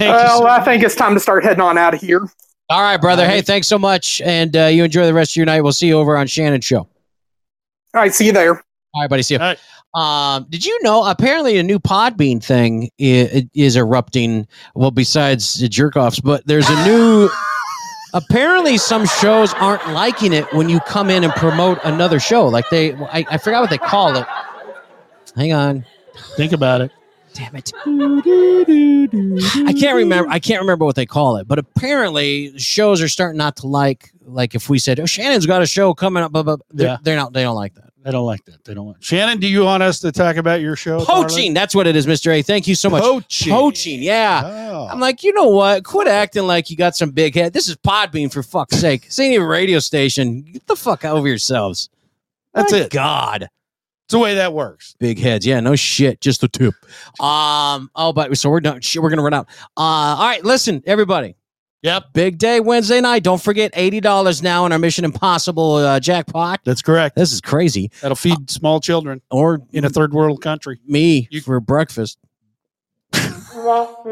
well, I think it's time to start heading on out of here.
All right, brother. Hey, thanks so much. And uh, you enjoy the rest of your night. We'll see you over on Shannon's show.
All right. See you there.
All right, buddy. See you. Um, did you know apparently a new Podbean thing is, is erupting? Well, besides the jerk offs, but there's a new. apparently, some shows aren't liking it when you come in and promote another show. Like they, I, I forgot what they call it. Hang on.
Think about it.
Damn it. I
Mm-hmm.
can't remember. I can't remember what they call it, but apparently shows are starting not to like. Like if we said, "Oh, Shannon's got a show coming up," blah, blah, blah," they're,
Yeah.
they're not. They don't like that.
They don't like that. They don't like. Shannon, do you want us to talk about your show?
Poaching. That's what it is, Mr. A. Thank you so much.
Poaching.
Poaching. Yeah.
Oh.
I'm like, you know what? Quit acting like you got some big head. This is Podbean for fuck's sake. This ain't even a radio station. Get the fuck over yourselves.
That's
My
it.
God.
It's the way that works.
Big heads. Yeah, no shit. Just the tip. Um, oh, but so we're done. Shit, we're gonna run out. Uh all right, listen, everybody.
Yep.
Big day Wednesday night. Don't forget $80 now in our Mission Impossible uh, jackpot.
That's correct.
This is crazy.
That'll feed small children
or
in a third world country.
Me for breakfast. No,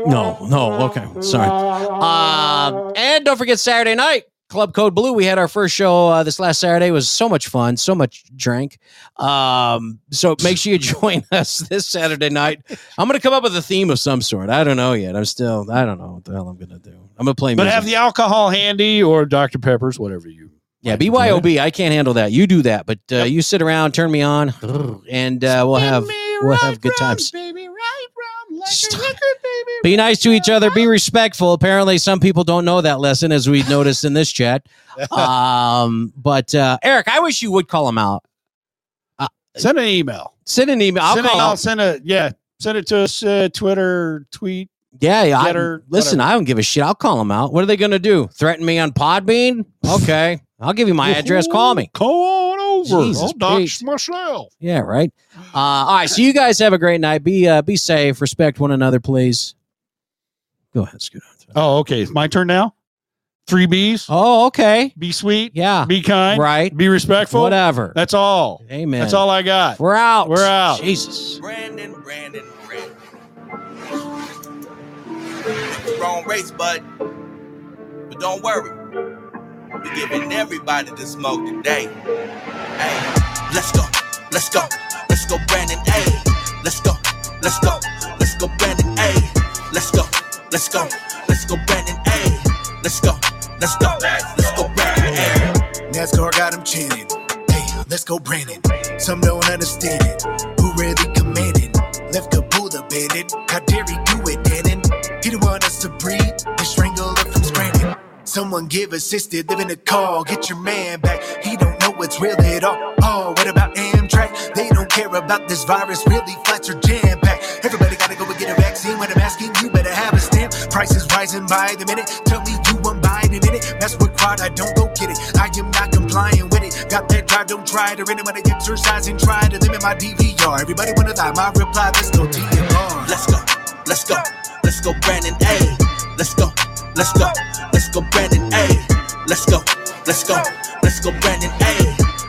no. Okay, sorry. Um, and don't forget Saturday night, Club Code Blue. We had our first show uh, this last Saturday. It was so much fun, so much drink. Um, so make sure you join us this Saturday night. I'm going to come up with a theme of some sort. I don't know yet. I'm still, I don't know what the hell I'm going to do. I'm going to play
But
music.
have the alcohol handy or Dr. Peppers, whatever you.
Yeah, BYOB. I can't handle that. You do that, but uh, you sit around, turn me on, and uh, we'll have we'll have good times. Be nice to each other. Be respectful. Apparently, some people don't know that lesson, as we noticed in this chat. Um, but uh, Eric, I wish you would call him out. Uh,
send an email.
Send an email. I'll
send
call
it, I'll
him.
send a yeah. Send it to us. Uh, Twitter, tweet.
Yeah, yeah. I,
Getter,
listen,
whatever.
I don't give a shit. I'll call them out. What are they going to do? Threaten me on Podbean? Okay, I'll give you my address. Call me.
Come on over.
Jesus
I'll dox
Christ.
myself.
Yeah, right. Uh, all right. So you guys have a great night. Be uh, be safe. Respect one another, please. Go ahead, Scoot.
Oh, okay. It's my turn now. Three B's.
Oh, okay.
Be sweet.
Yeah.
Be kind.
Right.
Be respectful.
Whatever.
That's all.
Amen.
That's all I got.
We're out.
We're out.
Jesus.
Brandon, Brandon, Brandon. Wrong race, bud. But don't worry. We're giving everybody the smoke today. Hey, let's go, let's go, let's go, Brandon. Hey, let's go, let's go, let's go, Brandon. Hey, let's go, let's go, let's go, Brandon. Hey, let's go, let's go, let's go, Brandon. Hey.
NASCAR got him chanting. Hey, let's go, Brandon. Some don't understand it. Who really commanded? Left the bull abandoned. How dare he do it, Dannon? He didn't want us to breathe and strangle him from stranded. Someone give assisted, live in a call, get your man back. He don't know what's real at all. Oh, what about Amtrak? They don't care about this virus, really flats are jam packed. Everybody gotta go and get a vaccine when I'm asking you, better have a stamp. Prices rising by the minute. Tell me you want Biden in it. Mess with crowd, I don't go get it. I am not complying with it. Got that drive, don't try to rent it when I exercise and try to limit my DVR. Everybody wanna lie, my reply, let's go DMR.
Let's go, let's go, let's go, Brandon. Hey, let's go, let's go, let's go, Brandon. Hey, let's go, let's go, let's go, Brandon. Hey,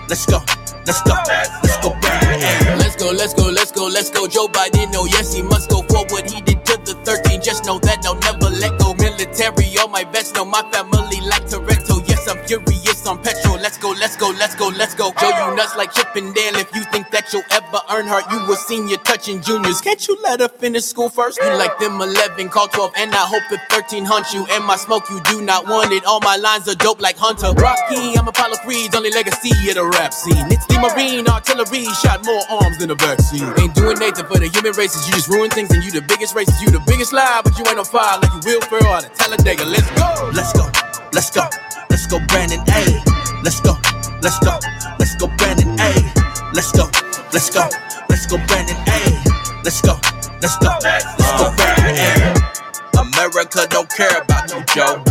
let's go, let's go, let's go, Brandon. Hey.
Let's go, let's go, let's go, let's go. Joe Biden, no, yes, he must go for what he did to the 13. Just know that I'll never let go. Military, all my vets know my family like Toretto. Yes, I'm furious on petrol. Let's go, let's go, let's go, let's go. Joe, you nuts like Chippendale. If you think that you'll ever earn heart, you were senior touching juniors. Can't you let her finish school first? You like them 11, call 12, and I hope the 13 hunt you. And my smoke, you do not want it. All my lines are dope like Hunter. Rocky, I'm Apollo Creed's only legacy of the rap scene. It's the Marine artillery shot more arms than a vaccine. Ain't doing nothing for the human races. You just ruin things, and you the biggest racist. You the biggest lie, but you ain't on fire like you Will Ferrell out of Talladega. Let's go.
Let's go, let's go, let's go, Brandon. Hey, let's go, let's go, let's go, Brandon. Hey, let's go, let's go, let's go, Brandon. Hey, let's go, let's go, let's go, Brandon. Hey.
America don't care about you, Joe.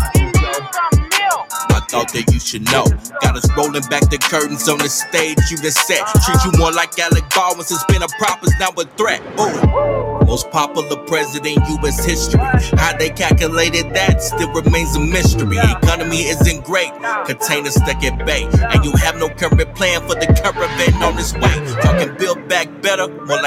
I thought that you should know. Got us rolling back the curtains on the stage you done set. Treat you more like Alec Baldwin since been a prop is now a threat. Ooh. Most popular president in U.S. history. How they calculated that still remains a mystery. Economy isn't great, containers stuck at bay, and you have no current plan for the caravan on its way. Talking build back better, more like